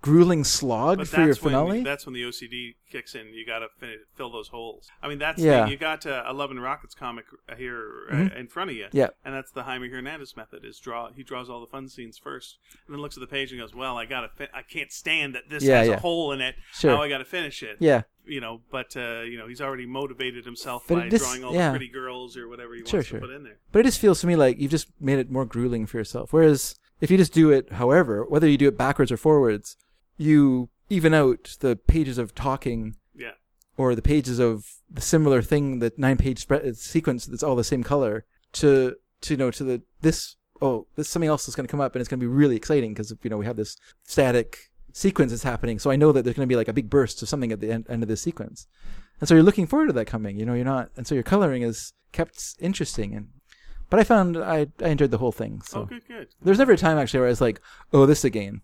Speaker 1: grueling slog
Speaker 2: But
Speaker 1: for your
Speaker 2: that's when
Speaker 1: finale.
Speaker 2: that's when the OCD kicks in. You got to fin- fill those holes. I mean, that's
Speaker 1: Yeah. Mm-hmm.
Speaker 2: the, you got uh, a Love and Rockets comic uh, here uh, in front of you.
Speaker 1: Yeah.
Speaker 2: and that's the Jaime Hernandez method. Is draw he draws all the fun scenes first, and then looks at the page and goes, "Well, I got to. Fin- I can't stand that this
Speaker 1: Yeah,
Speaker 2: has
Speaker 1: yeah.
Speaker 2: a hole in it.
Speaker 1: Sure.
Speaker 2: Now I got to finish it.
Speaker 1: yeah,
Speaker 2: you know. But uh, you know, he's already motivated himself
Speaker 1: But
Speaker 2: by
Speaker 1: it just-
Speaker 2: drawing all
Speaker 1: yeah.
Speaker 2: the pretty girls or whatever he
Speaker 1: Sure,
Speaker 2: wants
Speaker 1: sure.
Speaker 2: to put in there.
Speaker 1: but it just feels to me like you've just made it more grueling for yourself. Whereas if you just do it, however, whether you do it backwards or forwards, you even out the pages of talking
Speaker 2: Yeah,
Speaker 1: or the pages of the similar thing that nine page spread uh, sequence that's all the same color to to you know to the this oh this something else is going to come up and it's going to be really exciting because you know we have this static sequence that's happening so I know that there's going to be like a big burst of something at the end, end of this sequence and so you're looking forward to that coming you know you're not and so your coloring is kept interesting and but I found I I enjoyed the whole thing so
Speaker 2: oh, good, good.
Speaker 1: there's never a time actually where I was like oh this again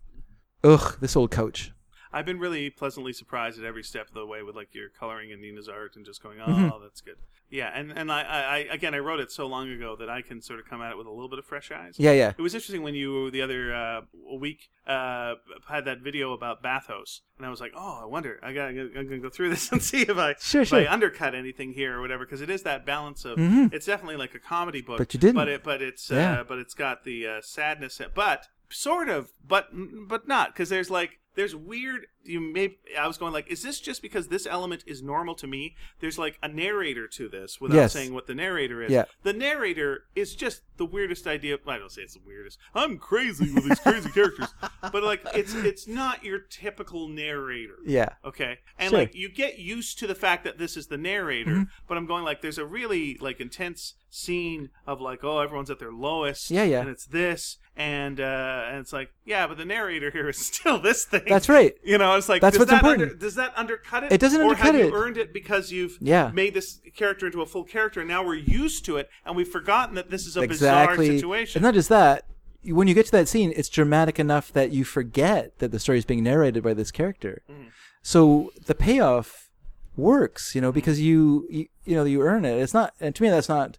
Speaker 1: ugh this old couch
Speaker 2: I've been really pleasantly surprised at every step of the way with like your coloring and Nina's art and just going, oh, that's good. Yeah, and and I, I, I again I wrote it so long ago that I can sort of come at it with a little bit of fresh eyes.
Speaker 1: yeah yeah
Speaker 2: It was interesting when you the other uh, week uh, had that video about bathos, and I was like, "Oh, I wonder. I got. I'm gonna go through this and see if I
Speaker 1: Sure,
Speaker 2: if I
Speaker 1: sure. Mm-hmm.
Speaker 2: undercut anything here or whatever, because it is that balance of it's definitely like a comedy book,
Speaker 1: But you didn't.
Speaker 2: But it, but it's
Speaker 1: Yeah.
Speaker 2: uh, but it's got the uh, sadness, but sort of, but but not because there's like. There's weird. You may. I was going like, is this just because this element is normal to me? There's like a narrator to this without
Speaker 1: Yes.
Speaker 2: saying what the narrator is.
Speaker 1: Yeah.
Speaker 2: The narrator is just the weirdest idea. I don't say it's the weirdest. I'm crazy with these crazy characters, but like it's it's not your typical narrator.
Speaker 1: yeah
Speaker 2: Okay, and
Speaker 1: Sure. Mm-hmm.
Speaker 2: like you get used to the fact that this is the narrator, but I'm going like there's a really like intense scene of like oh everyone's at their lowest.
Speaker 1: Yeah, yeah.
Speaker 2: And it's this, and uh, and it's like yeah, but the narrator here is still this thing.
Speaker 1: that's right
Speaker 2: You know, it's like
Speaker 1: That's
Speaker 2: does
Speaker 1: what's
Speaker 2: that under-
Speaker 1: important.
Speaker 2: does that undercut it?
Speaker 1: It doesn't
Speaker 2: or
Speaker 1: undercut
Speaker 2: have
Speaker 1: it.
Speaker 2: You earned it because you've
Speaker 1: Yeah.
Speaker 2: made this character into a full character, and now we're used to it, and we've forgotten that this is a
Speaker 1: exactly.
Speaker 2: bizarre situation.
Speaker 1: And not just that. you- When you get to that scene, it's dramatic enough that you forget that the story is being narrated by this character.
Speaker 2: Mm-hmm.
Speaker 1: So the payoff works, you
Speaker 2: Mm-hmm.
Speaker 1: know, because you, you you know you earn it. It's not, and to me that's not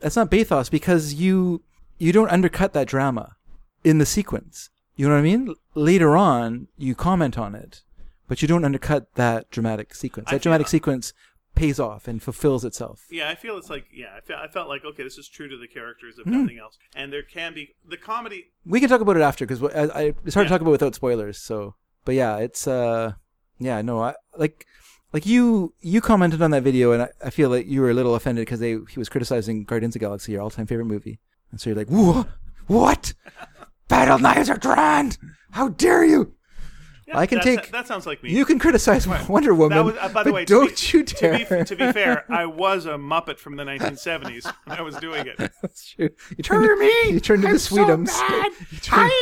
Speaker 1: that's not bathos because you you don't undercut that drama in the sequence. You know what I mean? L- Later on, you comment on it, but you don't undercut that dramatic sequence.
Speaker 2: I
Speaker 1: That dramatic
Speaker 2: feel-
Speaker 1: sequence pays off and fulfills itself.
Speaker 2: Yeah, I feel it's like yeah, I felt, I felt like okay, this is true to the characters if
Speaker 1: Hmm.
Speaker 2: nothing else, and there can be the comedy.
Speaker 1: we can talk about it after because I, I, it's hard to
Speaker 2: Yeah.
Speaker 1: talk about without spoilers. So, but yeah, it's uh, yeah, no, I like like you you commented on that video, and I, I feel like you were a little offended because they he was criticizing Guardians of the Galaxy, your all time favorite movie, and so you're like, whoa, what? Battle knives are drawn. How dare you?
Speaker 2: Yeah,
Speaker 1: I can
Speaker 2: that,
Speaker 1: take-
Speaker 2: That sounds like me.
Speaker 1: You can criticize Wonder Woman,
Speaker 2: that was, uh, by the
Speaker 1: but
Speaker 2: way,
Speaker 1: don't
Speaker 2: to be,
Speaker 1: you dare.
Speaker 2: To be, to be fair, I was a Muppet from the 1970s. when I was doing it.
Speaker 1: That's true. You turned, to, you turned into Sweetums. You turned-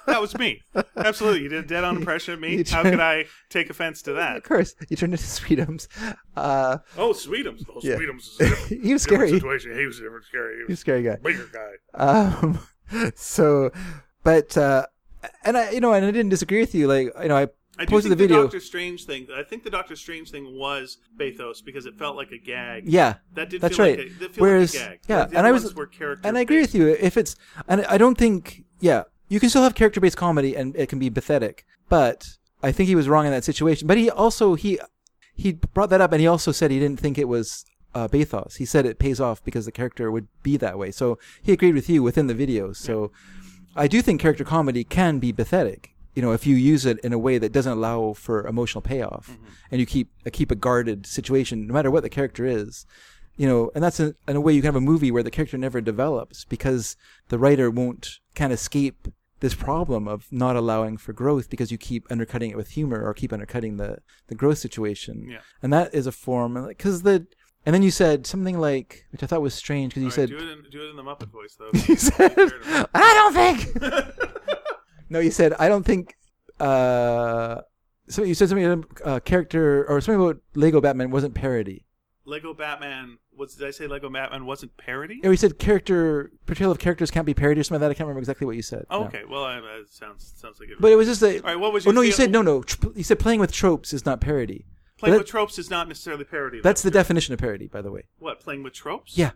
Speaker 2: That was me. Absolutely, you did a dead on impression of me.
Speaker 1: You
Speaker 2: How
Speaker 1: turned-
Speaker 2: could I take offense to that?
Speaker 1: of course, you turned into Sweetums. Uh,
Speaker 2: Oh, Sweetums. Oh,
Speaker 1: Yeah.
Speaker 2: Sweetums is a different,
Speaker 1: he was
Speaker 2: different
Speaker 1: scary. He
Speaker 2: situation. He was a different scary. He
Speaker 1: was a
Speaker 2: was
Speaker 1: scary guy.
Speaker 2: a bigger guy.
Speaker 1: Um, so, but uh, and I, you know, and I didn't disagree with you. Like, you know, I,
Speaker 2: I do
Speaker 1: posted
Speaker 2: think
Speaker 1: the video.
Speaker 2: Doctor Strange thing. I think the Doctor Strange thing was bathos because it felt like a gag.
Speaker 1: yeah,
Speaker 2: That did
Speaker 1: that's
Speaker 2: feel
Speaker 1: right.
Speaker 2: like a- that feel like a
Speaker 1: Whereas,
Speaker 2: gag.
Speaker 1: yeah,
Speaker 2: The other
Speaker 1: and I was,
Speaker 2: ones were character
Speaker 1: and I agree with you. If it's, and I don't think, yeah, you can still have character-based comedy, and it can be pathetic. But I think he was wrong in that situation. But he also he he brought that up, and he also said he didn't think it was. Uh, bathos. He said it pays off because the character would be that way. So he agreed with you within the video. So I do think character comedy can be pathetic. you know, if you use it in a way that doesn't allow for emotional payoff,
Speaker 2: Mm-hmm.
Speaker 1: and you keep uh, keep a guarded situation, no matter what the character is, you know, and that's a, in a way you can have a movie where the character never develops because the writer won't can't escape this problem of not allowing for growth because you keep undercutting it with humor or keep undercutting the the growth situation,
Speaker 2: Yeah.
Speaker 1: and that is a form because the and then you said something like which I thought was strange because you said
Speaker 2: do it in do it in the Muppet voice though.
Speaker 1: you said, I don't think. no, you said, I don't think. Uh, so you said something about uh, character or something about Lego Batman wasn't parody.
Speaker 2: Lego Batman was did I say Lego Batman wasn't parody?
Speaker 1: Or you said character portrayal of characters can't be parody or something like that. I can't remember exactly what you said.
Speaker 2: Oh,
Speaker 1: No.
Speaker 2: okay, well I, that sounds sounds like it.
Speaker 1: But it was just that.
Speaker 2: All right, what was
Speaker 1: oh
Speaker 2: your
Speaker 1: no, you
Speaker 2: feel-
Speaker 1: said no, no. tr- You said playing with tropes is not parody.
Speaker 2: playing
Speaker 1: But
Speaker 2: with tropes is not necessarily parody. though.
Speaker 1: That's the definition of parody, by the way.
Speaker 2: what playing with tropes?
Speaker 1: Yeah,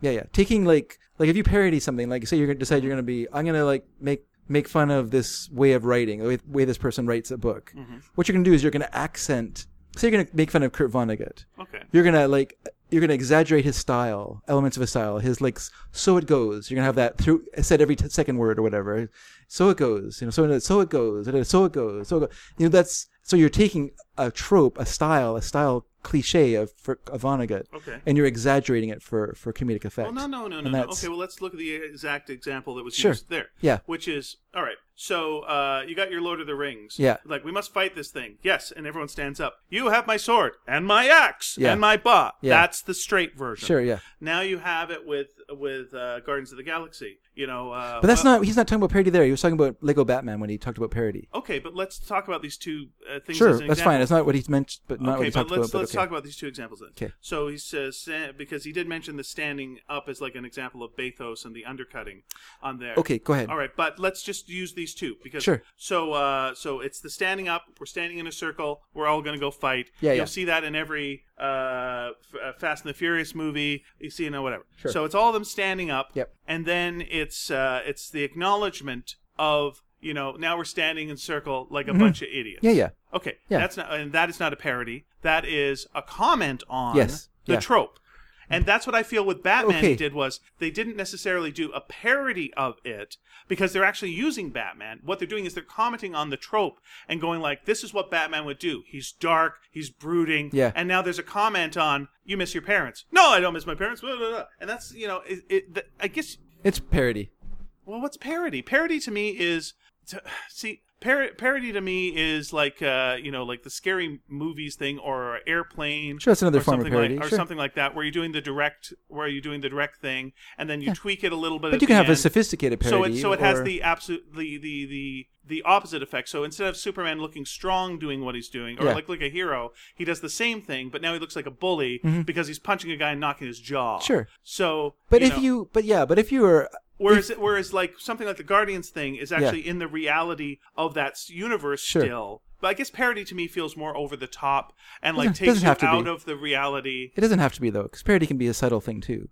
Speaker 1: yeah, yeah. Taking like like if you parody something, like say you're gonna decide you're gonna be, I'm gonna like make make fun of this way of writing, the way, way this person writes a book. What you're gonna do is you're gonna accent. Say you're gonna make fun of Kurt Vonnegut.
Speaker 2: Okay.
Speaker 1: You're gonna like you're gonna exaggerate his style, elements of his style, his like s- so it goes. You're gonna have that through said every t- second word or whatever. So it goes, you know. So so it goes, so it goes, so it goes. You know that's so you're taking a trope, a style, a style cliche of, for, of Vonnegut
Speaker 2: Okay.
Speaker 1: and you're exaggerating it for for comedic effect.
Speaker 2: Well, no, no, no, no,
Speaker 1: And
Speaker 2: no.
Speaker 1: that's-
Speaker 2: Okay, well, let's look at the exact example that was
Speaker 1: Sure.
Speaker 2: used there.
Speaker 1: Yeah.
Speaker 2: Which is all right. So uh, you got your Lord of the Rings.
Speaker 1: Yeah.
Speaker 2: Like we must fight this thing. Yes, and everyone stands up. You have my sword and my axe
Speaker 1: Yeah.
Speaker 2: and my ba.
Speaker 1: Yeah.
Speaker 2: That's the straight version.
Speaker 1: Sure, yeah,
Speaker 2: Now you have it with with uh, Guardians of the Galaxy. You know. Uh,
Speaker 1: but that's not. He's not talking about parody there. He was talking about Lego Batman when he talked about parody.
Speaker 2: not okay. But let's talk about these two uh, things.
Speaker 1: Sure,
Speaker 2: as an
Speaker 1: that's fine.
Speaker 2: example.
Speaker 1: It's not what he's meant, but not what
Speaker 2: okay,
Speaker 1: he
Speaker 2: but
Speaker 1: talked
Speaker 2: let's
Speaker 1: about.
Speaker 2: let's
Speaker 1: but okay.
Speaker 2: talk about these two examples then.
Speaker 1: 'Kay.
Speaker 2: So he says sta- because he did mention the standing up as like an example of bathos and the undercutting on there.
Speaker 1: Okay, go ahead.
Speaker 2: All right, but let's just use these two because
Speaker 1: Sure.
Speaker 2: So uh, so it's the standing up. We're standing in a circle. We're all going to go fight.
Speaker 1: Yeah,
Speaker 2: You'll
Speaker 1: yeah.
Speaker 2: see that in every uh, F- uh, Fast and the Furious movie. You see, you know, whatever.
Speaker 1: Sure.
Speaker 2: So it's all of them standing up.
Speaker 1: Yep.
Speaker 2: And then it's uh, it's the acknowledgement of you know now we're standing in circle like a
Speaker 1: Mm-hmm.
Speaker 2: bunch of idiots.
Speaker 1: Yeah, yeah.
Speaker 2: Okay,
Speaker 1: Yeah.
Speaker 2: that's not, and that is not a parody. That is a comment on
Speaker 1: Yes,
Speaker 2: the
Speaker 1: yeah.
Speaker 2: trope, and that's what I feel with Batman
Speaker 1: Okay.
Speaker 2: did was they didn't necessarily do a parody of it because they're actually using Batman. What they're doing is they're commenting on the trope and going like, "This is what Batman would do. He's dark, he's brooding,
Speaker 1: Yeah.
Speaker 2: And now there's a comment on, "You miss your parents? No, I don't miss my parents. Blah, blah, blah. And that's you know, it, it, th I guess
Speaker 1: It's parody.
Speaker 2: well, what's parody? Parody to me is to, see par- parody to me is like uh, you know like the scary movies thing or airplane.
Speaker 1: Sure, that's another
Speaker 2: or
Speaker 1: form of
Speaker 2: something like-
Speaker 1: parody,
Speaker 2: or
Speaker 1: sure.
Speaker 2: something like that, where you're doing the direct where you're doing the direct thing, and then you tweak it a little bit.
Speaker 1: But
Speaker 2: at
Speaker 1: you can
Speaker 2: the
Speaker 1: have a
Speaker 2: end.
Speaker 1: sophisticated
Speaker 2: So
Speaker 1: parody.
Speaker 2: it so it has
Speaker 1: or-
Speaker 2: the absolute the the the the opposite effect. So instead of Superman looking strong doing what he's doing, or
Speaker 1: Yeah.
Speaker 2: like like a hero, he does the same thing, but now he looks like a bully because he's punching a guy and knocking his jaw.
Speaker 1: Mm-hmm. Sure.
Speaker 2: So,
Speaker 1: But
Speaker 2: you
Speaker 1: if
Speaker 2: know,
Speaker 1: you, but yeah, but if you were,
Speaker 2: Whereas, whereas, like something like the Guardians thing is actually in the reality of that s- universe
Speaker 1: Sure.
Speaker 2: still. But I guess parody to me feels more over the top and like
Speaker 1: Doesn't-
Speaker 2: takes
Speaker 1: doesn't
Speaker 2: you
Speaker 1: have to
Speaker 2: out
Speaker 1: be.
Speaker 2: of the reality.
Speaker 1: it doesn't have to be though, because parody can be a subtle thing too.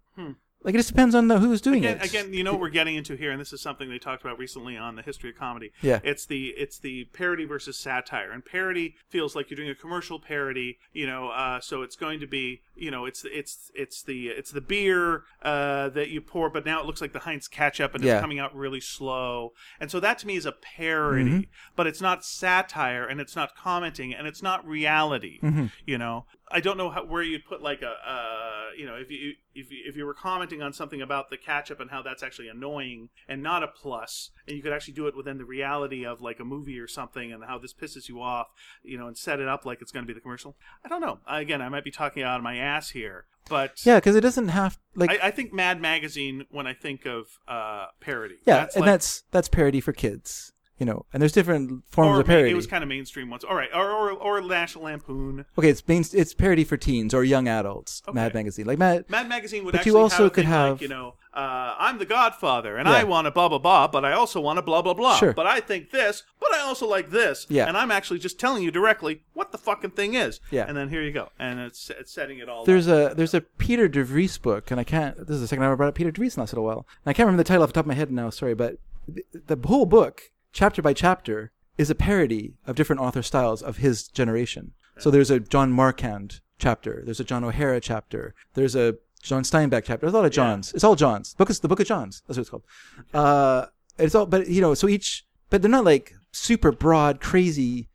Speaker 1: Like it just depends on the who's doing
Speaker 2: Hmm. Again,
Speaker 1: it.
Speaker 2: again, you know what we're getting into here, and this is something they talked about recently on the history of comedy.
Speaker 1: Yeah.
Speaker 2: it's the it's the parody versus satire, and parody feels like you're doing a commercial parody. You know, uh, so it's going to be you know it's it's it's the it's the beer uh, that you pour, but now it looks like the Heinz ketchup, and it's
Speaker 1: Yeah.
Speaker 2: coming out really slow. And so that to me is a parody,
Speaker 1: Mm-hmm.
Speaker 2: but it's not satire, and it's not commenting, and it's not reality.
Speaker 1: Mm-hmm.
Speaker 2: You know, I don't know how, where you'd put like a uh, you know if you if you, if you were commenting on something about the catch up and how that's actually annoying and not a plus, and you could actually do it within the reality of like a movie or something, and how this pisses you off, you know, and set it up like it's going to be the commercial. I don't know. Again, I might be talking out of my ass here, but
Speaker 1: yeah, because it doesn't have like
Speaker 2: I, I think Mad Magazine when I think of uh, parody.
Speaker 1: yeah, and
Speaker 2: like-
Speaker 1: that's that's parody for kids, you know. And there's different forms
Speaker 2: or
Speaker 1: of
Speaker 2: ma-
Speaker 1: parody.
Speaker 2: It was kind of mainstream once. All right, or or, or National Lampoon.
Speaker 1: Okay, it's main, it's parody for teens or young adults. Mad
Speaker 2: Okay.
Speaker 1: Magazine, like Mad.
Speaker 2: Mad Magazine would
Speaker 1: But
Speaker 2: actually
Speaker 1: you also
Speaker 2: have a
Speaker 1: could
Speaker 2: thing like,
Speaker 1: have-
Speaker 2: you know, uh, I'm the Godfather, and
Speaker 1: Yeah.
Speaker 2: I want a blah blah blah, but I also want a blah blah blah.
Speaker 1: Sure.
Speaker 2: But I think this, but I also like this.
Speaker 1: Yeah.
Speaker 2: And I'm actually just telling you directly what the fucking thing is.
Speaker 1: Yeah.
Speaker 2: And then here you go, and it's, it's setting it all.
Speaker 1: There's
Speaker 2: up.
Speaker 1: a there's a Peter DeVries book, and I can't. This is the second time I brought up Peter DeVries in the last little while, and I can't remember the title off the top of my head now. Sorry, but th- the whole book, chapter by chapter, is a parody of different author styles of his generation. So there's a John Markand chapter, there's a John O'Hara chapter, there's a John Steinbeck chapter. There's a lot of Johns. It's all Johns. Book is the Book of Johns. That's what it's called. Uh, it's all, but you know, so each, but they're not like super broad, crazy.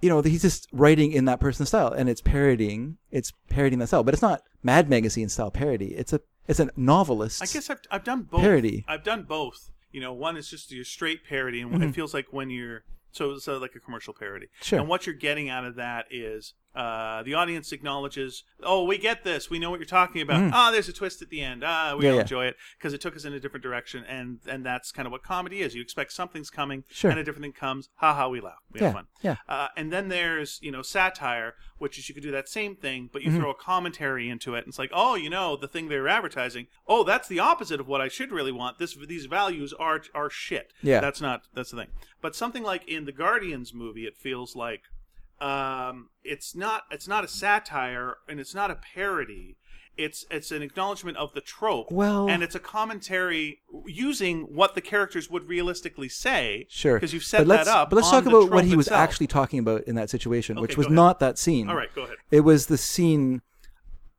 Speaker 1: You know, he's just writing in that person's style, and it's parodying. It's parodying that style, but it's not Mad Magazine style parody. It's a it's a novelist.
Speaker 2: I guess I've, I've done both.
Speaker 1: Parody. Mm-hmm.
Speaker 2: I've done both. You know, one is just your straight parody, and it feels like when you're so it's uh, like a commercial parody.
Speaker 1: Sure.
Speaker 2: And what you're getting out of that is uh, the audience acknowledges, oh, we get this. We know what you're talking about. Ah, there's a twist at the end. Ah, we
Speaker 1: Mm-hmm. Yeah,
Speaker 2: all
Speaker 1: yeah.
Speaker 2: enjoy it because it took us in a different direction, and and that's kind of what comedy is. You expect something's coming,
Speaker 1: Sure.
Speaker 2: and a different thing comes. Ha ha, we laugh. We
Speaker 1: Yeah,
Speaker 2: have fun.
Speaker 1: yeah.
Speaker 2: Uh, and then there's you know satire, which is you could do that same thing, but you
Speaker 1: Mm-hmm.
Speaker 2: throw a commentary into it, and it's like, oh, you know, the thing they were advertising. Oh, that's the opposite of what I should really want. This these values are are shit.
Speaker 1: Yeah.
Speaker 2: that's not that's the thing. But something like in the Guardians movie, it feels like um, it's not it's not a satire and it's not a parody. It's it's an acknowledgement of the trope,
Speaker 1: Well-
Speaker 2: and it's a commentary using what the characters would realistically say.
Speaker 1: Sure.
Speaker 2: because you've set
Speaker 1: but let's,
Speaker 2: that up.
Speaker 1: But let's
Speaker 2: on
Speaker 1: talk
Speaker 2: the
Speaker 1: about what
Speaker 2: trope
Speaker 1: he was
Speaker 2: itself.
Speaker 1: actually talking about in that situation,
Speaker 2: Okay,
Speaker 1: which
Speaker 2: go
Speaker 1: was
Speaker 2: ahead.
Speaker 1: not that scene.
Speaker 2: All right, go ahead.
Speaker 1: It was the scene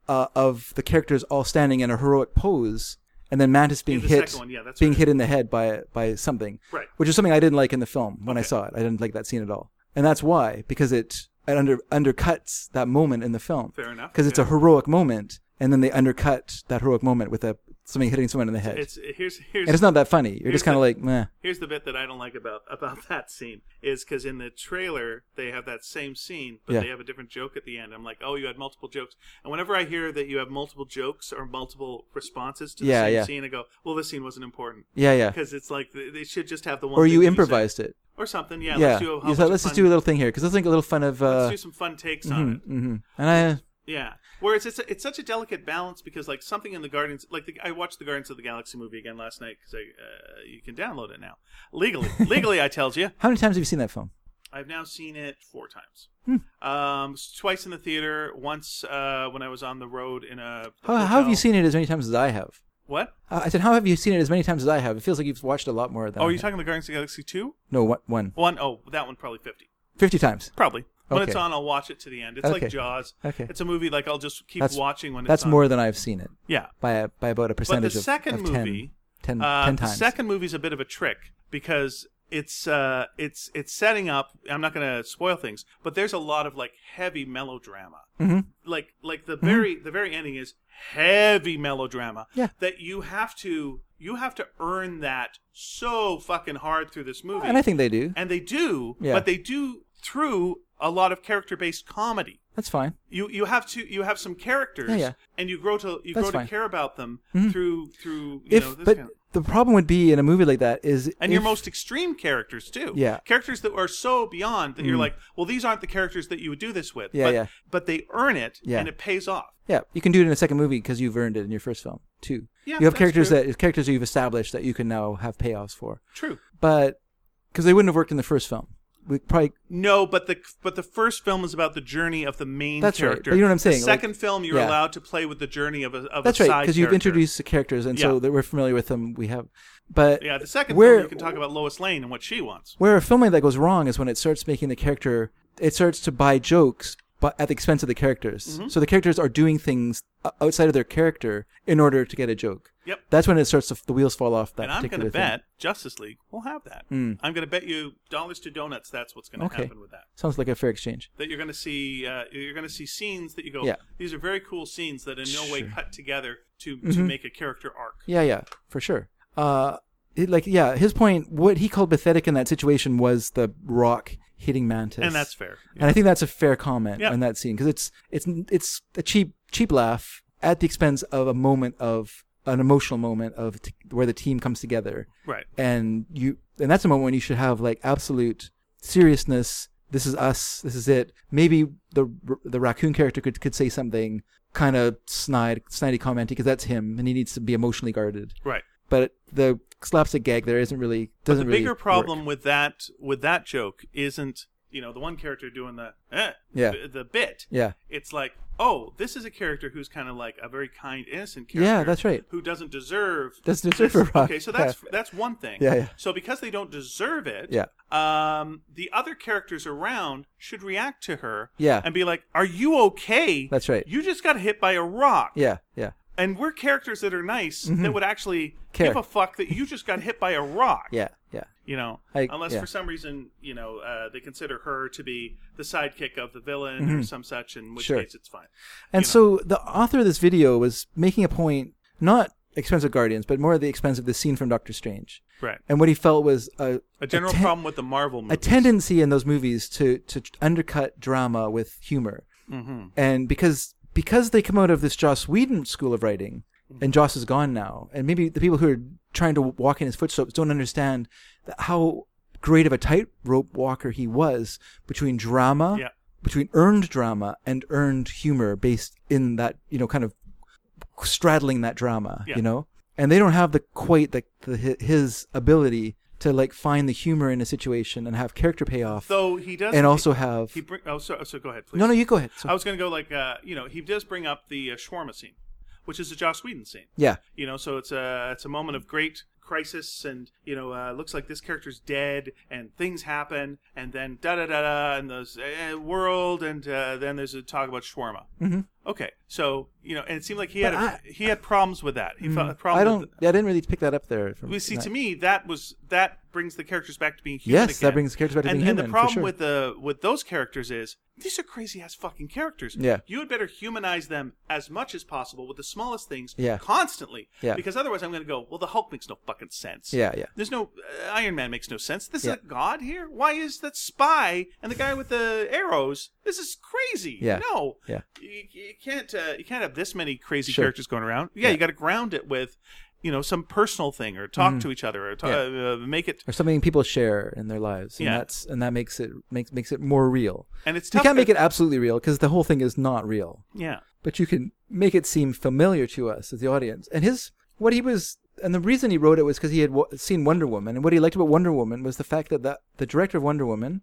Speaker 1: uh, of the characters all standing in a heroic pose, and then Mantis being
Speaker 2: the
Speaker 1: hit,
Speaker 2: second one, yeah, that's
Speaker 1: being
Speaker 2: right.
Speaker 1: hit in the head by by something,
Speaker 2: Right.
Speaker 1: which is something I didn't like in the film when I saw it. I didn't like that scene at all, and that's why because it it under undercuts that moment in the film.
Speaker 2: Fair enough,
Speaker 1: Because it's a heroic moment, and then they undercut that heroic moment with a something hitting someone in the head.
Speaker 2: It's here's here's
Speaker 1: and it's not that funny. You're
Speaker 2: here's
Speaker 1: just kind
Speaker 2: the-
Speaker 1: of like, meh.
Speaker 2: Here's the bit that I don't like about about that scene is because in the trailer they have that same scene, but
Speaker 1: Yeah.
Speaker 2: they have a different joke at the end. I'm like, oh, you had multiple jokes, and whenever I hear that you have multiple jokes or multiple responses to the
Speaker 1: Yeah,
Speaker 2: same
Speaker 1: yeah.
Speaker 2: scene, I go, well, this scene wasn't important
Speaker 1: Yeah, yeah.
Speaker 2: because it's like th- they should just have the one.
Speaker 1: Or
Speaker 2: thing
Speaker 1: you
Speaker 2: that said.
Speaker 1: improvised it.
Speaker 2: or something. Yeah,
Speaker 1: yeah.
Speaker 2: let's do a,
Speaker 1: You
Speaker 2: whole
Speaker 1: thought,
Speaker 2: bunch
Speaker 1: let's
Speaker 2: of
Speaker 1: just
Speaker 2: fun-
Speaker 1: do a little thing here because let's make a little fun of.
Speaker 2: let's
Speaker 1: Uh,
Speaker 2: do some fun takes on it.
Speaker 1: hmm And I,
Speaker 2: Yeah. Whereas it's a, it's such a delicate balance because like something in the Guardians like the, I watched the Guardians of the Galaxy movie again last night because I uh, you can download it now legally legally I tells you
Speaker 1: how many times have you seen that film?
Speaker 2: I've now seen it four times.
Speaker 1: Hmm.
Speaker 2: Um, s- twice in the theater, once uh, when I was on the road in a.
Speaker 1: Oh, How, how have
Speaker 2: hotel.
Speaker 1: you seen it as many times as I have?
Speaker 2: What?
Speaker 1: Uh, I said, how have you seen it as many times as I have? It feels like you've watched a lot more than.
Speaker 2: Oh,
Speaker 1: I
Speaker 2: are you
Speaker 1: have.
Speaker 2: talking the Guardians of the Galaxy two?
Speaker 1: No, one, one.
Speaker 2: One? Oh, that one probably fifty.
Speaker 1: fifty times.
Speaker 2: Probably. When it's
Speaker 1: Okay.
Speaker 2: on, I'll watch it to the end. It's
Speaker 1: Okay.
Speaker 2: like Jaws.
Speaker 1: Okay.
Speaker 2: It's a movie like I'll just keep
Speaker 1: That's-
Speaker 2: watching when
Speaker 1: That's
Speaker 2: it's on.
Speaker 1: more than I've seen it
Speaker 2: Yeah.
Speaker 1: by a, by about a percentage of,
Speaker 2: second
Speaker 1: of 10,
Speaker 2: movie,
Speaker 1: 10,
Speaker 2: Uh,
Speaker 1: 10
Speaker 2: the
Speaker 1: Mm, times.
Speaker 2: second movie's a bit of a trick because it's uh, it's it's setting up. I'm not going to spoil things, but there's a lot of like heavy melodrama.
Speaker 1: Mm-hmm.
Speaker 2: Like like the very the very ending is heavy melodrama.
Speaker 1: Yeah.
Speaker 2: That you have to you have to earn that so fucking hard through this movie,
Speaker 1: and I think they do.
Speaker 2: and they do,
Speaker 1: Yeah.
Speaker 2: but they do through a lot of character based comedy
Speaker 1: That's fine.
Speaker 2: you you have to you have some characters
Speaker 1: Yeah, yeah.
Speaker 2: and you grow to you
Speaker 1: That's fine.
Speaker 2: grow
Speaker 1: Mm-hmm.
Speaker 2: to care about them through through you know
Speaker 1: If
Speaker 2: this
Speaker 1: but
Speaker 2: kind of,
Speaker 1: the problem would be in a movie like that is
Speaker 2: and
Speaker 1: if,
Speaker 2: your most extreme characters too
Speaker 1: Yeah. Mm.
Speaker 2: characters that are so beyond that you're like well these aren't the characters that you would do this with
Speaker 1: Yeah,
Speaker 2: but,
Speaker 1: yeah.
Speaker 2: but they earn it
Speaker 1: Yeah.
Speaker 2: and it pays off
Speaker 1: Yeah, you can do it in a second movie because you've earned it in your first film too.
Speaker 2: Yeah,
Speaker 1: you have
Speaker 2: that's
Speaker 1: characters
Speaker 2: true.
Speaker 1: that characters that you've established that you can now have payoffs for,
Speaker 2: true
Speaker 1: but because they wouldn't have worked in the first film, we probably
Speaker 2: no but the but the first film is about the journey of the main
Speaker 1: That's right,
Speaker 2: character
Speaker 1: but you know what I'm saying,
Speaker 2: the
Speaker 1: like-
Speaker 2: second film you're
Speaker 1: yeah.
Speaker 2: allowed to play with the journey of a of
Speaker 1: that's
Speaker 2: a
Speaker 1: right
Speaker 2: because
Speaker 1: because you've introduced the characters and
Speaker 2: Yeah.
Speaker 1: so that we're familiar with them. We have, but
Speaker 2: yeah the second
Speaker 1: where
Speaker 2: film you can talk about Lois Lane and what she wants
Speaker 1: where a film like that goes wrong is when it starts making the character it starts to buy jokes but at the expense of the characters.
Speaker 2: Mm-hmm.
Speaker 1: So the characters are doing things o- outside of their character in order to get a joke.
Speaker 2: Yep.
Speaker 1: That's when it starts to the wheels fall off that
Speaker 2: and I'm going
Speaker 1: particular
Speaker 2: to
Speaker 1: thing. Hmm.
Speaker 2: bet Justice League will have that. I'm going to bet you dollars to donuts that's what's going to
Speaker 1: Okay.
Speaker 2: happen with that.
Speaker 1: Sounds like a fair exchange.
Speaker 2: That you're going to see uh, you're going to see scenes that you go
Speaker 1: Yeah.
Speaker 2: these are very cool scenes that in no way
Speaker 1: Sure. Mm-hmm.
Speaker 2: cut together to to make a character arc.
Speaker 1: Yeah, yeah, for sure. Uh, it, like, yeah, his point, what he called pathetic in that situation was the rock hitting Mantis,
Speaker 2: And that's fair.
Speaker 1: And I think that's a fair comment
Speaker 2: Yeah.
Speaker 1: on that scene because it's it's it's a cheap cheap laugh at the expense of a moment of an emotional moment of t- where the team comes together,
Speaker 2: Right.
Speaker 1: and you and that's a moment when you should have like absolute seriousness. This is us. This is it. Maybe the the raccoon character could could say something kind of snide, snidey commenty because that's him, and he needs to be emotionally guarded.
Speaker 2: Right.
Speaker 1: But the slapstick gag there isn't really
Speaker 2: The
Speaker 1: doesn't really.
Speaker 2: bigger
Speaker 1: work.
Speaker 2: problem with that with that joke isn't you know the one character doing the eh,
Speaker 1: Yeah.
Speaker 2: the, the bit.
Speaker 1: Yeah.
Speaker 2: It's like, oh, this is a character who's kind of like a very kind, innocent
Speaker 1: Yeah,
Speaker 2: character.
Speaker 1: that's right.
Speaker 2: Who doesn't deserve
Speaker 1: Doesn't deserve
Speaker 2: this-
Speaker 1: a rock.
Speaker 2: Okay, so that's that's one thing.
Speaker 1: Yeah, yeah.
Speaker 2: So because they don't deserve it,
Speaker 1: Yeah.
Speaker 2: Um, the other characters around should react to her,
Speaker 1: Yeah.
Speaker 2: and be like, "Are you okay?
Speaker 1: That's right.
Speaker 2: You just got hit by a rock."
Speaker 1: Yeah. Yeah.
Speaker 2: and we're characters that are nice that would actually
Speaker 1: Care.
Speaker 2: give a fuck that you just got hit by a rock.
Speaker 1: Yeah, yeah.
Speaker 2: You know,
Speaker 1: I-
Speaker 2: unless
Speaker 1: yeah.
Speaker 2: for some reason you know uh, they consider her to be the sidekick of the villain or some such, in which
Speaker 1: Mm-hmm. Sure.
Speaker 2: case it's fine.
Speaker 1: And
Speaker 2: you know.
Speaker 1: so the author of this video was making a point, not expense of Guardians, but more at the expense of the scene from Doctor Strange.
Speaker 2: Right.
Speaker 1: And what he felt was a,
Speaker 2: A general
Speaker 1: ten-
Speaker 2: problem with the Marvel
Speaker 1: a
Speaker 2: movies.
Speaker 1: tendency in those movies to to undercut drama with humor.
Speaker 2: Mm-hmm.
Speaker 1: And because because they come out of this Joss Whedon school of writing,
Speaker 2: Mm-hmm.
Speaker 1: and Joss is gone now, and maybe the people who are trying to walk in his footsteps don't understand that how great of a tightrope walker he was between drama,
Speaker 2: Yeah.
Speaker 1: between earned drama and earned humor based in that you know kind of straddling that drama,
Speaker 2: Yeah.
Speaker 1: you know. And they don't have the quite the, the hi- his ability to like find the humor in a situation and have character payoff,
Speaker 2: Though he does,
Speaker 1: and also have
Speaker 2: he bring. Oh, so, so go ahead, please.
Speaker 1: no, no, you go ahead. So,
Speaker 2: I was going to go like, uh, you know, he does bring up the uh, shawarma scene, which is a Joss Whedon scene.
Speaker 1: yeah,
Speaker 2: You know, so it's a it's a moment of great crisis, and you know, uh, looks like this character's dead, and things happen, and then da da da da, and those uh, world, and uh, then there's a talk about shawarma. Mm-hmm. Okay, so you know, and it seemed like he had a,
Speaker 1: But Mm-hmm.
Speaker 2: he had problems with that. He felt a problem.
Speaker 1: I don't.
Speaker 2: With
Speaker 1: yeah, I didn't really pick that up there. From,
Speaker 2: we see
Speaker 1: that.
Speaker 2: to me that was that brings the characters back to being human.
Speaker 1: Yes, that
Speaker 2: again.
Speaker 1: brings the characters back to
Speaker 2: and,
Speaker 1: being
Speaker 2: And the
Speaker 1: human, for
Speaker 2: problem
Speaker 1: sure.
Speaker 2: with the with those characters is these are crazy ass fucking characters.
Speaker 1: Yeah.
Speaker 2: you had better humanize them as much as possible with the smallest things.
Speaker 1: Yeah.
Speaker 2: constantly.
Speaker 1: Yeah.
Speaker 2: because otherwise I'm going to go. Well, the Hulk makes no fucking sense.
Speaker 1: Yeah, yeah.
Speaker 2: There's no uh, Iron Man makes no sense. This
Speaker 1: Yeah.
Speaker 2: is a god here. Why is that spy and the guy with the arrows? This is crazy.
Speaker 1: Yeah.
Speaker 2: No.
Speaker 1: Yeah.
Speaker 2: You, you can't uh, you can't have this many crazy
Speaker 1: Sure.
Speaker 2: characters going around. Yeah, you got to ground it with you know some personal thing or talk
Speaker 1: Mm-hmm.
Speaker 2: to each other or ta uh, make it
Speaker 1: or something people share in their lives, and
Speaker 2: Yeah.
Speaker 1: that's and that makes it makes makes it more real.
Speaker 2: and it's
Speaker 1: You
Speaker 2: tough
Speaker 1: can't make
Speaker 2: to-
Speaker 1: it absolutely real because the whole thing is not real,
Speaker 2: yeah
Speaker 1: but you can make it seem familiar to us as the audience. And his what he was and the reason he wrote it was because he had w- seen Wonder Woman, and what he liked about Wonder Woman was the fact that the, the director of Wonder Woman,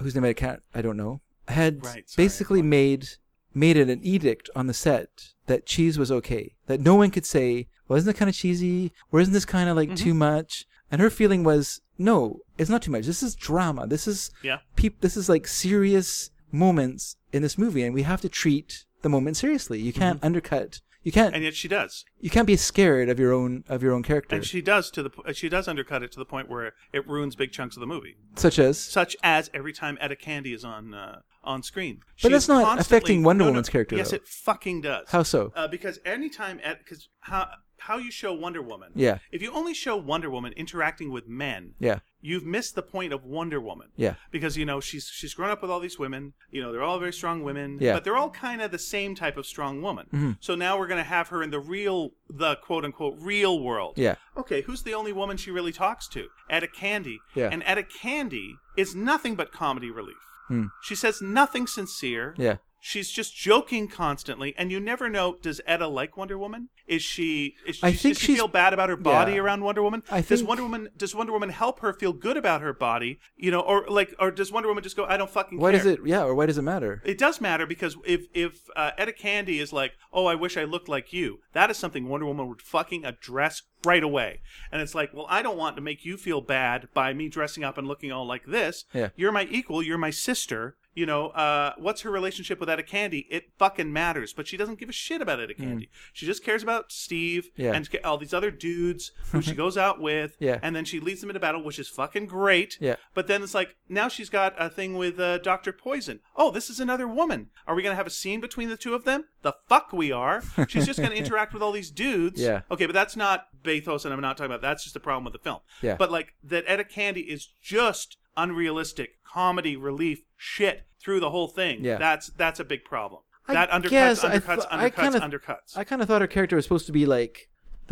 Speaker 1: whose name I can't I don't know, had
Speaker 2: Right, sorry,
Speaker 1: basically made made it an edict on the set that cheese was okay, that no one could say, "Well, isn't it kind of cheesy? Or isn't this kind of like too
Speaker 2: Mm-hmm.
Speaker 1: much?" And her feeling was, "No, it's not too much. This is drama. This is
Speaker 2: yeah
Speaker 1: peop- this is like serious moments in this movie and we have to treat the moment seriously you can't undercut you can't
Speaker 2: Mm-hmm. and yet she does
Speaker 1: you can't be scared of your own of your own character
Speaker 2: and she does to the po- she does undercut it to the point where it ruins big chunks of the movie
Speaker 1: such as
Speaker 2: such as every time Etta Candy is on uh, on screen
Speaker 1: But
Speaker 2: She
Speaker 1: that's
Speaker 2: is
Speaker 1: not
Speaker 2: constantly-
Speaker 1: affecting Wonder
Speaker 2: No, no.
Speaker 1: Woman's character,
Speaker 2: yes
Speaker 1: though.
Speaker 2: it fucking does
Speaker 1: how so
Speaker 2: Uh, because anytime, because how how you show Wonder Woman,
Speaker 1: Yeah.
Speaker 2: If you only show Wonder Woman interacting with men,
Speaker 1: yeah
Speaker 2: you've missed the point of Wonder Woman.
Speaker 1: yeah
Speaker 2: Because you know she's she's grown up with all these women. You know they're all very strong women,
Speaker 1: Yeah. Mm-hmm.
Speaker 2: but they're all kind of the same type of strong woman. So now we're going to have her in the real, the quote unquote real world.
Speaker 1: yeah
Speaker 2: Okay, who's the only woman she really talks to? Etta Candy.
Speaker 1: Yeah.
Speaker 2: And Etta Candy is nothing but comedy relief.
Speaker 1: Hmm.
Speaker 2: She says nothing sincere.
Speaker 1: yeah
Speaker 2: She's just joking constantly, and you never know. Does Etta like Wonder Woman? Is she? Is she
Speaker 1: I think
Speaker 2: does she
Speaker 1: she's-
Speaker 2: feel bad about her body
Speaker 1: Yeah.
Speaker 2: around Wonder Woman?
Speaker 1: I
Speaker 2: does
Speaker 1: think-
Speaker 2: Wonder Woman does Wonder Woman help her feel good about her body? You know, or like, or does Wonder Woman just go, "I don't fucking
Speaker 1: why
Speaker 2: care"?
Speaker 1: does it yeah or why does it matter
Speaker 2: It does matter because if if uh, Etta Candy is like, "Oh, I wish I looked like you," that is something Wonder Woman would fucking address right away. And it's like, well, I don't want to make you feel bad by me dressing up and looking all like this.
Speaker 1: Yeah.
Speaker 2: You're my equal. You're my sister. You know, uh, what's her relationship with Etta Candy? It fucking matters, but she doesn't give a shit about Etta Candy. She just cares about Steve
Speaker 1: Mm. Yeah.
Speaker 2: and all these other dudes who she goes out with,
Speaker 1: Yeah.
Speaker 2: and then she leads them into battle, which is fucking great.
Speaker 1: Yeah.
Speaker 2: But then it's like now she's got a thing with uh, Doctor Poison. Oh, this is another woman. Are we gonna have a scene between the two of them? The fuck we are. She's just gonna interact with all these dudes.
Speaker 1: Yeah.
Speaker 2: Okay, but that's not bathos, and I'm not talking about. That's just the problem with the film.
Speaker 1: Yeah.
Speaker 2: But like that, Etta Candy is just unrealistic comedy relief shit through the whole thing.
Speaker 1: Yeah.
Speaker 2: That's that's a big problem.
Speaker 1: I
Speaker 2: that undercuts,
Speaker 1: guess I
Speaker 2: undercuts,
Speaker 1: th-
Speaker 2: undercuts,
Speaker 1: I kinda-
Speaker 2: undercuts.
Speaker 1: i kind of thought her character was supposed to be like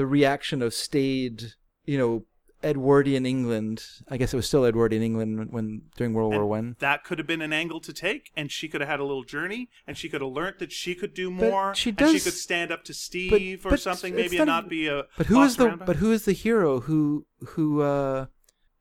Speaker 1: the reaction of staid you know edwardian england i guess it was still edwardian england when, when during world war one
Speaker 2: that could have been an angle to take, and she could have had a little journey, and she could have learnt that she could do
Speaker 1: But
Speaker 2: more,
Speaker 1: she
Speaker 2: and she
Speaker 1: does-
Speaker 2: could stand up to Steve or
Speaker 1: but
Speaker 2: something,
Speaker 1: it's
Speaker 2: maybe, and
Speaker 1: not-
Speaker 2: not be a.
Speaker 1: But who is
Speaker 2: bossed
Speaker 1: the
Speaker 2: around by
Speaker 1: but who is the hero who who uh,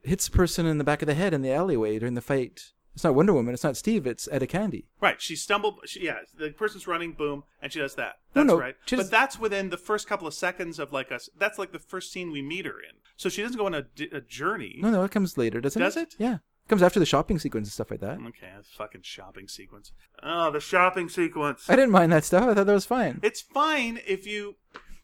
Speaker 1: hits a person in the back of the head in the alleyway during the fight? It's not Wonder Woman. It's not Steve. It's Etta Candy.
Speaker 2: Right, she stumbled. She, yeah, the person's running, boom, and she does that. That's
Speaker 1: no,
Speaker 2: right.
Speaker 1: she
Speaker 2: But
Speaker 1: does-
Speaker 2: that's within the first couple of seconds of like us. That's like the first scene we meet her in. So she doesn't go on a, d- a journey.
Speaker 1: No, no, it comes later, doesn't
Speaker 2: Does
Speaker 1: it?
Speaker 2: it? Mm.
Speaker 1: Yeah. comes after the shopping sequence and stuff like that.
Speaker 2: Okay, that's fucking shopping sequence. Oh, the shopping sequence.
Speaker 1: I didn't mind that stuff. I thought that was fine
Speaker 2: It's fine if you.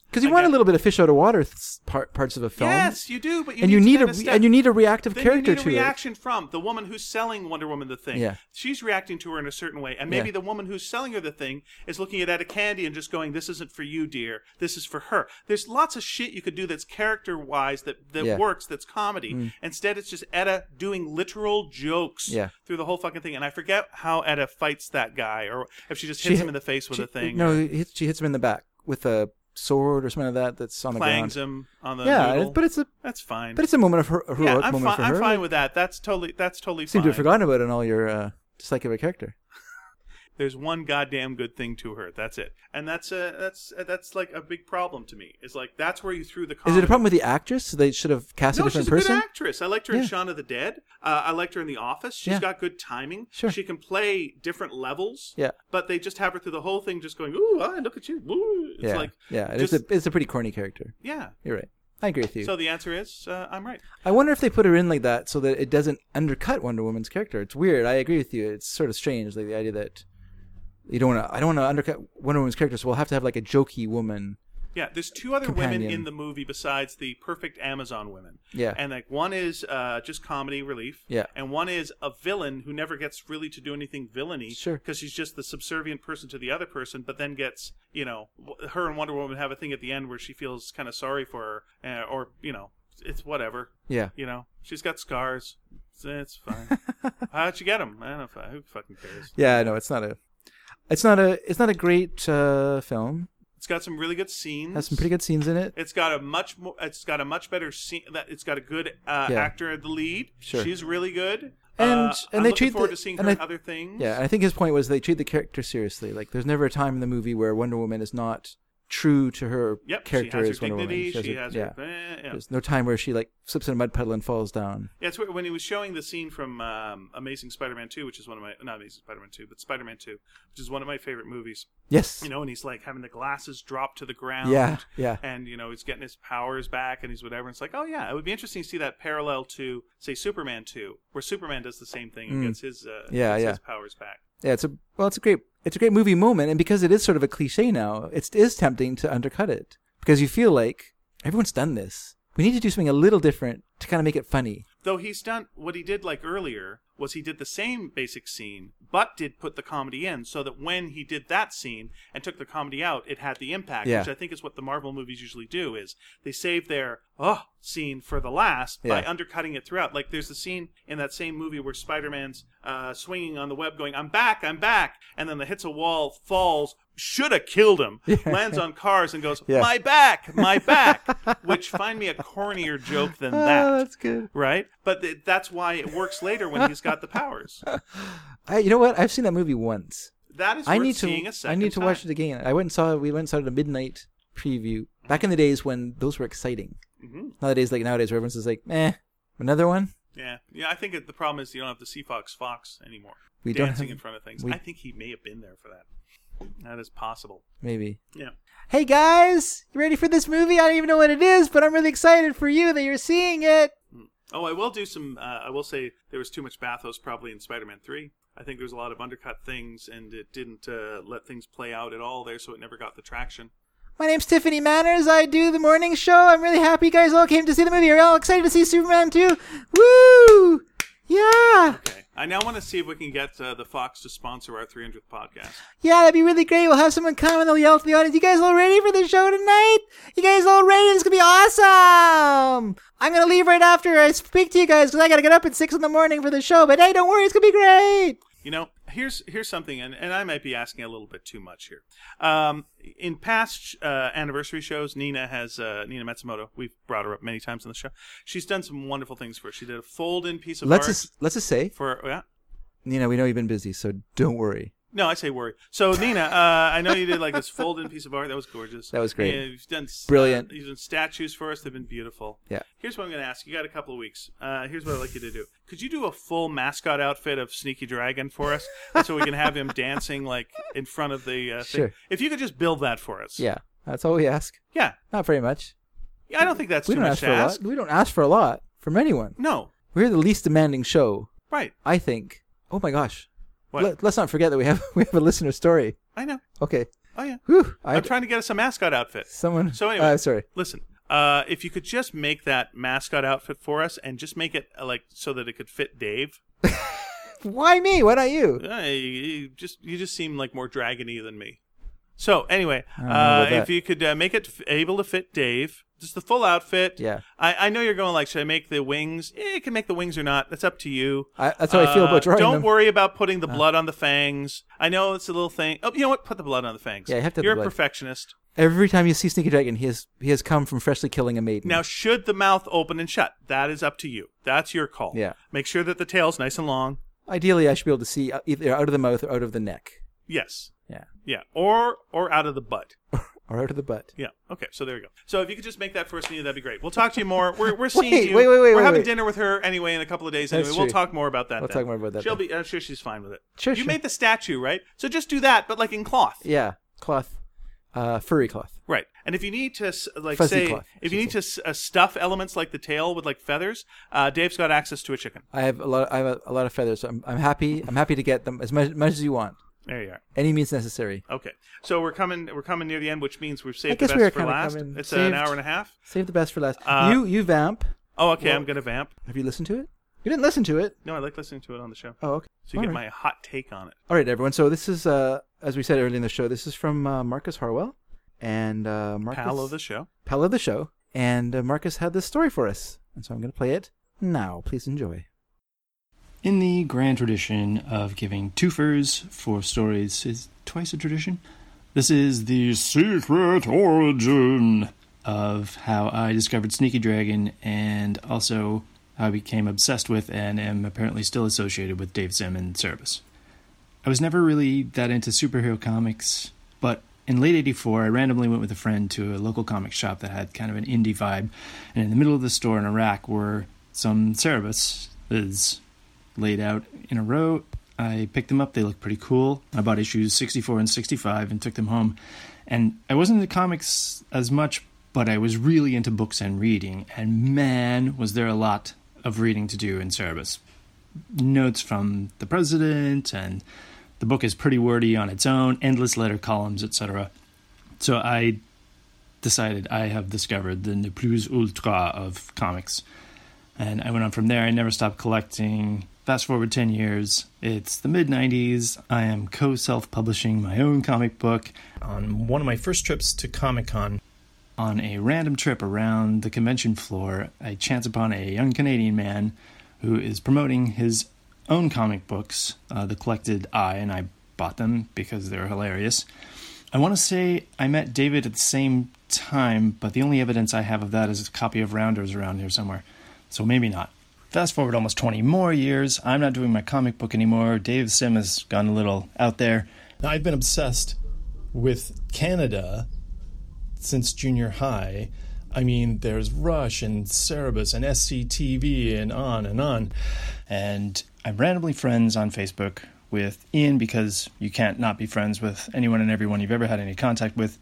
Speaker 1: because you
Speaker 2: I
Speaker 1: want a
Speaker 2: get-
Speaker 1: little bit of fish out of water th- part, parts of a film.
Speaker 2: Yes, you do, but you
Speaker 1: and
Speaker 2: need
Speaker 1: you
Speaker 2: to
Speaker 1: need a
Speaker 2: have a
Speaker 1: re-
Speaker 2: step.
Speaker 1: and you need a reactive
Speaker 2: Then
Speaker 1: character
Speaker 2: you need a
Speaker 1: to it.
Speaker 2: reaction from the woman who's selling Wonder Woman the thing.
Speaker 1: Yeah.
Speaker 2: She's reacting to her in a certain way, and maybe
Speaker 1: Yeah.
Speaker 2: the woman who's selling her the thing is looking at a candy and just going, "This isn't for you, dear. This is for her." There's lots of shit you could do that's character-wise that that
Speaker 1: Yeah. Mm.
Speaker 2: works, that's comedy. Instead, it's just Etta doing literal jokes
Speaker 1: Yeah.
Speaker 2: through the whole fucking thing, and I forget how Etta fights that guy, or if she just hits
Speaker 1: hit-
Speaker 2: him in the face with
Speaker 1: she,
Speaker 2: a thing,
Speaker 1: No,
Speaker 2: or
Speaker 1: he hits- she hits him in the back with a sword or something like that that's on the
Speaker 2: clangs
Speaker 1: ground.
Speaker 2: him on the
Speaker 1: Yeah,
Speaker 2: noodle.
Speaker 1: but it's a
Speaker 2: that's fine.
Speaker 1: but it's a moment of her a heroic
Speaker 2: yeah, I'm,
Speaker 1: moment
Speaker 2: fi-
Speaker 1: for her.
Speaker 2: I'm fine with that. That's totally that's totally
Speaker 1: Seem
Speaker 2: fine.
Speaker 1: to have forgotten about it in all your uh, dislike of a character.
Speaker 2: there's one goddamn good thing to her. That's it. And that's a that's that's like a big problem to me. It's like that's where you threw the.
Speaker 1: Is
Speaker 2: Comedy.
Speaker 1: it a problem with the actress? They should have cast a
Speaker 2: No,
Speaker 1: different
Speaker 2: she's a
Speaker 1: person.
Speaker 2: good actress. I liked her in
Speaker 1: Yeah.
Speaker 2: Shaun of the Dead. Uh, I liked her in The Office. She's
Speaker 1: Yeah.
Speaker 2: got good timing.
Speaker 1: Sure.
Speaker 2: She can play different levels.
Speaker 1: Yeah.
Speaker 2: But they just have her through the whole thing, just going, "Ooh, I look at you." Ooh. It's
Speaker 1: yeah,
Speaker 2: like,
Speaker 1: yeah.
Speaker 2: just-
Speaker 1: It's a it's a pretty corny character.
Speaker 2: yeah.
Speaker 1: You're right. I agree with you.
Speaker 2: So the answer is, uh, I'm right.
Speaker 1: I wonder if they put her in like that so that it doesn't undercut Wonder Woman's character. It's weird. I agree with you. It's sort of strange, like the idea that you don't want to. I don't want to undercut Wonder Woman's character, so we'll have to have like a jokey woman.
Speaker 2: Yeah, there's two other women
Speaker 1: Companion.
Speaker 2: in the movie besides the perfect Amazon women.
Speaker 1: Yeah.
Speaker 2: And like one is uh, just comedy relief.
Speaker 1: Yeah.
Speaker 2: And one is a villain who never gets really to do anything villainy.
Speaker 1: Sure.
Speaker 2: Because she's just the subservient person to the other person, but then gets, you know, w- her and Wonder Woman have a thing at the end where she feels kind of sorry for her, uh, or, you know, it's whatever.
Speaker 1: Yeah,
Speaker 2: You know, she's got scars. It's, it's fine. How'd she get them? I don't know. Who fucking cares?
Speaker 1: yeah. I know it's not a. It's not a. It's not a great uh, film.
Speaker 2: It's got some really good scenes.
Speaker 1: Has some pretty good scenes in it.
Speaker 2: It's got a much more. It's got a much better scene. That it's got a good uh,
Speaker 1: Yeah.
Speaker 2: actor at the lead.
Speaker 1: Sure.
Speaker 2: she's really good.
Speaker 1: And-
Speaker 2: uh,
Speaker 1: and
Speaker 2: I'm
Speaker 1: they
Speaker 2: looking
Speaker 1: treat
Speaker 2: forward
Speaker 1: the-
Speaker 2: to seeing
Speaker 1: and
Speaker 2: her
Speaker 1: I-
Speaker 2: in other things.
Speaker 1: Yeah, and I think his point was they treat the character seriously. Like, there's never a time in the movie where Wonder Woman is not true to her
Speaker 2: yep.
Speaker 1: character
Speaker 2: she has
Speaker 1: as
Speaker 2: her
Speaker 1: Wonder
Speaker 2: dignity.
Speaker 1: Woman.
Speaker 2: She has her.
Speaker 1: yeah.
Speaker 2: eh, yeah.
Speaker 1: There's no time where she like slips in a mud puddle and falls down.
Speaker 2: Yeah, it's weird. when he was showing the scene from um, Amazing Spider-Man 2, which is one of my not Amazing Spider-Man 2, but Spider-Man 2, which is one of my favorite movies.
Speaker 1: Yes.
Speaker 2: You know, and he's like having the glasses drop to the ground.
Speaker 1: yeah. Yeah.
Speaker 2: and you know he's getting his powers back and he's whatever and it's like oh yeah it would be interesting to see that parallel to say superman 2 where superman does the same thing and
Speaker 1: Mm.
Speaker 2: gets his uh,
Speaker 1: Yeah,
Speaker 2: gets
Speaker 1: yeah.
Speaker 2: his powers back
Speaker 1: Yeah, it's a well, it's a great it's a great movie moment, and because it is sort of a cliche now, it's, it is tempting to undercut it because you feel like everyone's done this. We need to do something a little different to kind of make it funny.
Speaker 2: though he's done what he did like earlier was he did the same basic scene but did put the comedy in so that when he did that scene and took the comedy out it had the impact
Speaker 1: Yeah.
Speaker 2: which i think is what the marvel movies usually do is they save their oh scene for the last by
Speaker 1: Yeah.
Speaker 2: undercutting it throughout like there's the scene in that same movie where spider-man's uh, swinging on the web going i'm back i'm back and then the hits a wall falls should have killed him lands on cars and goes
Speaker 1: Yeah.
Speaker 2: my back my back which find me a cornier joke than that
Speaker 1: Ah, that's good.
Speaker 2: right? But th- that's why it works later when he's got the powers.
Speaker 1: I, you know what? I've seen that movie once.
Speaker 2: That is
Speaker 1: I
Speaker 2: worth
Speaker 1: need
Speaker 2: seeing
Speaker 1: to
Speaker 2: a
Speaker 1: I
Speaker 2: second
Speaker 1: need to watch it
Speaker 2: time.
Speaker 1: again. I went and saw we went and saw it at a midnight preview back in the days when those were exciting.
Speaker 2: Mhm.
Speaker 1: Nowadays, like nowadays, where everyone's just like, eh, another one.
Speaker 2: Yeah, yeah. I think that the problem is you don't have the Sea Fox Fox anymore.
Speaker 1: We don't
Speaker 2: dancing
Speaker 1: have-
Speaker 2: in front of things.
Speaker 1: we-
Speaker 2: I think he may have been there for that. That is possible.
Speaker 1: Maybe.
Speaker 2: Yeah.
Speaker 1: Hey guys, you ready for this movie? I don't even know what it is, but I'm really excited for you that you're seeing it.
Speaker 2: Oh, I will do some. Uh, I will say there was too much bathos probably in Spider-Man Three. I think there was a lot of undercut things, and it didn't uh, let things play out at all there, so it never got the traction.
Speaker 1: My name's Tiffany Manners. I do the morning show. I'm really happy you guys all came to see the movie. You're all excited to see Superman 2. Woo! Yeah!
Speaker 2: Okay, I now want to see if we can get uh, the Fox to sponsor our 300th podcast.
Speaker 1: Yeah, that'd be really great. We'll have someone come and they'll yell to the audience, You guys all ready for the show tonight? You guys all ready? It's gonna be awesome! I'm gonna leave right after I speak to you guys because I gotta get up at 6 in the morning for the show. But hey, don't worry, it's gonna be great!
Speaker 2: You know, here's here's something, and, and I might be asking a little bit too much here. Um, in past uh, anniversary shows, Nina has uh, Nina Matsumoto. We've brought her up many times on the show. She's done some wonderful things for us. She did a fold-in piece of
Speaker 1: Let's
Speaker 2: art
Speaker 1: just, let's just say,
Speaker 2: for yeah.
Speaker 1: Nina, we know you've been busy, so don't worry.
Speaker 2: No, I say worry. So Nina, uh, I know you did like this fold-in piece of art that was gorgeous.
Speaker 1: That was great.
Speaker 2: Yeah, you've done s-
Speaker 1: Brilliant.
Speaker 2: Uh, you've done statues for us. They've been beautiful.
Speaker 1: Yeah.
Speaker 2: Here's what I'm going to ask. You got a couple of weeks. Uh, here's what I'd like you to do. Could you do a full mascot outfit of Sneaky Dragon for us, And so we can have him dancing like in front of the uh, thing?
Speaker 1: Sure.
Speaker 2: If you could just build that for us.
Speaker 1: Yeah, that's all we ask.
Speaker 2: Yeah.
Speaker 1: Not very much.
Speaker 2: Yeah, I don't think that's
Speaker 1: we
Speaker 2: too
Speaker 1: don't ask
Speaker 2: much to
Speaker 1: for
Speaker 2: ask.
Speaker 1: a lot. We don't ask for a lot from anyone.
Speaker 2: No.
Speaker 1: We're the least demanding show
Speaker 2: Right.
Speaker 1: I think. Oh my gosh.
Speaker 2: What?
Speaker 1: Let, us not forget that we have we have a listener story.
Speaker 2: I know.
Speaker 1: Okay.
Speaker 2: Oh yeah.
Speaker 1: Whew. I,
Speaker 2: I'm trying to get us a mascot outfit.
Speaker 1: someone.
Speaker 2: So anyway.
Speaker 1: uh, sorry.
Speaker 2: Listen, uh, if you could just make that mascot outfit for us and just make it uh, like so that it could fit Dave,
Speaker 1: Why me? Why not you?
Speaker 2: uh, you, you just you just seem like more dragony than me. So anyway,
Speaker 1: know about
Speaker 2: uh, if
Speaker 1: that.
Speaker 2: you could uh, make it f- able to fit Dave, just the full outfit.
Speaker 1: Yeah.
Speaker 2: I, I know you're going like, should I make the wings? Yeah, you can make the wings or not. That's up to you.
Speaker 1: I, that's how I feel
Speaker 2: Uh,
Speaker 1: about drawing
Speaker 2: Don't
Speaker 1: them. Uh.
Speaker 2: worry about putting the blood on the fangs. I know it's a little thing. Oh, you know what? Put the blood on the fangs.
Speaker 1: Yeah, you have to have
Speaker 2: You're
Speaker 1: the
Speaker 2: a
Speaker 1: blood.
Speaker 2: perfectionist.
Speaker 1: Every time you see Sneaky Dragon, he has he has come from freshly killing a maiden.
Speaker 2: Now, should the mouth open and shut? That is up to you. That's your call.
Speaker 1: Yeah.
Speaker 2: Make sure that the tail's nice and long.
Speaker 1: Ideally, I should be able to see uh, either out of the mouth or out of the neck.
Speaker 2: Yes.
Speaker 1: Yeah.
Speaker 2: Yeah. Or or out of the butt.
Speaker 1: Or out of the butt.
Speaker 2: Yeah. Okay. So there you go. So if you could just make that for us, Nina, that'd be great. We'll talk to you more. We're we're seeing
Speaker 1: Wait,
Speaker 2: you.
Speaker 1: wait, wait, wait,
Speaker 2: We're
Speaker 1: wait,
Speaker 2: having
Speaker 1: wait.
Speaker 2: dinner with her anyway in a couple of days.
Speaker 1: That's
Speaker 2: Anyway, we'll
Speaker 1: true.
Speaker 2: talk more about that.
Speaker 1: We'll
Speaker 2: then.
Speaker 1: talk more about that
Speaker 2: She'll
Speaker 1: then.
Speaker 2: be. I'm sure she's fine with it.
Speaker 1: Sure,
Speaker 2: You
Speaker 1: sure.
Speaker 2: made the statue, right? So just do that, but like in cloth.
Speaker 1: Yeah. Cloth. Uh, furry cloth.
Speaker 2: Right. And if you need to s- like
Speaker 1: Fuzzy
Speaker 2: say
Speaker 1: cloth, I
Speaker 2: if you
Speaker 1: should
Speaker 2: need to s- uh, stuff elements like the tail with like feathers, uh, Dave's got access to a chicken.
Speaker 1: I have a lot. I have a, a lot of feathers. So I'm, I'm happy. I'm happy to get them as much, much as you want.
Speaker 2: There you are.
Speaker 1: Any means necessary.
Speaker 2: Okay. So we're coming we're coming near the end, which means we've
Speaker 1: I
Speaker 2: saved the
Speaker 1: guess
Speaker 2: best
Speaker 1: we are
Speaker 2: for
Speaker 1: kinda
Speaker 2: last.
Speaker 1: coming-
Speaker 2: It's an
Speaker 1: saved.
Speaker 2: hour and a half.
Speaker 1: Save the best for last.
Speaker 2: Uh,
Speaker 1: you you vamp.
Speaker 2: Oh, okay. I'm gonna vamp.
Speaker 1: Have you listened to it? You didn't listen to it.
Speaker 2: No, I like listening to it on the show.
Speaker 1: Oh, okay.
Speaker 2: So you
Speaker 1: All
Speaker 2: get
Speaker 1: right.
Speaker 2: my hot take on it.
Speaker 1: All right, everyone. So this is, uh, as we said earlier in the show, this is from uh, Marcus Harwell and uh, Marcus
Speaker 2: Pal of the show.
Speaker 1: pal of the show, and uh, Marcus had this story for us, and so I'm going to play it now. Please enjoy.
Speaker 3: In the grand tradition of giving twofers for stories, is twice a tradition. This is the secret origin of how I discovered Sneaky Dragon and also how I became obsessed with and am apparently still associated with Dave Sim and Service. I was never really that into superhero comics, but in late 84, I randomly went with a friend to a local comic shop that had kind of an indie vibe, and in the middle of the store in a rack were some Cerebus is laid out in a row. I picked them up, they looked pretty cool. I bought issues 64 and 65 and took them home. And I wasn't into comics as much, but I was really into books and reading, and man, was there a lot of reading to do in Cerebus notes from the president and the book is pretty wordy on its own endless letter columns etc so i decided i have discovered the ne plus ultra of comics and i went on from there i never stopped collecting fast forward 10 years it's the mid 90s i am co-self-publishing my own comic book on one of my first trips to comic-con on a random trip around the convention floor, I chance upon a young Canadian man who is promoting his own comic books, uh, The Collected Eye, and I bought them because they're hilarious. I want to say I met David at the same time, but the only evidence I have of that is a copy of Rounders around here somewhere, so maybe not. Fast forward almost 20 more years, I'm not doing my comic book anymore. Dave Sim has gone a little out there. Now, I've been obsessed with Canada since junior high. I mean, there's Rush and Cerebus and SCTV and on and on. And I'm randomly friends on Facebook with Ian because you can't not be friends with anyone and everyone you've ever had any contact with.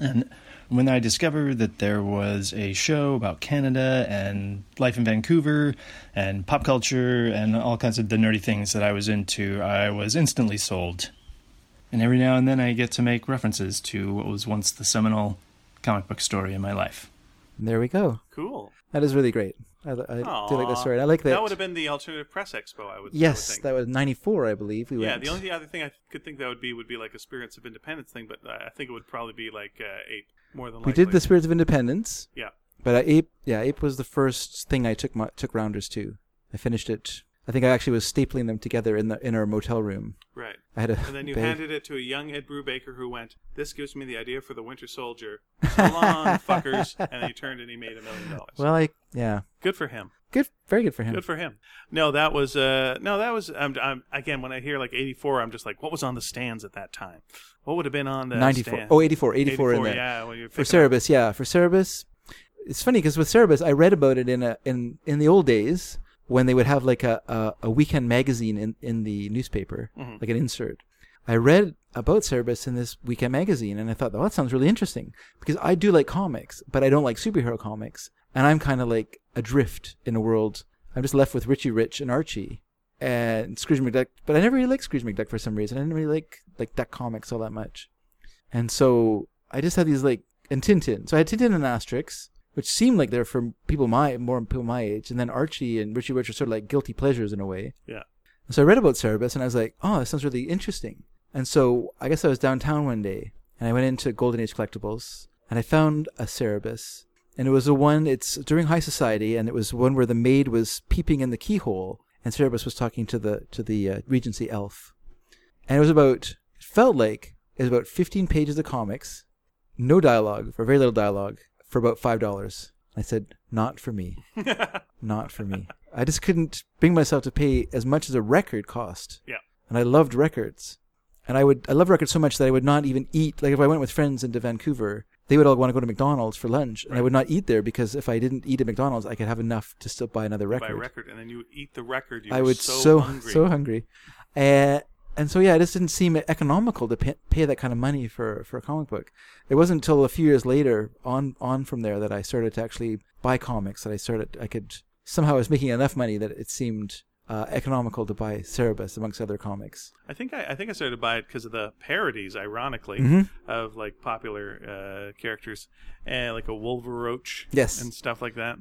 Speaker 3: And when I discovered that there was a show about Canada and life in Vancouver and pop culture and all kinds of the nerdy things that I was into, I was instantly sold. And every now and then I get to make references to what was once the seminal comic book story in my life.
Speaker 1: And there we go.
Speaker 2: Cool.
Speaker 1: That is really great. I, I do like
Speaker 2: Aw.
Speaker 1: that story. and I like that.
Speaker 2: That would have been the alternative press expo. I would. I would
Speaker 1: yes,
Speaker 2: think.
Speaker 1: that was '94, I believe. We
Speaker 2: yeah.
Speaker 1: went.
Speaker 2: The only other thing I could think that would be would be like a spirits of independence thing, but uh, I I think it would probably be like uh, ape more than
Speaker 1: we
Speaker 2: likely.
Speaker 1: did the Spirits of Independence,
Speaker 2: Yeah.
Speaker 1: but I, ape, yeah, ape was the first thing I took my, took rounders to. I finished it. I think I actually was stapling them together in the in our motel room.
Speaker 2: Right.
Speaker 1: I had a
Speaker 2: And then you
Speaker 1: bag.
Speaker 2: handed it to a young Ed Brubaker who went, This gives me the idea for the Winter Soldier. So long, fuckers. And then he turned and he made a million dollars.
Speaker 1: Well, I yeah,
Speaker 2: good for him.
Speaker 1: good, very good for him.
Speaker 2: Good for him. No, that was, uh, no, that was, um, I'm, again, when I hear like 84, I'm just like, what was on the stands at that time? What would have been on the
Speaker 1: 94.
Speaker 2: stand?
Speaker 1: Oh, 84, 84 in there.
Speaker 2: Yeah, well, you're
Speaker 1: for
Speaker 2: picking up-
Speaker 1: Cerebus, yeah, for Cerebus, it's funny because with Cerebus, I read about it in a in in the old days when they would have like a a, a weekend magazine in in the newspaper, like an insert. I read about Cerebus in this weekend magazine, and I thought, oh, that sounds really interesting because I do like comics, but I don't like superhero comics, and I'm kind of like adrift in a world. I'm just left with Richie Rich and Archie, and Scrooge McDuck. But I never really liked Scrooge McDuck for some reason. I didn't really like like Duck comics all that much, and so I just had these like and Tintin. So I had Tintin and Asterix, which seemed like they're for people my more people my age, and then Archie and Richie Rich are sort of like guilty pleasures in a way.
Speaker 2: Yeah.
Speaker 1: So I read about Cerebus and I was like, oh, that sounds really interesting. And so I guess I was downtown one day and I went into Golden Age Collectibles and I found a Cerebus. And it was the one, it's during high society and it was one where the maid was peeping in the keyhole and Cerebus was talking to the, to the uh, Regency elf. And it was about, it felt like it was about 15 pages of comics, no dialogue, or very little dialogue, for about $5. I said, not for me not for me. I just couldn't bring myself to pay as much as a record cost.
Speaker 2: Yeah.
Speaker 1: And I loved records. And I would I love records so much that I would not even eat like if I went with friends into Vancouver, they would all want to go to McDonald's for lunch and I would not eat there because if I didn't eat at McDonald's I could have enough to still buy another record.
Speaker 2: By record, and then you would eat the record. You
Speaker 1: I
Speaker 2: were
Speaker 1: would
Speaker 2: so,
Speaker 1: so
Speaker 2: hungry.
Speaker 1: so hungry. Uh, and so yeah, it just didn't seem economical to pay, pay that kind of money for, for a comic book. It wasn't until a few years later, on on from there, that I started to actually buy comics. That I started, I could somehow I was making enough money that it seemed uh, economical to buy Cerebus amongst other comics.
Speaker 2: I think I, I think I started to buy it because of the parodies, ironically,
Speaker 1: Mm-hmm.
Speaker 2: of like popular uh, characters and like a Wolverroach,
Speaker 1: Yes. Mm-hmm.
Speaker 2: and stuff like that.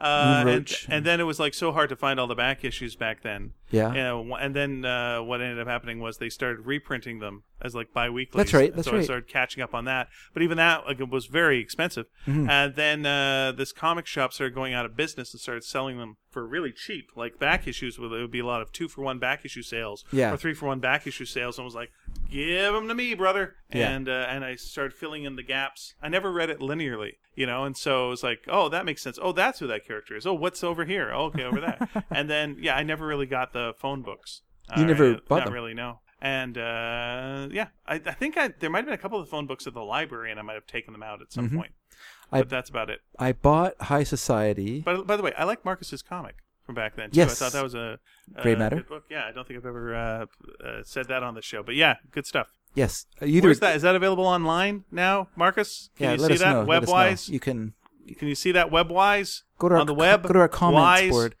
Speaker 2: Uh, and,
Speaker 1: Roach.
Speaker 2: and then it was like so hard to find all the back issues back then.
Speaker 1: Yeah.
Speaker 2: Yeah, wh- and then uh, what ended up happening was they started reprinting them as like bi-weekly.
Speaker 1: That's right, that's
Speaker 2: so I
Speaker 1: right.
Speaker 2: started catching up on that. But even that like, it was very expensive.
Speaker 1: Mm-hmm.
Speaker 2: And then uh, this comic shop started going out of business and started selling them for really cheap, like back issues. Where there would be a lot of two for one back issue sales,
Speaker 1: Yeah.
Speaker 2: or three for one back issue sales. And I was like, "Give them to me, brother."
Speaker 1: Yeah.
Speaker 2: And uh, and I started filling in the gaps. I never read it linearly. You know, and so it was like, oh, that makes sense. Oh, that's who that character is. Oh, what's over here? Oh, okay, over there. and then, yeah, I never really got the phone books.
Speaker 1: You
Speaker 2: Uh,
Speaker 1: never bought
Speaker 2: not
Speaker 1: them?
Speaker 2: really, no. And uh, yeah, I, I think I, there might have been a couple of phone books at the library, and I might have taken them out at some point.
Speaker 1: Mm-hmm. I-
Speaker 2: but that's about it.
Speaker 1: I bought High Society.
Speaker 2: By, by the way, I like Marcus's comic from back then. Too.
Speaker 1: Yes.
Speaker 2: I thought that was a, a
Speaker 1: Grey Matter.
Speaker 2: good book. Yeah, I don't think I've ever uh, uh, said that on the show, but yeah, good stuff.
Speaker 1: yes, uh, either
Speaker 2: Where's that? Is that available online now, Marcus? Can
Speaker 1: yeah,
Speaker 2: you
Speaker 1: let
Speaker 2: see
Speaker 1: us
Speaker 2: that
Speaker 1: know. let us know.
Speaker 2: webwise?
Speaker 1: you can
Speaker 2: Can you see that webwise?
Speaker 1: go to our
Speaker 2: on the
Speaker 1: co-
Speaker 2: web.
Speaker 1: Go to our comments
Speaker 2: Wise?
Speaker 1: board.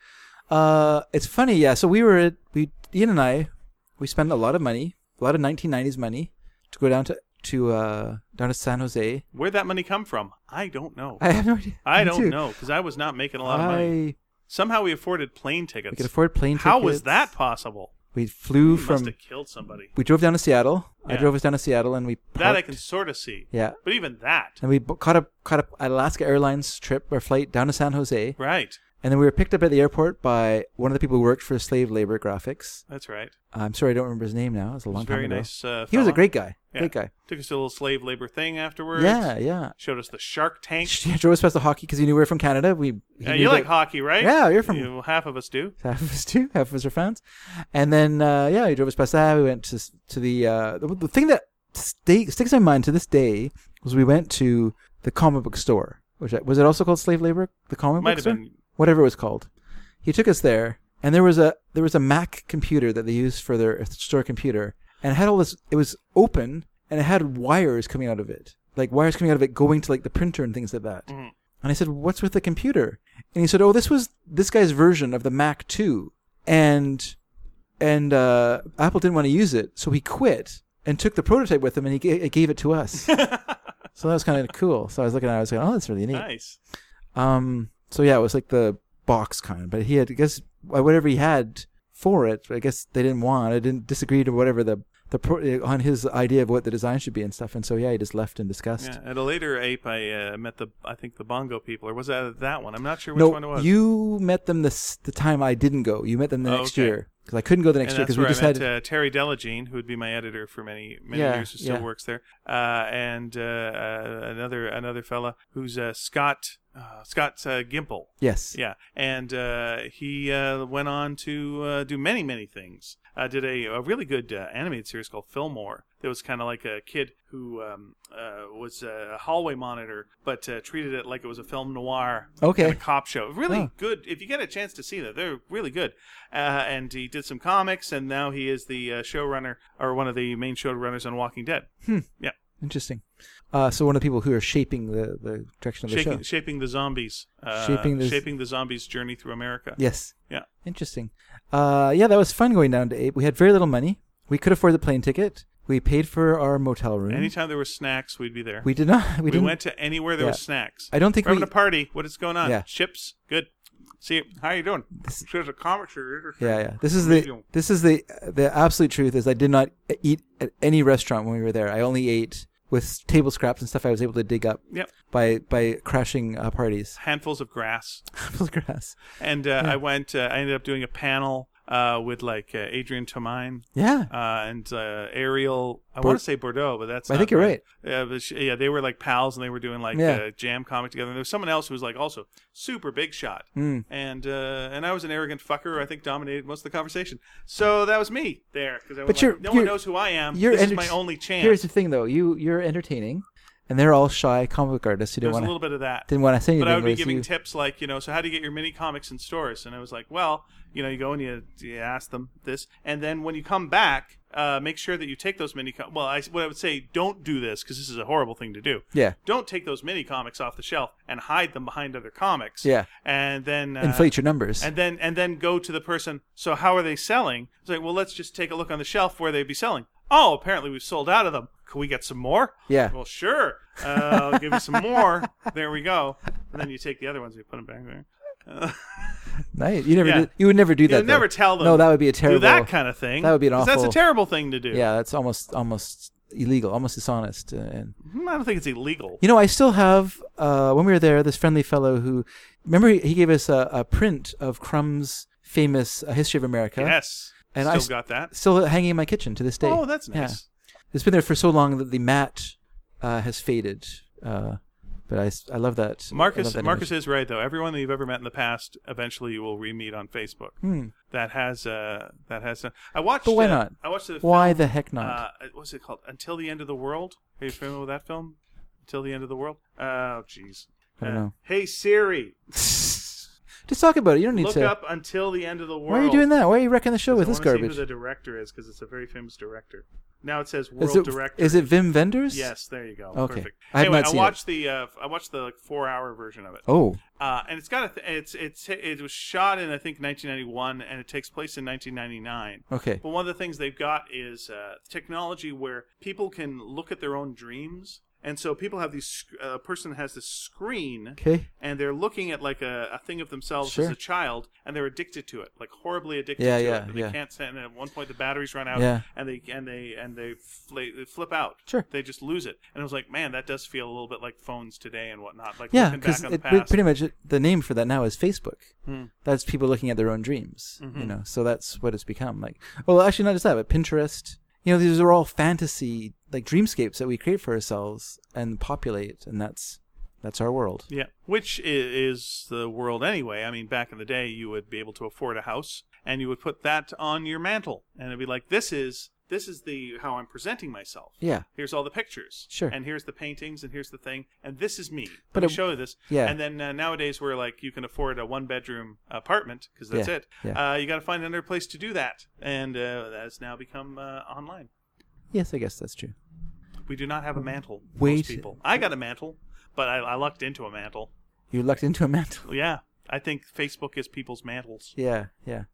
Speaker 1: Uh, it's funny, yeah. So we were at, we Ian and I, we spent a lot of money, a lot of 1990s money, to go down to to uh down to San Jose.
Speaker 2: Where'd that money come from? I don't know.
Speaker 1: I have no idea.
Speaker 2: I
Speaker 1: Me
Speaker 2: don't
Speaker 1: too.
Speaker 2: know because I was not making a lot of money.
Speaker 1: I
Speaker 2: Somehow we afforded plane tickets.
Speaker 1: we could afford plane tickets.
Speaker 2: How was that possible?
Speaker 1: We flew
Speaker 2: We must
Speaker 1: from.
Speaker 2: have killed somebody.
Speaker 1: We drove down to Seattle. I
Speaker 2: Yeah.
Speaker 1: drove us down to Seattle, and we parked,
Speaker 2: That I can sort of see.
Speaker 1: Yeah,
Speaker 2: But even that,
Speaker 1: and we bu- caught up caught up Alaska Airlines trip or flight down to San Jose,
Speaker 2: right?
Speaker 1: and then we were picked up at the airport by one of the people who worked for Slave Labor Graphics.
Speaker 2: That's right.
Speaker 1: I'm sorry, I don't remember his name now. It was a
Speaker 2: It
Speaker 1: long
Speaker 2: was a very
Speaker 1: time ago.
Speaker 2: nice. Uh,
Speaker 1: He was a
Speaker 2: fella.
Speaker 1: great guy.
Speaker 2: Yeah.
Speaker 1: Great guy.
Speaker 2: Took us to a little slave labor thing afterwards.
Speaker 1: Yeah, yeah.
Speaker 2: Showed us the Shark Tank.
Speaker 1: She drove us past the hockey because he knew we were from Canada. We he
Speaker 2: Yeah,
Speaker 1: knew
Speaker 2: you like
Speaker 1: that-
Speaker 2: hockey, right?
Speaker 1: Yeah, you're from-
Speaker 2: You- half of us do.
Speaker 1: half of us too, half of us are fans. And then uh, yeah, he drove us past that. We went to s- to the uh, the, the thing that sta- sticks in my mind to this day was we went to the comic book store, which I, was it also called Slave Labor? The comic
Speaker 2: Might
Speaker 1: book
Speaker 2: have
Speaker 1: store,
Speaker 2: been.
Speaker 1: whatever it was called. He took us there, and there was a there was a Mac computer that they used for their store computer, and it had all this. It was open, and it had wires coming out of it, like wires coming out of it, going to like the printer and things like that.
Speaker 2: Mhm.
Speaker 1: And I said, "What's with the computer?" And he said, "Oh, this was this guy's version of the Mac 2, and and uh, Apple didn't want to use it, so he quit and took the prototype with him, and he g- gave it to us. so that was kind of cool. So I was looking at, it, I was like, "Oh, that's really neat."
Speaker 2: Nice.
Speaker 1: Um. So yeah, it was like the box kind, but he had, I guess, wh- whatever he had for it. I guess they didn't want. I didn't disagree to whatever the the pro- uh, on his idea of what the design should be and stuff. And so yeah, he just left in disgust.
Speaker 2: Yeah. At a later ape, I uh, met the I think the bongo people, or was that that one? I'm not sure which
Speaker 1: no,
Speaker 2: one it was.
Speaker 1: you met them this the time I didn't go. You met them the
Speaker 2: Oh,
Speaker 1: next
Speaker 2: okay.
Speaker 1: year because I couldn't go the next
Speaker 2: and
Speaker 1: year
Speaker 2: that's
Speaker 1: because we
Speaker 2: where
Speaker 1: just
Speaker 2: I
Speaker 1: had
Speaker 2: met uh, Terry Delagene, who would be my editor for many many
Speaker 1: Yeah,
Speaker 2: years, who still
Speaker 1: yeah.
Speaker 2: works there, uh, and uh, uh, another another fella who's uh, Scott uh, Scott uh, Gimple.
Speaker 1: yes,
Speaker 2: Yeah, and uh, he uh, went on to uh, do many, many things. Uh, did a, a really good uh, animated series called Fillmore that was kind of like a kid who um, uh, was a hallway monitor, but uh, treated it like it was a film noir,
Speaker 1: Okay.
Speaker 2: kind of cop show. Really
Speaker 1: Huh.
Speaker 2: good. If you get a chance to see that, they're really good. Uh, and he did some comics, and now he is the uh, showrunner or one of the main showrunners on Walking Dead.
Speaker 1: Hmm.
Speaker 2: Yeah,
Speaker 1: interesting. Uh, so one of the people who are shaping the the direction of the
Speaker 2: shaping,
Speaker 1: show.
Speaker 2: shaping the zombies, uh,
Speaker 1: Shaping the-
Speaker 2: shaping the zombies' journey through America.
Speaker 1: Yes.
Speaker 2: Yeah.
Speaker 1: Interesting. Uh, yeah, that was fun going down to eight. We had very little money. We could afford the plane ticket. We paid for our motel room.
Speaker 2: Anytime there were snacks, we'd be there.
Speaker 1: Hmm? we did not. We,
Speaker 2: We,
Speaker 1: didn't.
Speaker 2: went to anywhere there
Speaker 1: yeah.
Speaker 2: was snacks.
Speaker 1: I don't think
Speaker 2: we're having
Speaker 1: we-
Speaker 2: a party. What is going on?
Speaker 1: Yeah.
Speaker 2: Chips. Good. See, how you doing? There's a comic series.
Speaker 1: yeah, yeah. This is the
Speaker 2: Medium.
Speaker 1: this is the the absolute truth. Is I did not eat at any restaurant when we were there. I only ate with table scraps and stuff I was able to dig up
Speaker 2: Yep.
Speaker 1: by by crashing uh, parties.
Speaker 2: Handfuls of grass.
Speaker 1: Apple grass.
Speaker 2: And uh, I went. Uh, I ended up doing a panel uh, with like uh, Adrian Tomine.
Speaker 1: Yeah.
Speaker 2: uh, and uh, Ariel. I
Speaker 1: Bor-
Speaker 2: want to say Bordeaux, but that's.
Speaker 1: I
Speaker 2: not
Speaker 1: think you're
Speaker 2: Yeah, but she, yeah, they were like pals, and they were doing like
Speaker 1: Yeah.
Speaker 2: uh, jam comic together. And there was someone else who was like also super big shot,
Speaker 1: Hmm.
Speaker 2: mm. and uh, and I was an arrogant fucker. who I think dominated most of the conversation. So that was me there because I was
Speaker 1: But
Speaker 2: like,
Speaker 1: you're-
Speaker 2: no one
Speaker 1: you're-
Speaker 2: knows who I am.
Speaker 1: you're
Speaker 2: This is
Speaker 1: enter-
Speaker 2: my only
Speaker 1: Here's
Speaker 2: chance.
Speaker 1: the thing, though. You you're entertaining, and they're all shy comic book artists who
Speaker 2: There
Speaker 1: didn't
Speaker 2: was a
Speaker 1: want
Speaker 2: little
Speaker 1: to
Speaker 2: bit of that.
Speaker 1: didn't want to say anything.
Speaker 2: But I would be
Speaker 1: whereas
Speaker 2: giving
Speaker 1: you-
Speaker 2: tips like, you know, so how do you get your mini comics in stores? And I was like, well, you know, you go and you, you ask them this, and then when you come back, uh, make sure that you take those mini. Com- well, I, what I would say, don't do this because this is a horrible thing to do.
Speaker 1: Yeah.
Speaker 2: Don't take those mini comics off the shelf and hide them behind other comics.
Speaker 1: Yeah.
Speaker 2: And then uh,
Speaker 1: inflate your numbers.
Speaker 2: and then and then go to the person. So how are they selling? It's like, well, let's just take a look on the shelf where they'd be selling. Oh, apparently we've sold out of them. Can we get some more?
Speaker 1: Yeah.
Speaker 2: Well, sure. Uh, I'll give you some more. There we go. And then you take the other ones and you put them back there.
Speaker 1: Nice. You never.
Speaker 2: Yeah.
Speaker 1: Do, you would never do
Speaker 2: You
Speaker 1: that.
Speaker 2: would never
Speaker 1: though.
Speaker 2: tell them.
Speaker 1: No, that would be a terrible.
Speaker 2: Do that kind of thing.
Speaker 1: that would be an
Speaker 2: 'Cause That's
Speaker 1: awful-
Speaker 2: a terrible thing to do.
Speaker 1: yeah, that's almost almost illegal, almost dishonest. uh, And
Speaker 2: Mm, I don't think it's illegal.
Speaker 1: you know, I still have uh, when we were there this friendly fellow who remember he, he gave us a, a print of Crumb's famous uh, History of America.
Speaker 2: Yes.
Speaker 1: And
Speaker 2: Still
Speaker 1: I s-
Speaker 2: got that.
Speaker 1: Still hanging in my kitchen to this day.
Speaker 2: Oh, that's
Speaker 1: Yeah.
Speaker 2: nice.
Speaker 1: It's been there for so long that the mat uh, has faded. Uh, but I, s- I love that. I love
Speaker 2: Marcus
Speaker 1: that
Speaker 2: Marcus
Speaker 1: image.
Speaker 2: is right though. Everyone that you've ever met in the past, eventually you will re-meet on Facebook. That has uh that has. Uh, I watched.
Speaker 1: Hmm. But why
Speaker 2: uh,
Speaker 1: not?
Speaker 2: I watched the
Speaker 1: Why
Speaker 2: film,
Speaker 1: the heck not?
Speaker 2: Uh, what's it called? Until the end of the world. Are you familiar with that film? Until the end of the world. Oh, jeez.
Speaker 1: I don't know.
Speaker 2: Hey Siri,
Speaker 1: Just talk about it. You don't need
Speaker 2: look
Speaker 1: to.
Speaker 2: up until the end of the world.
Speaker 1: Why are you doing that? Why are you wrecking the show with
Speaker 2: I
Speaker 1: this
Speaker 2: wanna see
Speaker 1: garbage?
Speaker 2: who the director is because it's a very famous director. Now it says
Speaker 1: Is
Speaker 2: world
Speaker 1: it,
Speaker 2: director.
Speaker 1: is it Vim Vendors?
Speaker 2: Yes, there you go.
Speaker 1: Okay.
Speaker 2: Perfect.
Speaker 1: I have
Speaker 2: anyway,
Speaker 1: not seen
Speaker 2: I
Speaker 1: it.
Speaker 2: watched the uh, I watched the like, four hour version of it.
Speaker 1: Oh,
Speaker 2: Uh, and it's got a th- it's it's it was shot in I think 1991 and it takes place in 1999.
Speaker 1: okay.
Speaker 2: But one of the things they've got is uh, technology where people can look at their own dreams, and so people have these sc- uh, a person has this screen,
Speaker 1: Okay.
Speaker 2: and they're looking at like a, a thing of themselves
Speaker 1: Sure.
Speaker 2: as a child, and they're addicted to it, like horribly addicted
Speaker 1: Yeah,
Speaker 2: to
Speaker 1: yeah,
Speaker 2: it. and They
Speaker 1: yeah.
Speaker 2: can't stand. And at one point, the batteries run out,
Speaker 1: Yeah.
Speaker 2: and they and they and they, fl- they flip out.
Speaker 1: Sure.
Speaker 2: they just lose it. And it was like, man, that does feel a little bit like phones today and whatnot. Like
Speaker 1: Yeah,
Speaker 2: looking back
Speaker 1: because
Speaker 2: on the past. Hmm.
Speaker 1: pretty much it, the name for that now is Facebook. That's people looking at their own dreams,
Speaker 2: Mm-hmm.
Speaker 1: you know. So that's what it's become. Like, well, actually, not just that, but Pinterest. You know, these are all fantasy like dreamscapes that we create for ourselves and populate, and that's that's our world.
Speaker 2: Yeah, which i- is the world anyway. I mean, back in the day, you would be able to afford a house, and you would put that on your mantle, and it'd be like, "This is this is the how I'm presenting myself.
Speaker 1: Yeah,
Speaker 2: Here's all the pictures,
Speaker 1: Sure.
Speaker 2: and here's the paintings, and here's the thing, and this is me.
Speaker 1: But
Speaker 2: But Let
Speaker 1: it-
Speaker 2: me show you this.
Speaker 1: yeah.
Speaker 2: And then uh, nowadays, we're like, you can afford a one bedroom apartment because that's
Speaker 1: Yeah,
Speaker 2: it.
Speaker 1: yeah.
Speaker 2: Uh, you got to find another place to do that, and uh, that's now become uh, online.
Speaker 1: yes, I guess that's true.
Speaker 2: We do not have a mantle.
Speaker 1: Wait.
Speaker 2: Most people. I got a mantle, but I, I lucked into a mantle.
Speaker 1: You lucked into a mantle.
Speaker 2: Yeah, I think Facebook is people's mantles.
Speaker 1: Yeah, yeah.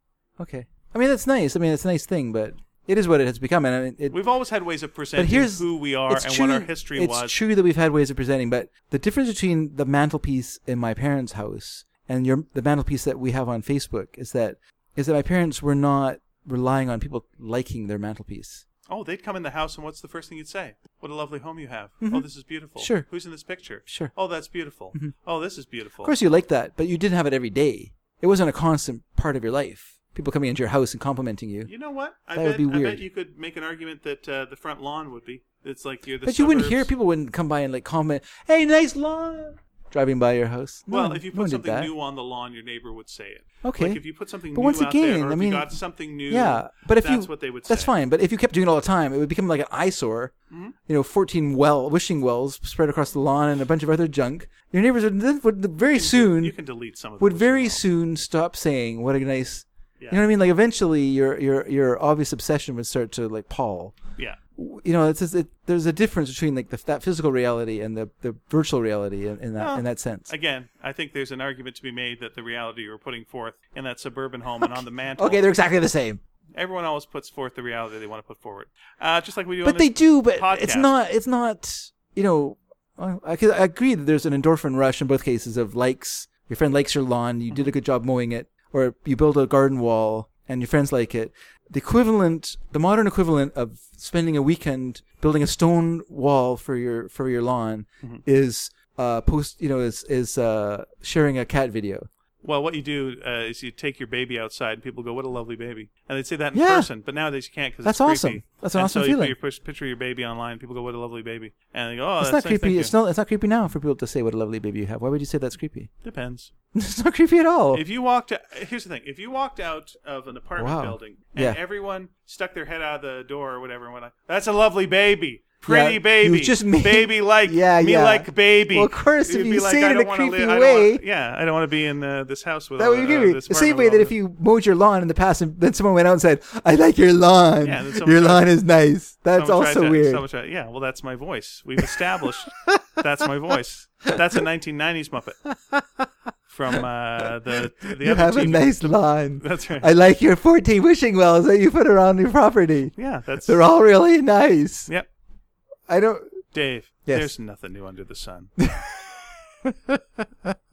Speaker 1: Okay. I mean, that's nice. I mean, it's a nice thing, but it is what it has become, and I mean, it,
Speaker 2: We've always had ways of presenting
Speaker 1: but here's
Speaker 2: who we are
Speaker 1: it's
Speaker 2: and
Speaker 1: true-
Speaker 2: what our history
Speaker 1: it's
Speaker 2: was.
Speaker 1: true that we've had ways of presenting, but the difference between the mantelpiece in my parents' house and your the mantelpiece that we have on Facebook is that is that my parents were not relying on people liking their mantelpiece.
Speaker 2: Oh, they'd come in the house, and what's the first thing you'd say? What a lovely home you have. Oh, this is beautiful.
Speaker 1: Mm-hmm. Sure.
Speaker 2: Who's in this picture?
Speaker 1: Sure. Mm-hmm.
Speaker 2: Oh, that's beautiful. Oh, this is beautiful.
Speaker 1: Of course, you like that, but you didn't have it every day. It wasn't a constant part of your life. People coming into your house and complimenting you,
Speaker 2: You know what? I
Speaker 1: That
Speaker 2: bet,
Speaker 1: would be
Speaker 2: I
Speaker 1: weird.
Speaker 2: bet you could make an argument that uh, the front lawn would be. It's like you're the.
Speaker 1: but you wouldn't
Speaker 2: suburbs.
Speaker 1: hear people wouldn't come by and like comment, "Hey, nice lawn." Driving by your house. No
Speaker 2: Well,
Speaker 1: one-
Speaker 2: if you
Speaker 1: no one
Speaker 2: put
Speaker 1: did
Speaker 2: something
Speaker 1: that.
Speaker 2: new on the lawn, your neighbor would say it.
Speaker 1: Okay.
Speaker 2: Like if you put something
Speaker 1: But
Speaker 2: new
Speaker 1: once
Speaker 2: out
Speaker 1: again,
Speaker 2: there, or
Speaker 1: I
Speaker 2: if
Speaker 1: mean-
Speaker 2: you got something new,
Speaker 1: Yeah, but if
Speaker 2: that's
Speaker 1: you
Speaker 2: what they would say. Mm-hmm.
Speaker 1: that's fine. But if you kept doing it all the time, it would become like an eyesore. You know, fourteen well wishing wells spread across the lawn and a bunch of other junk. Your neighbors would, then would very soon
Speaker 2: You can delete some of the
Speaker 1: would
Speaker 2: wishing
Speaker 1: very
Speaker 2: well.
Speaker 1: soon stop saying what a nice.
Speaker 2: Yeah.
Speaker 1: You know what I mean? Like eventually, your your your obvious obsession would start to like pall.
Speaker 2: Yeah.
Speaker 1: you know, it's just, it, there's a difference between like the, that physical reality and the, the virtual reality in, in that in that sense.
Speaker 2: Again, I think there's an argument to be made that the reality you're putting forth in that suburban home and on the mantle.
Speaker 1: Okay, they're exactly the same,
Speaker 2: Everyone always puts forth the reality they want to put forward, uh, just like we do. on
Speaker 1: but
Speaker 2: this
Speaker 1: they do. But it's
Speaker 2: podcast.
Speaker 1: not. It's not. You know, I, I could- I agree that there's an endorphin rush in both cases of likes. Your friend likes your lawn. You did a good job mowing it, or you build a garden wall and your friends like it. The equivalent, the modern equivalent of spending a weekend building a stone wall for your for your lawn
Speaker 2: Mm-hmm.
Speaker 1: is uh post. You know, is is uh sharing a cat video.
Speaker 2: Well, what you do uh, is you take your baby outside, and people go, "What a lovely baby," and they'd say that in
Speaker 1: Yeah.
Speaker 2: person, but nowadays you can't because
Speaker 1: That's
Speaker 2: it's creepy.
Speaker 1: awesome. That's an
Speaker 2: and
Speaker 1: awesome
Speaker 2: so
Speaker 1: feeling.
Speaker 2: You put your pic- picture of your baby online, people go, "What a lovely baby," and they go, "Oh,
Speaker 1: it's not
Speaker 2: that's nice,
Speaker 1: creepy.
Speaker 2: thank
Speaker 1: It's
Speaker 2: you."
Speaker 1: not. It's not creepy now for people to say what a lovely baby you have. Why would you say that's creepy?
Speaker 2: Depends.
Speaker 1: it's not creepy at all.
Speaker 2: If you walked, here's the thing: if you walked out of an apartment
Speaker 1: Wow.
Speaker 2: building and
Speaker 1: Yeah.
Speaker 2: everyone stuck their head out of the door or whatever, and went like, "That's a lovely baby, pretty
Speaker 1: you
Speaker 2: baby,
Speaker 1: just made-
Speaker 2: baby like
Speaker 1: Yeah,
Speaker 2: me
Speaker 1: yeah.
Speaker 2: like baby."
Speaker 1: Well, of course, if
Speaker 2: You'd
Speaker 1: you
Speaker 2: be like,
Speaker 1: say it
Speaker 2: "I
Speaker 1: in
Speaker 2: don't
Speaker 1: a
Speaker 2: wanna
Speaker 1: creepy
Speaker 2: live- I don't wanna-
Speaker 1: way-
Speaker 2: yeah, I don't want to be in uh, this house with
Speaker 1: That
Speaker 2: all
Speaker 1: would
Speaker 2: the-
Speaker 1: be
Speaker 2: uh,
Speaker 1: weird.
Speaker 2: this
Speaker 1: the same
Speaker 2: apartment
Speaker 1: way
Speaker 2: with
Speaker 1: that
Speaker 2: all
Speaker 1: if
Speaker 2: the-
Speaker 1: you mowed your lawn in the past and then someone went out and said, I like your lawn.
Speaker 2: Yeah, then someone
Speaker 1: your
Speaker 2: tried-
Speaker 1: lawn is nice. That's
Speaker 2: Someone tried
Speaker 1: also
Speaker 2: that.
Speaker 1: weird.
Speaker 2: Someone tried- yeah, well, that's my voice. We've established that's my voice. That's a 1990s Muppet from uh, the the
Speaker 1: you
Speaker 2: other
Speaker 1: have a
Speaker 2: TV.
Speaker 1: nice lawn.
Speaker 2: That's right.
Speaker 1: I like your 14 wishing wells that you put around your property.
Speaker 2: yeah, that's
Speaker 1: They're all really nice.
Speaker 2: yep.
Speaker 1: I don't.
Speaker 2: Dave,
Speaker 1: Yes.
Speaker 2: there's nothing new under the sun.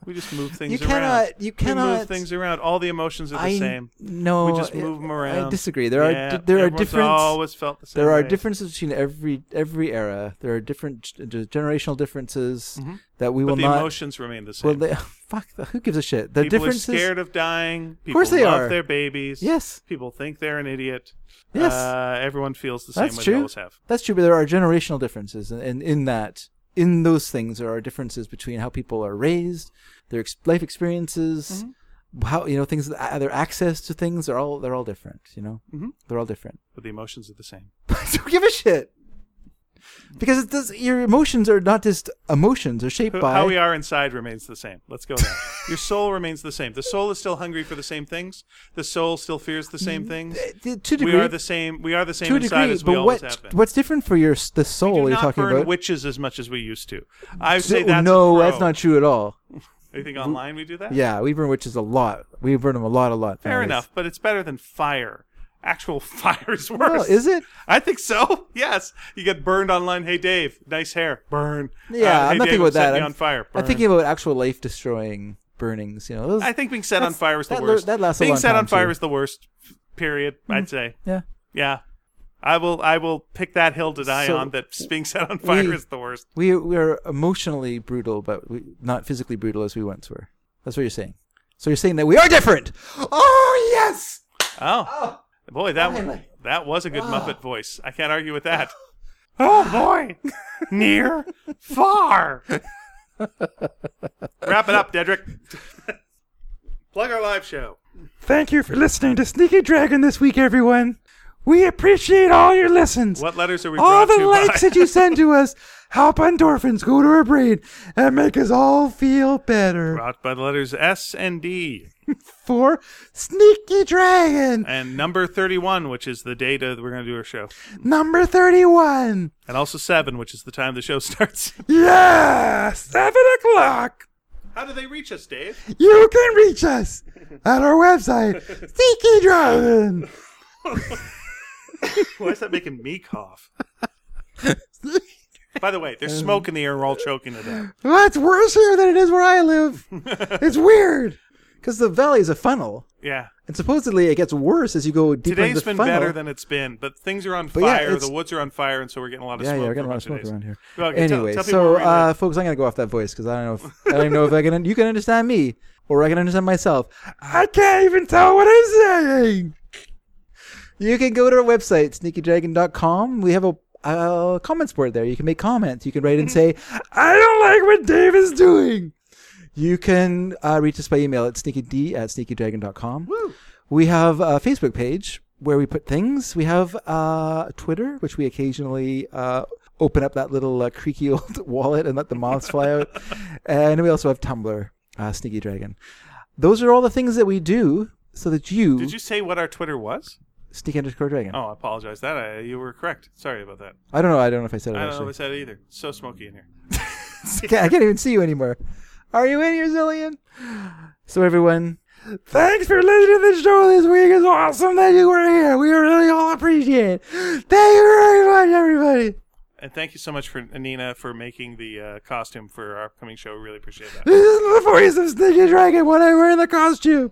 Speaker 2: we just move things
Speaker 1: You
Speaker 2: around.
Speaker 1: cannot. You
Speaker 2: We
Speaker 1: cannot.
Speaker 2: move things around. All the emotions are the
Speaker 1: I
Speaker 2: same.
Speaker 1: no.
Speaker 2: we just move them around.
Speaker 1: I disagree. There are
Speaker 2: Yeah,
Speaker 1: di- there are
Speaker 2: everyone's
Speaker 1: different
Speaker 2: Always felt the same.
Speaker 1: there are
Speaker 2: way.
Speaker 1: differences between every every era. There are different g- g- generational differences that we
Speaker 2: Mm-hmm. But
Speaker 1: will
Speaker 2: the
Speaker 1: not.
Speaker 2: emotions remain the
Speaker 1: Well,
Speaker 2: same.
Speaker 1: they, fuck. the- Who gives a shit? The
Speaker 2: people
Speaker 1: differences.
Speaker 2: are scared of dying. People
Speaker 1: course they
Speaker 2: love
Speaker 1: are.
Speaker 2: their babies.
Speaker 1: Yes.
Speaker 2: People think they're an idiot.
Speaker 1: Yes.
Speaker 2: Uh, everyone feels the same
Speaker 1: That's
Speaker 2: way
Speaker 1: true.
Speaker 2: they always have.
Speaker 1: That's true, but there are generational differences, and, and in that, in those things, there are differences between how people are raised, their ex- life experiences,
Speaker 2: Mm-hmm.
Speaker 1: how you know things, their access to things. They're all they're all different. You know,
Speaker 2: Mhm.
Speaker 1: they're all different.
Speaker 2: But the emotions are the same.
Speaker 1: But I don't give a shit because it does, your emotions are not just emotions; they're shaped
Speaker 2: Who-
Speaker 1: by
Speaker 2: How we are inside remains the same. Let's go there. Your soul remains the same. The soul is still hungry for the same things. The soul still fears the same things.
Speaker 1: Uh, to a degree.
Speaker 2: We are the same. We are the same
Speaker 1: to a
Speaker 2: inside
Speaker 1: degree,
Speaker 2: as we
Speaker 1: but
Speaker 2: always
Speaker 1: what
Speaker 2: have been.
Speaker 1: what's different for your s- the soul
Speaker 2: we do
Speaker 1: you're
Speaker 2: not
Speaker 1: talking
Speaker 2: burn
Speaker 1: about?
Speaker 2: witches as much as we used to. I would say
Speaker 1: So-
Speaker 2: that's
Speaker 1: no,
Speaker 2: a pro.
Speaker 1: that's not true at all.
Speaker 2: You think online we do that?
Speaker 1: Yeah, we burn witches a lot. We burn them a lot, a lot.
Speaker 2: Fair
Speaker 1: nowadays.
Speaker 2: enough, but it's better than fire. Actual fire is worse.
Speaker 1: Well, Oh, is it?
Speaker 2: I think so. Yes, you get burned online. Hey Dave, nice hair. Burn.
Speaker 1: Yeah,
Speaker 2: Uh, hey,
Speaker 1: I'm not
Speaker 2: Dave,
Speaker 1: thinking
Speaker 2: I'm
Speaker 1: about that.
Speaker 2: setting you
Speaker 1: I'm,
Speaker 2: on fire.
Speaker 1: I'm
Speaker 2: Burn.
Speaker 1: thinking about actual life destroying burnings. You know, those,
Speaker 2: I think being set on
Speaker 1: That's-
Speaker 2: fire is the
Speaker 1: that lo-
Speaker 2: worst.
Speaker 1: that lasts a
Speaker 2: being
Speaker 1: long
Speaker 2: set on
Speaker 1: time,
Speaker 2: fire
Speaker 1: too. Hmm.
Speaker 2: is the worst. Period. I'd say.
Speaker 1: yeah.
Speaker 2: Yeah, I will. I will pick that hill to die
Speaker 1: So,
Speaker 2: on. That being set on fire
Speaker 1: we-
Speaker 2: is the worst.
Speaker 1: We we are emotionally brutal, but we, not physically brutal as we once were. That's what you're saying. So you're saying that we are different. Oh yes.
Speaker 2: Oh, boy, that
Speaker 1: finally.
Speaker 2: that was a good Muppet voice. I can't argue with that. Oh boy, near, far. Wrap it up, Dedrick. Plug our live show.
Speaker 1: Thank you for listening to Sneaky Dragon this week, everyone. We appreciate all your listens.
Speaker 2: What letters are we?
Speaker 1: all
Speaker 2: brought
Speaker 1: the
Speaker 2: to
Speaker 1: likes
Speaker 2: by?
Speaker 1: that you send to us help endorphins go to our brain and make us all feel better.
Speaker 2: Brought by the letters S and D,
Speaker 1: For Sneaky Dragon,
Speaker 2: and number thirty-one, which is the date that we're going to do our show,
Speaker 1: number 31.
Speaker 2: and also seven, which is the time the show starts.
Speaker 1: Yeah, seven o'clock.
Speaker 2: How do they reach us, Dave?
Speaker 1: You can reach us at our website, Sneaky Dragon.
Speaker 2: Why is that making me cough? By the way, there's smoke in the air. We're all choking to death.
Speaker 1: Well, it's worse here than it is where I live. It's weird because the valley is a funnel,
Speaker 2: Yeah.
Speaker 1: and supposedly it gets worse as you go deeper
Speaker 2: Today's
Speaker 1: into the
Speaker 2: been
Speaker 1: funnel.
Speaker 2: better than it's been, but things are on
Speaker 1: yeah,
Speaker 2: fire.
Speaker 1: it's-
Speaker 2: the woods are on fire, and so we're getting a lot of
Speaker 1: yeah, yeah,
Speaker 2: smoke.
Speaker 1: we're
Speaker 2: from
Speaker 1: getting a lot of smoke
Speaker 2: bunch days.
Speaker 1: around here.
Speaker 2: Okay, tell-
Speaker 1: anyway,
Speaker 2: tell people
Speaker 1: so
Speaker 2: where we
Speaker 1: uh,
Speaker 2: live.
Speaker 1: folks, I'm gonna go off that voice because I don't know, if, I don't even know if I can. You can understand me, or I can understand myself. I can't even tell what I'm saying. You can go to our website, sneakydragon.com. We have a uh, comments board there. You can make comments. You can write and
Speaker 2: Mm-hmm.
Speaker 1: say, "I don't like what Dave is doing." You can uh, reach us by email at sneakyd at sneakydragon.com. Woo. We have a Facebook page where we put things. We have uh, Twitter, which we occasionally uh, open up that little uh, creaky old wallet and let the moths fly out. And we also have Tumblr, uh, Sneaky Dragon. Those are all the things that we do so that you,
Speaker 2: Did you say what our Twitter was?
Speaker 1: Sneak underscore dragon.
Speaker 2: Oh, I apologize. That I, you were correct. Sorry about that.
Speaker 1: I don't know. I don't know if I said it
Speaker 2: I don't know if I
Speaker 1: actually.
Speaker 2: said it either. So smoky in here.
Speaker 1: Can't- I can't even see you anymore. Are you in here, Zillion? So everyone, thanks for listening to the show this week. It's awesome that you were here. We really all appreciate it. Thank you very much, everybody.
Speaker 2: And thank you so much for Nina for making the uh, costume for our upcoming show. Really appreciate that.
Speaker 1: This is the voice of Sneaky Dragon when I wear the costume.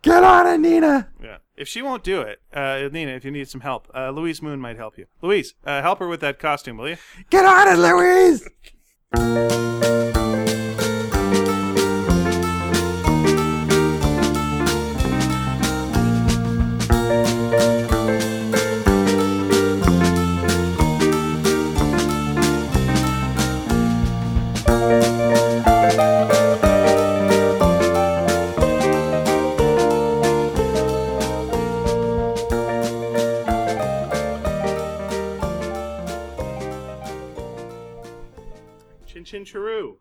Speaker 1: Get on it, Nina.
Speaker 2: Yeah. If she won't do it, uh, Nina, if you need some help, uh, Louise Moon might help you. Louise, uh, help her with that costume, will you?
Speaker 1: Get on it, Louise.
Speaker 2: Chin Chin Chiru.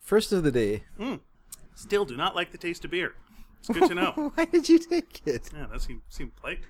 Speaker 1: First of the day.
Speaker 2: Still do not like the taste of beer. It's good to know.
Speaker 1: Why did you take it?
Speaker 2: yeah, that seemed, seemed polite.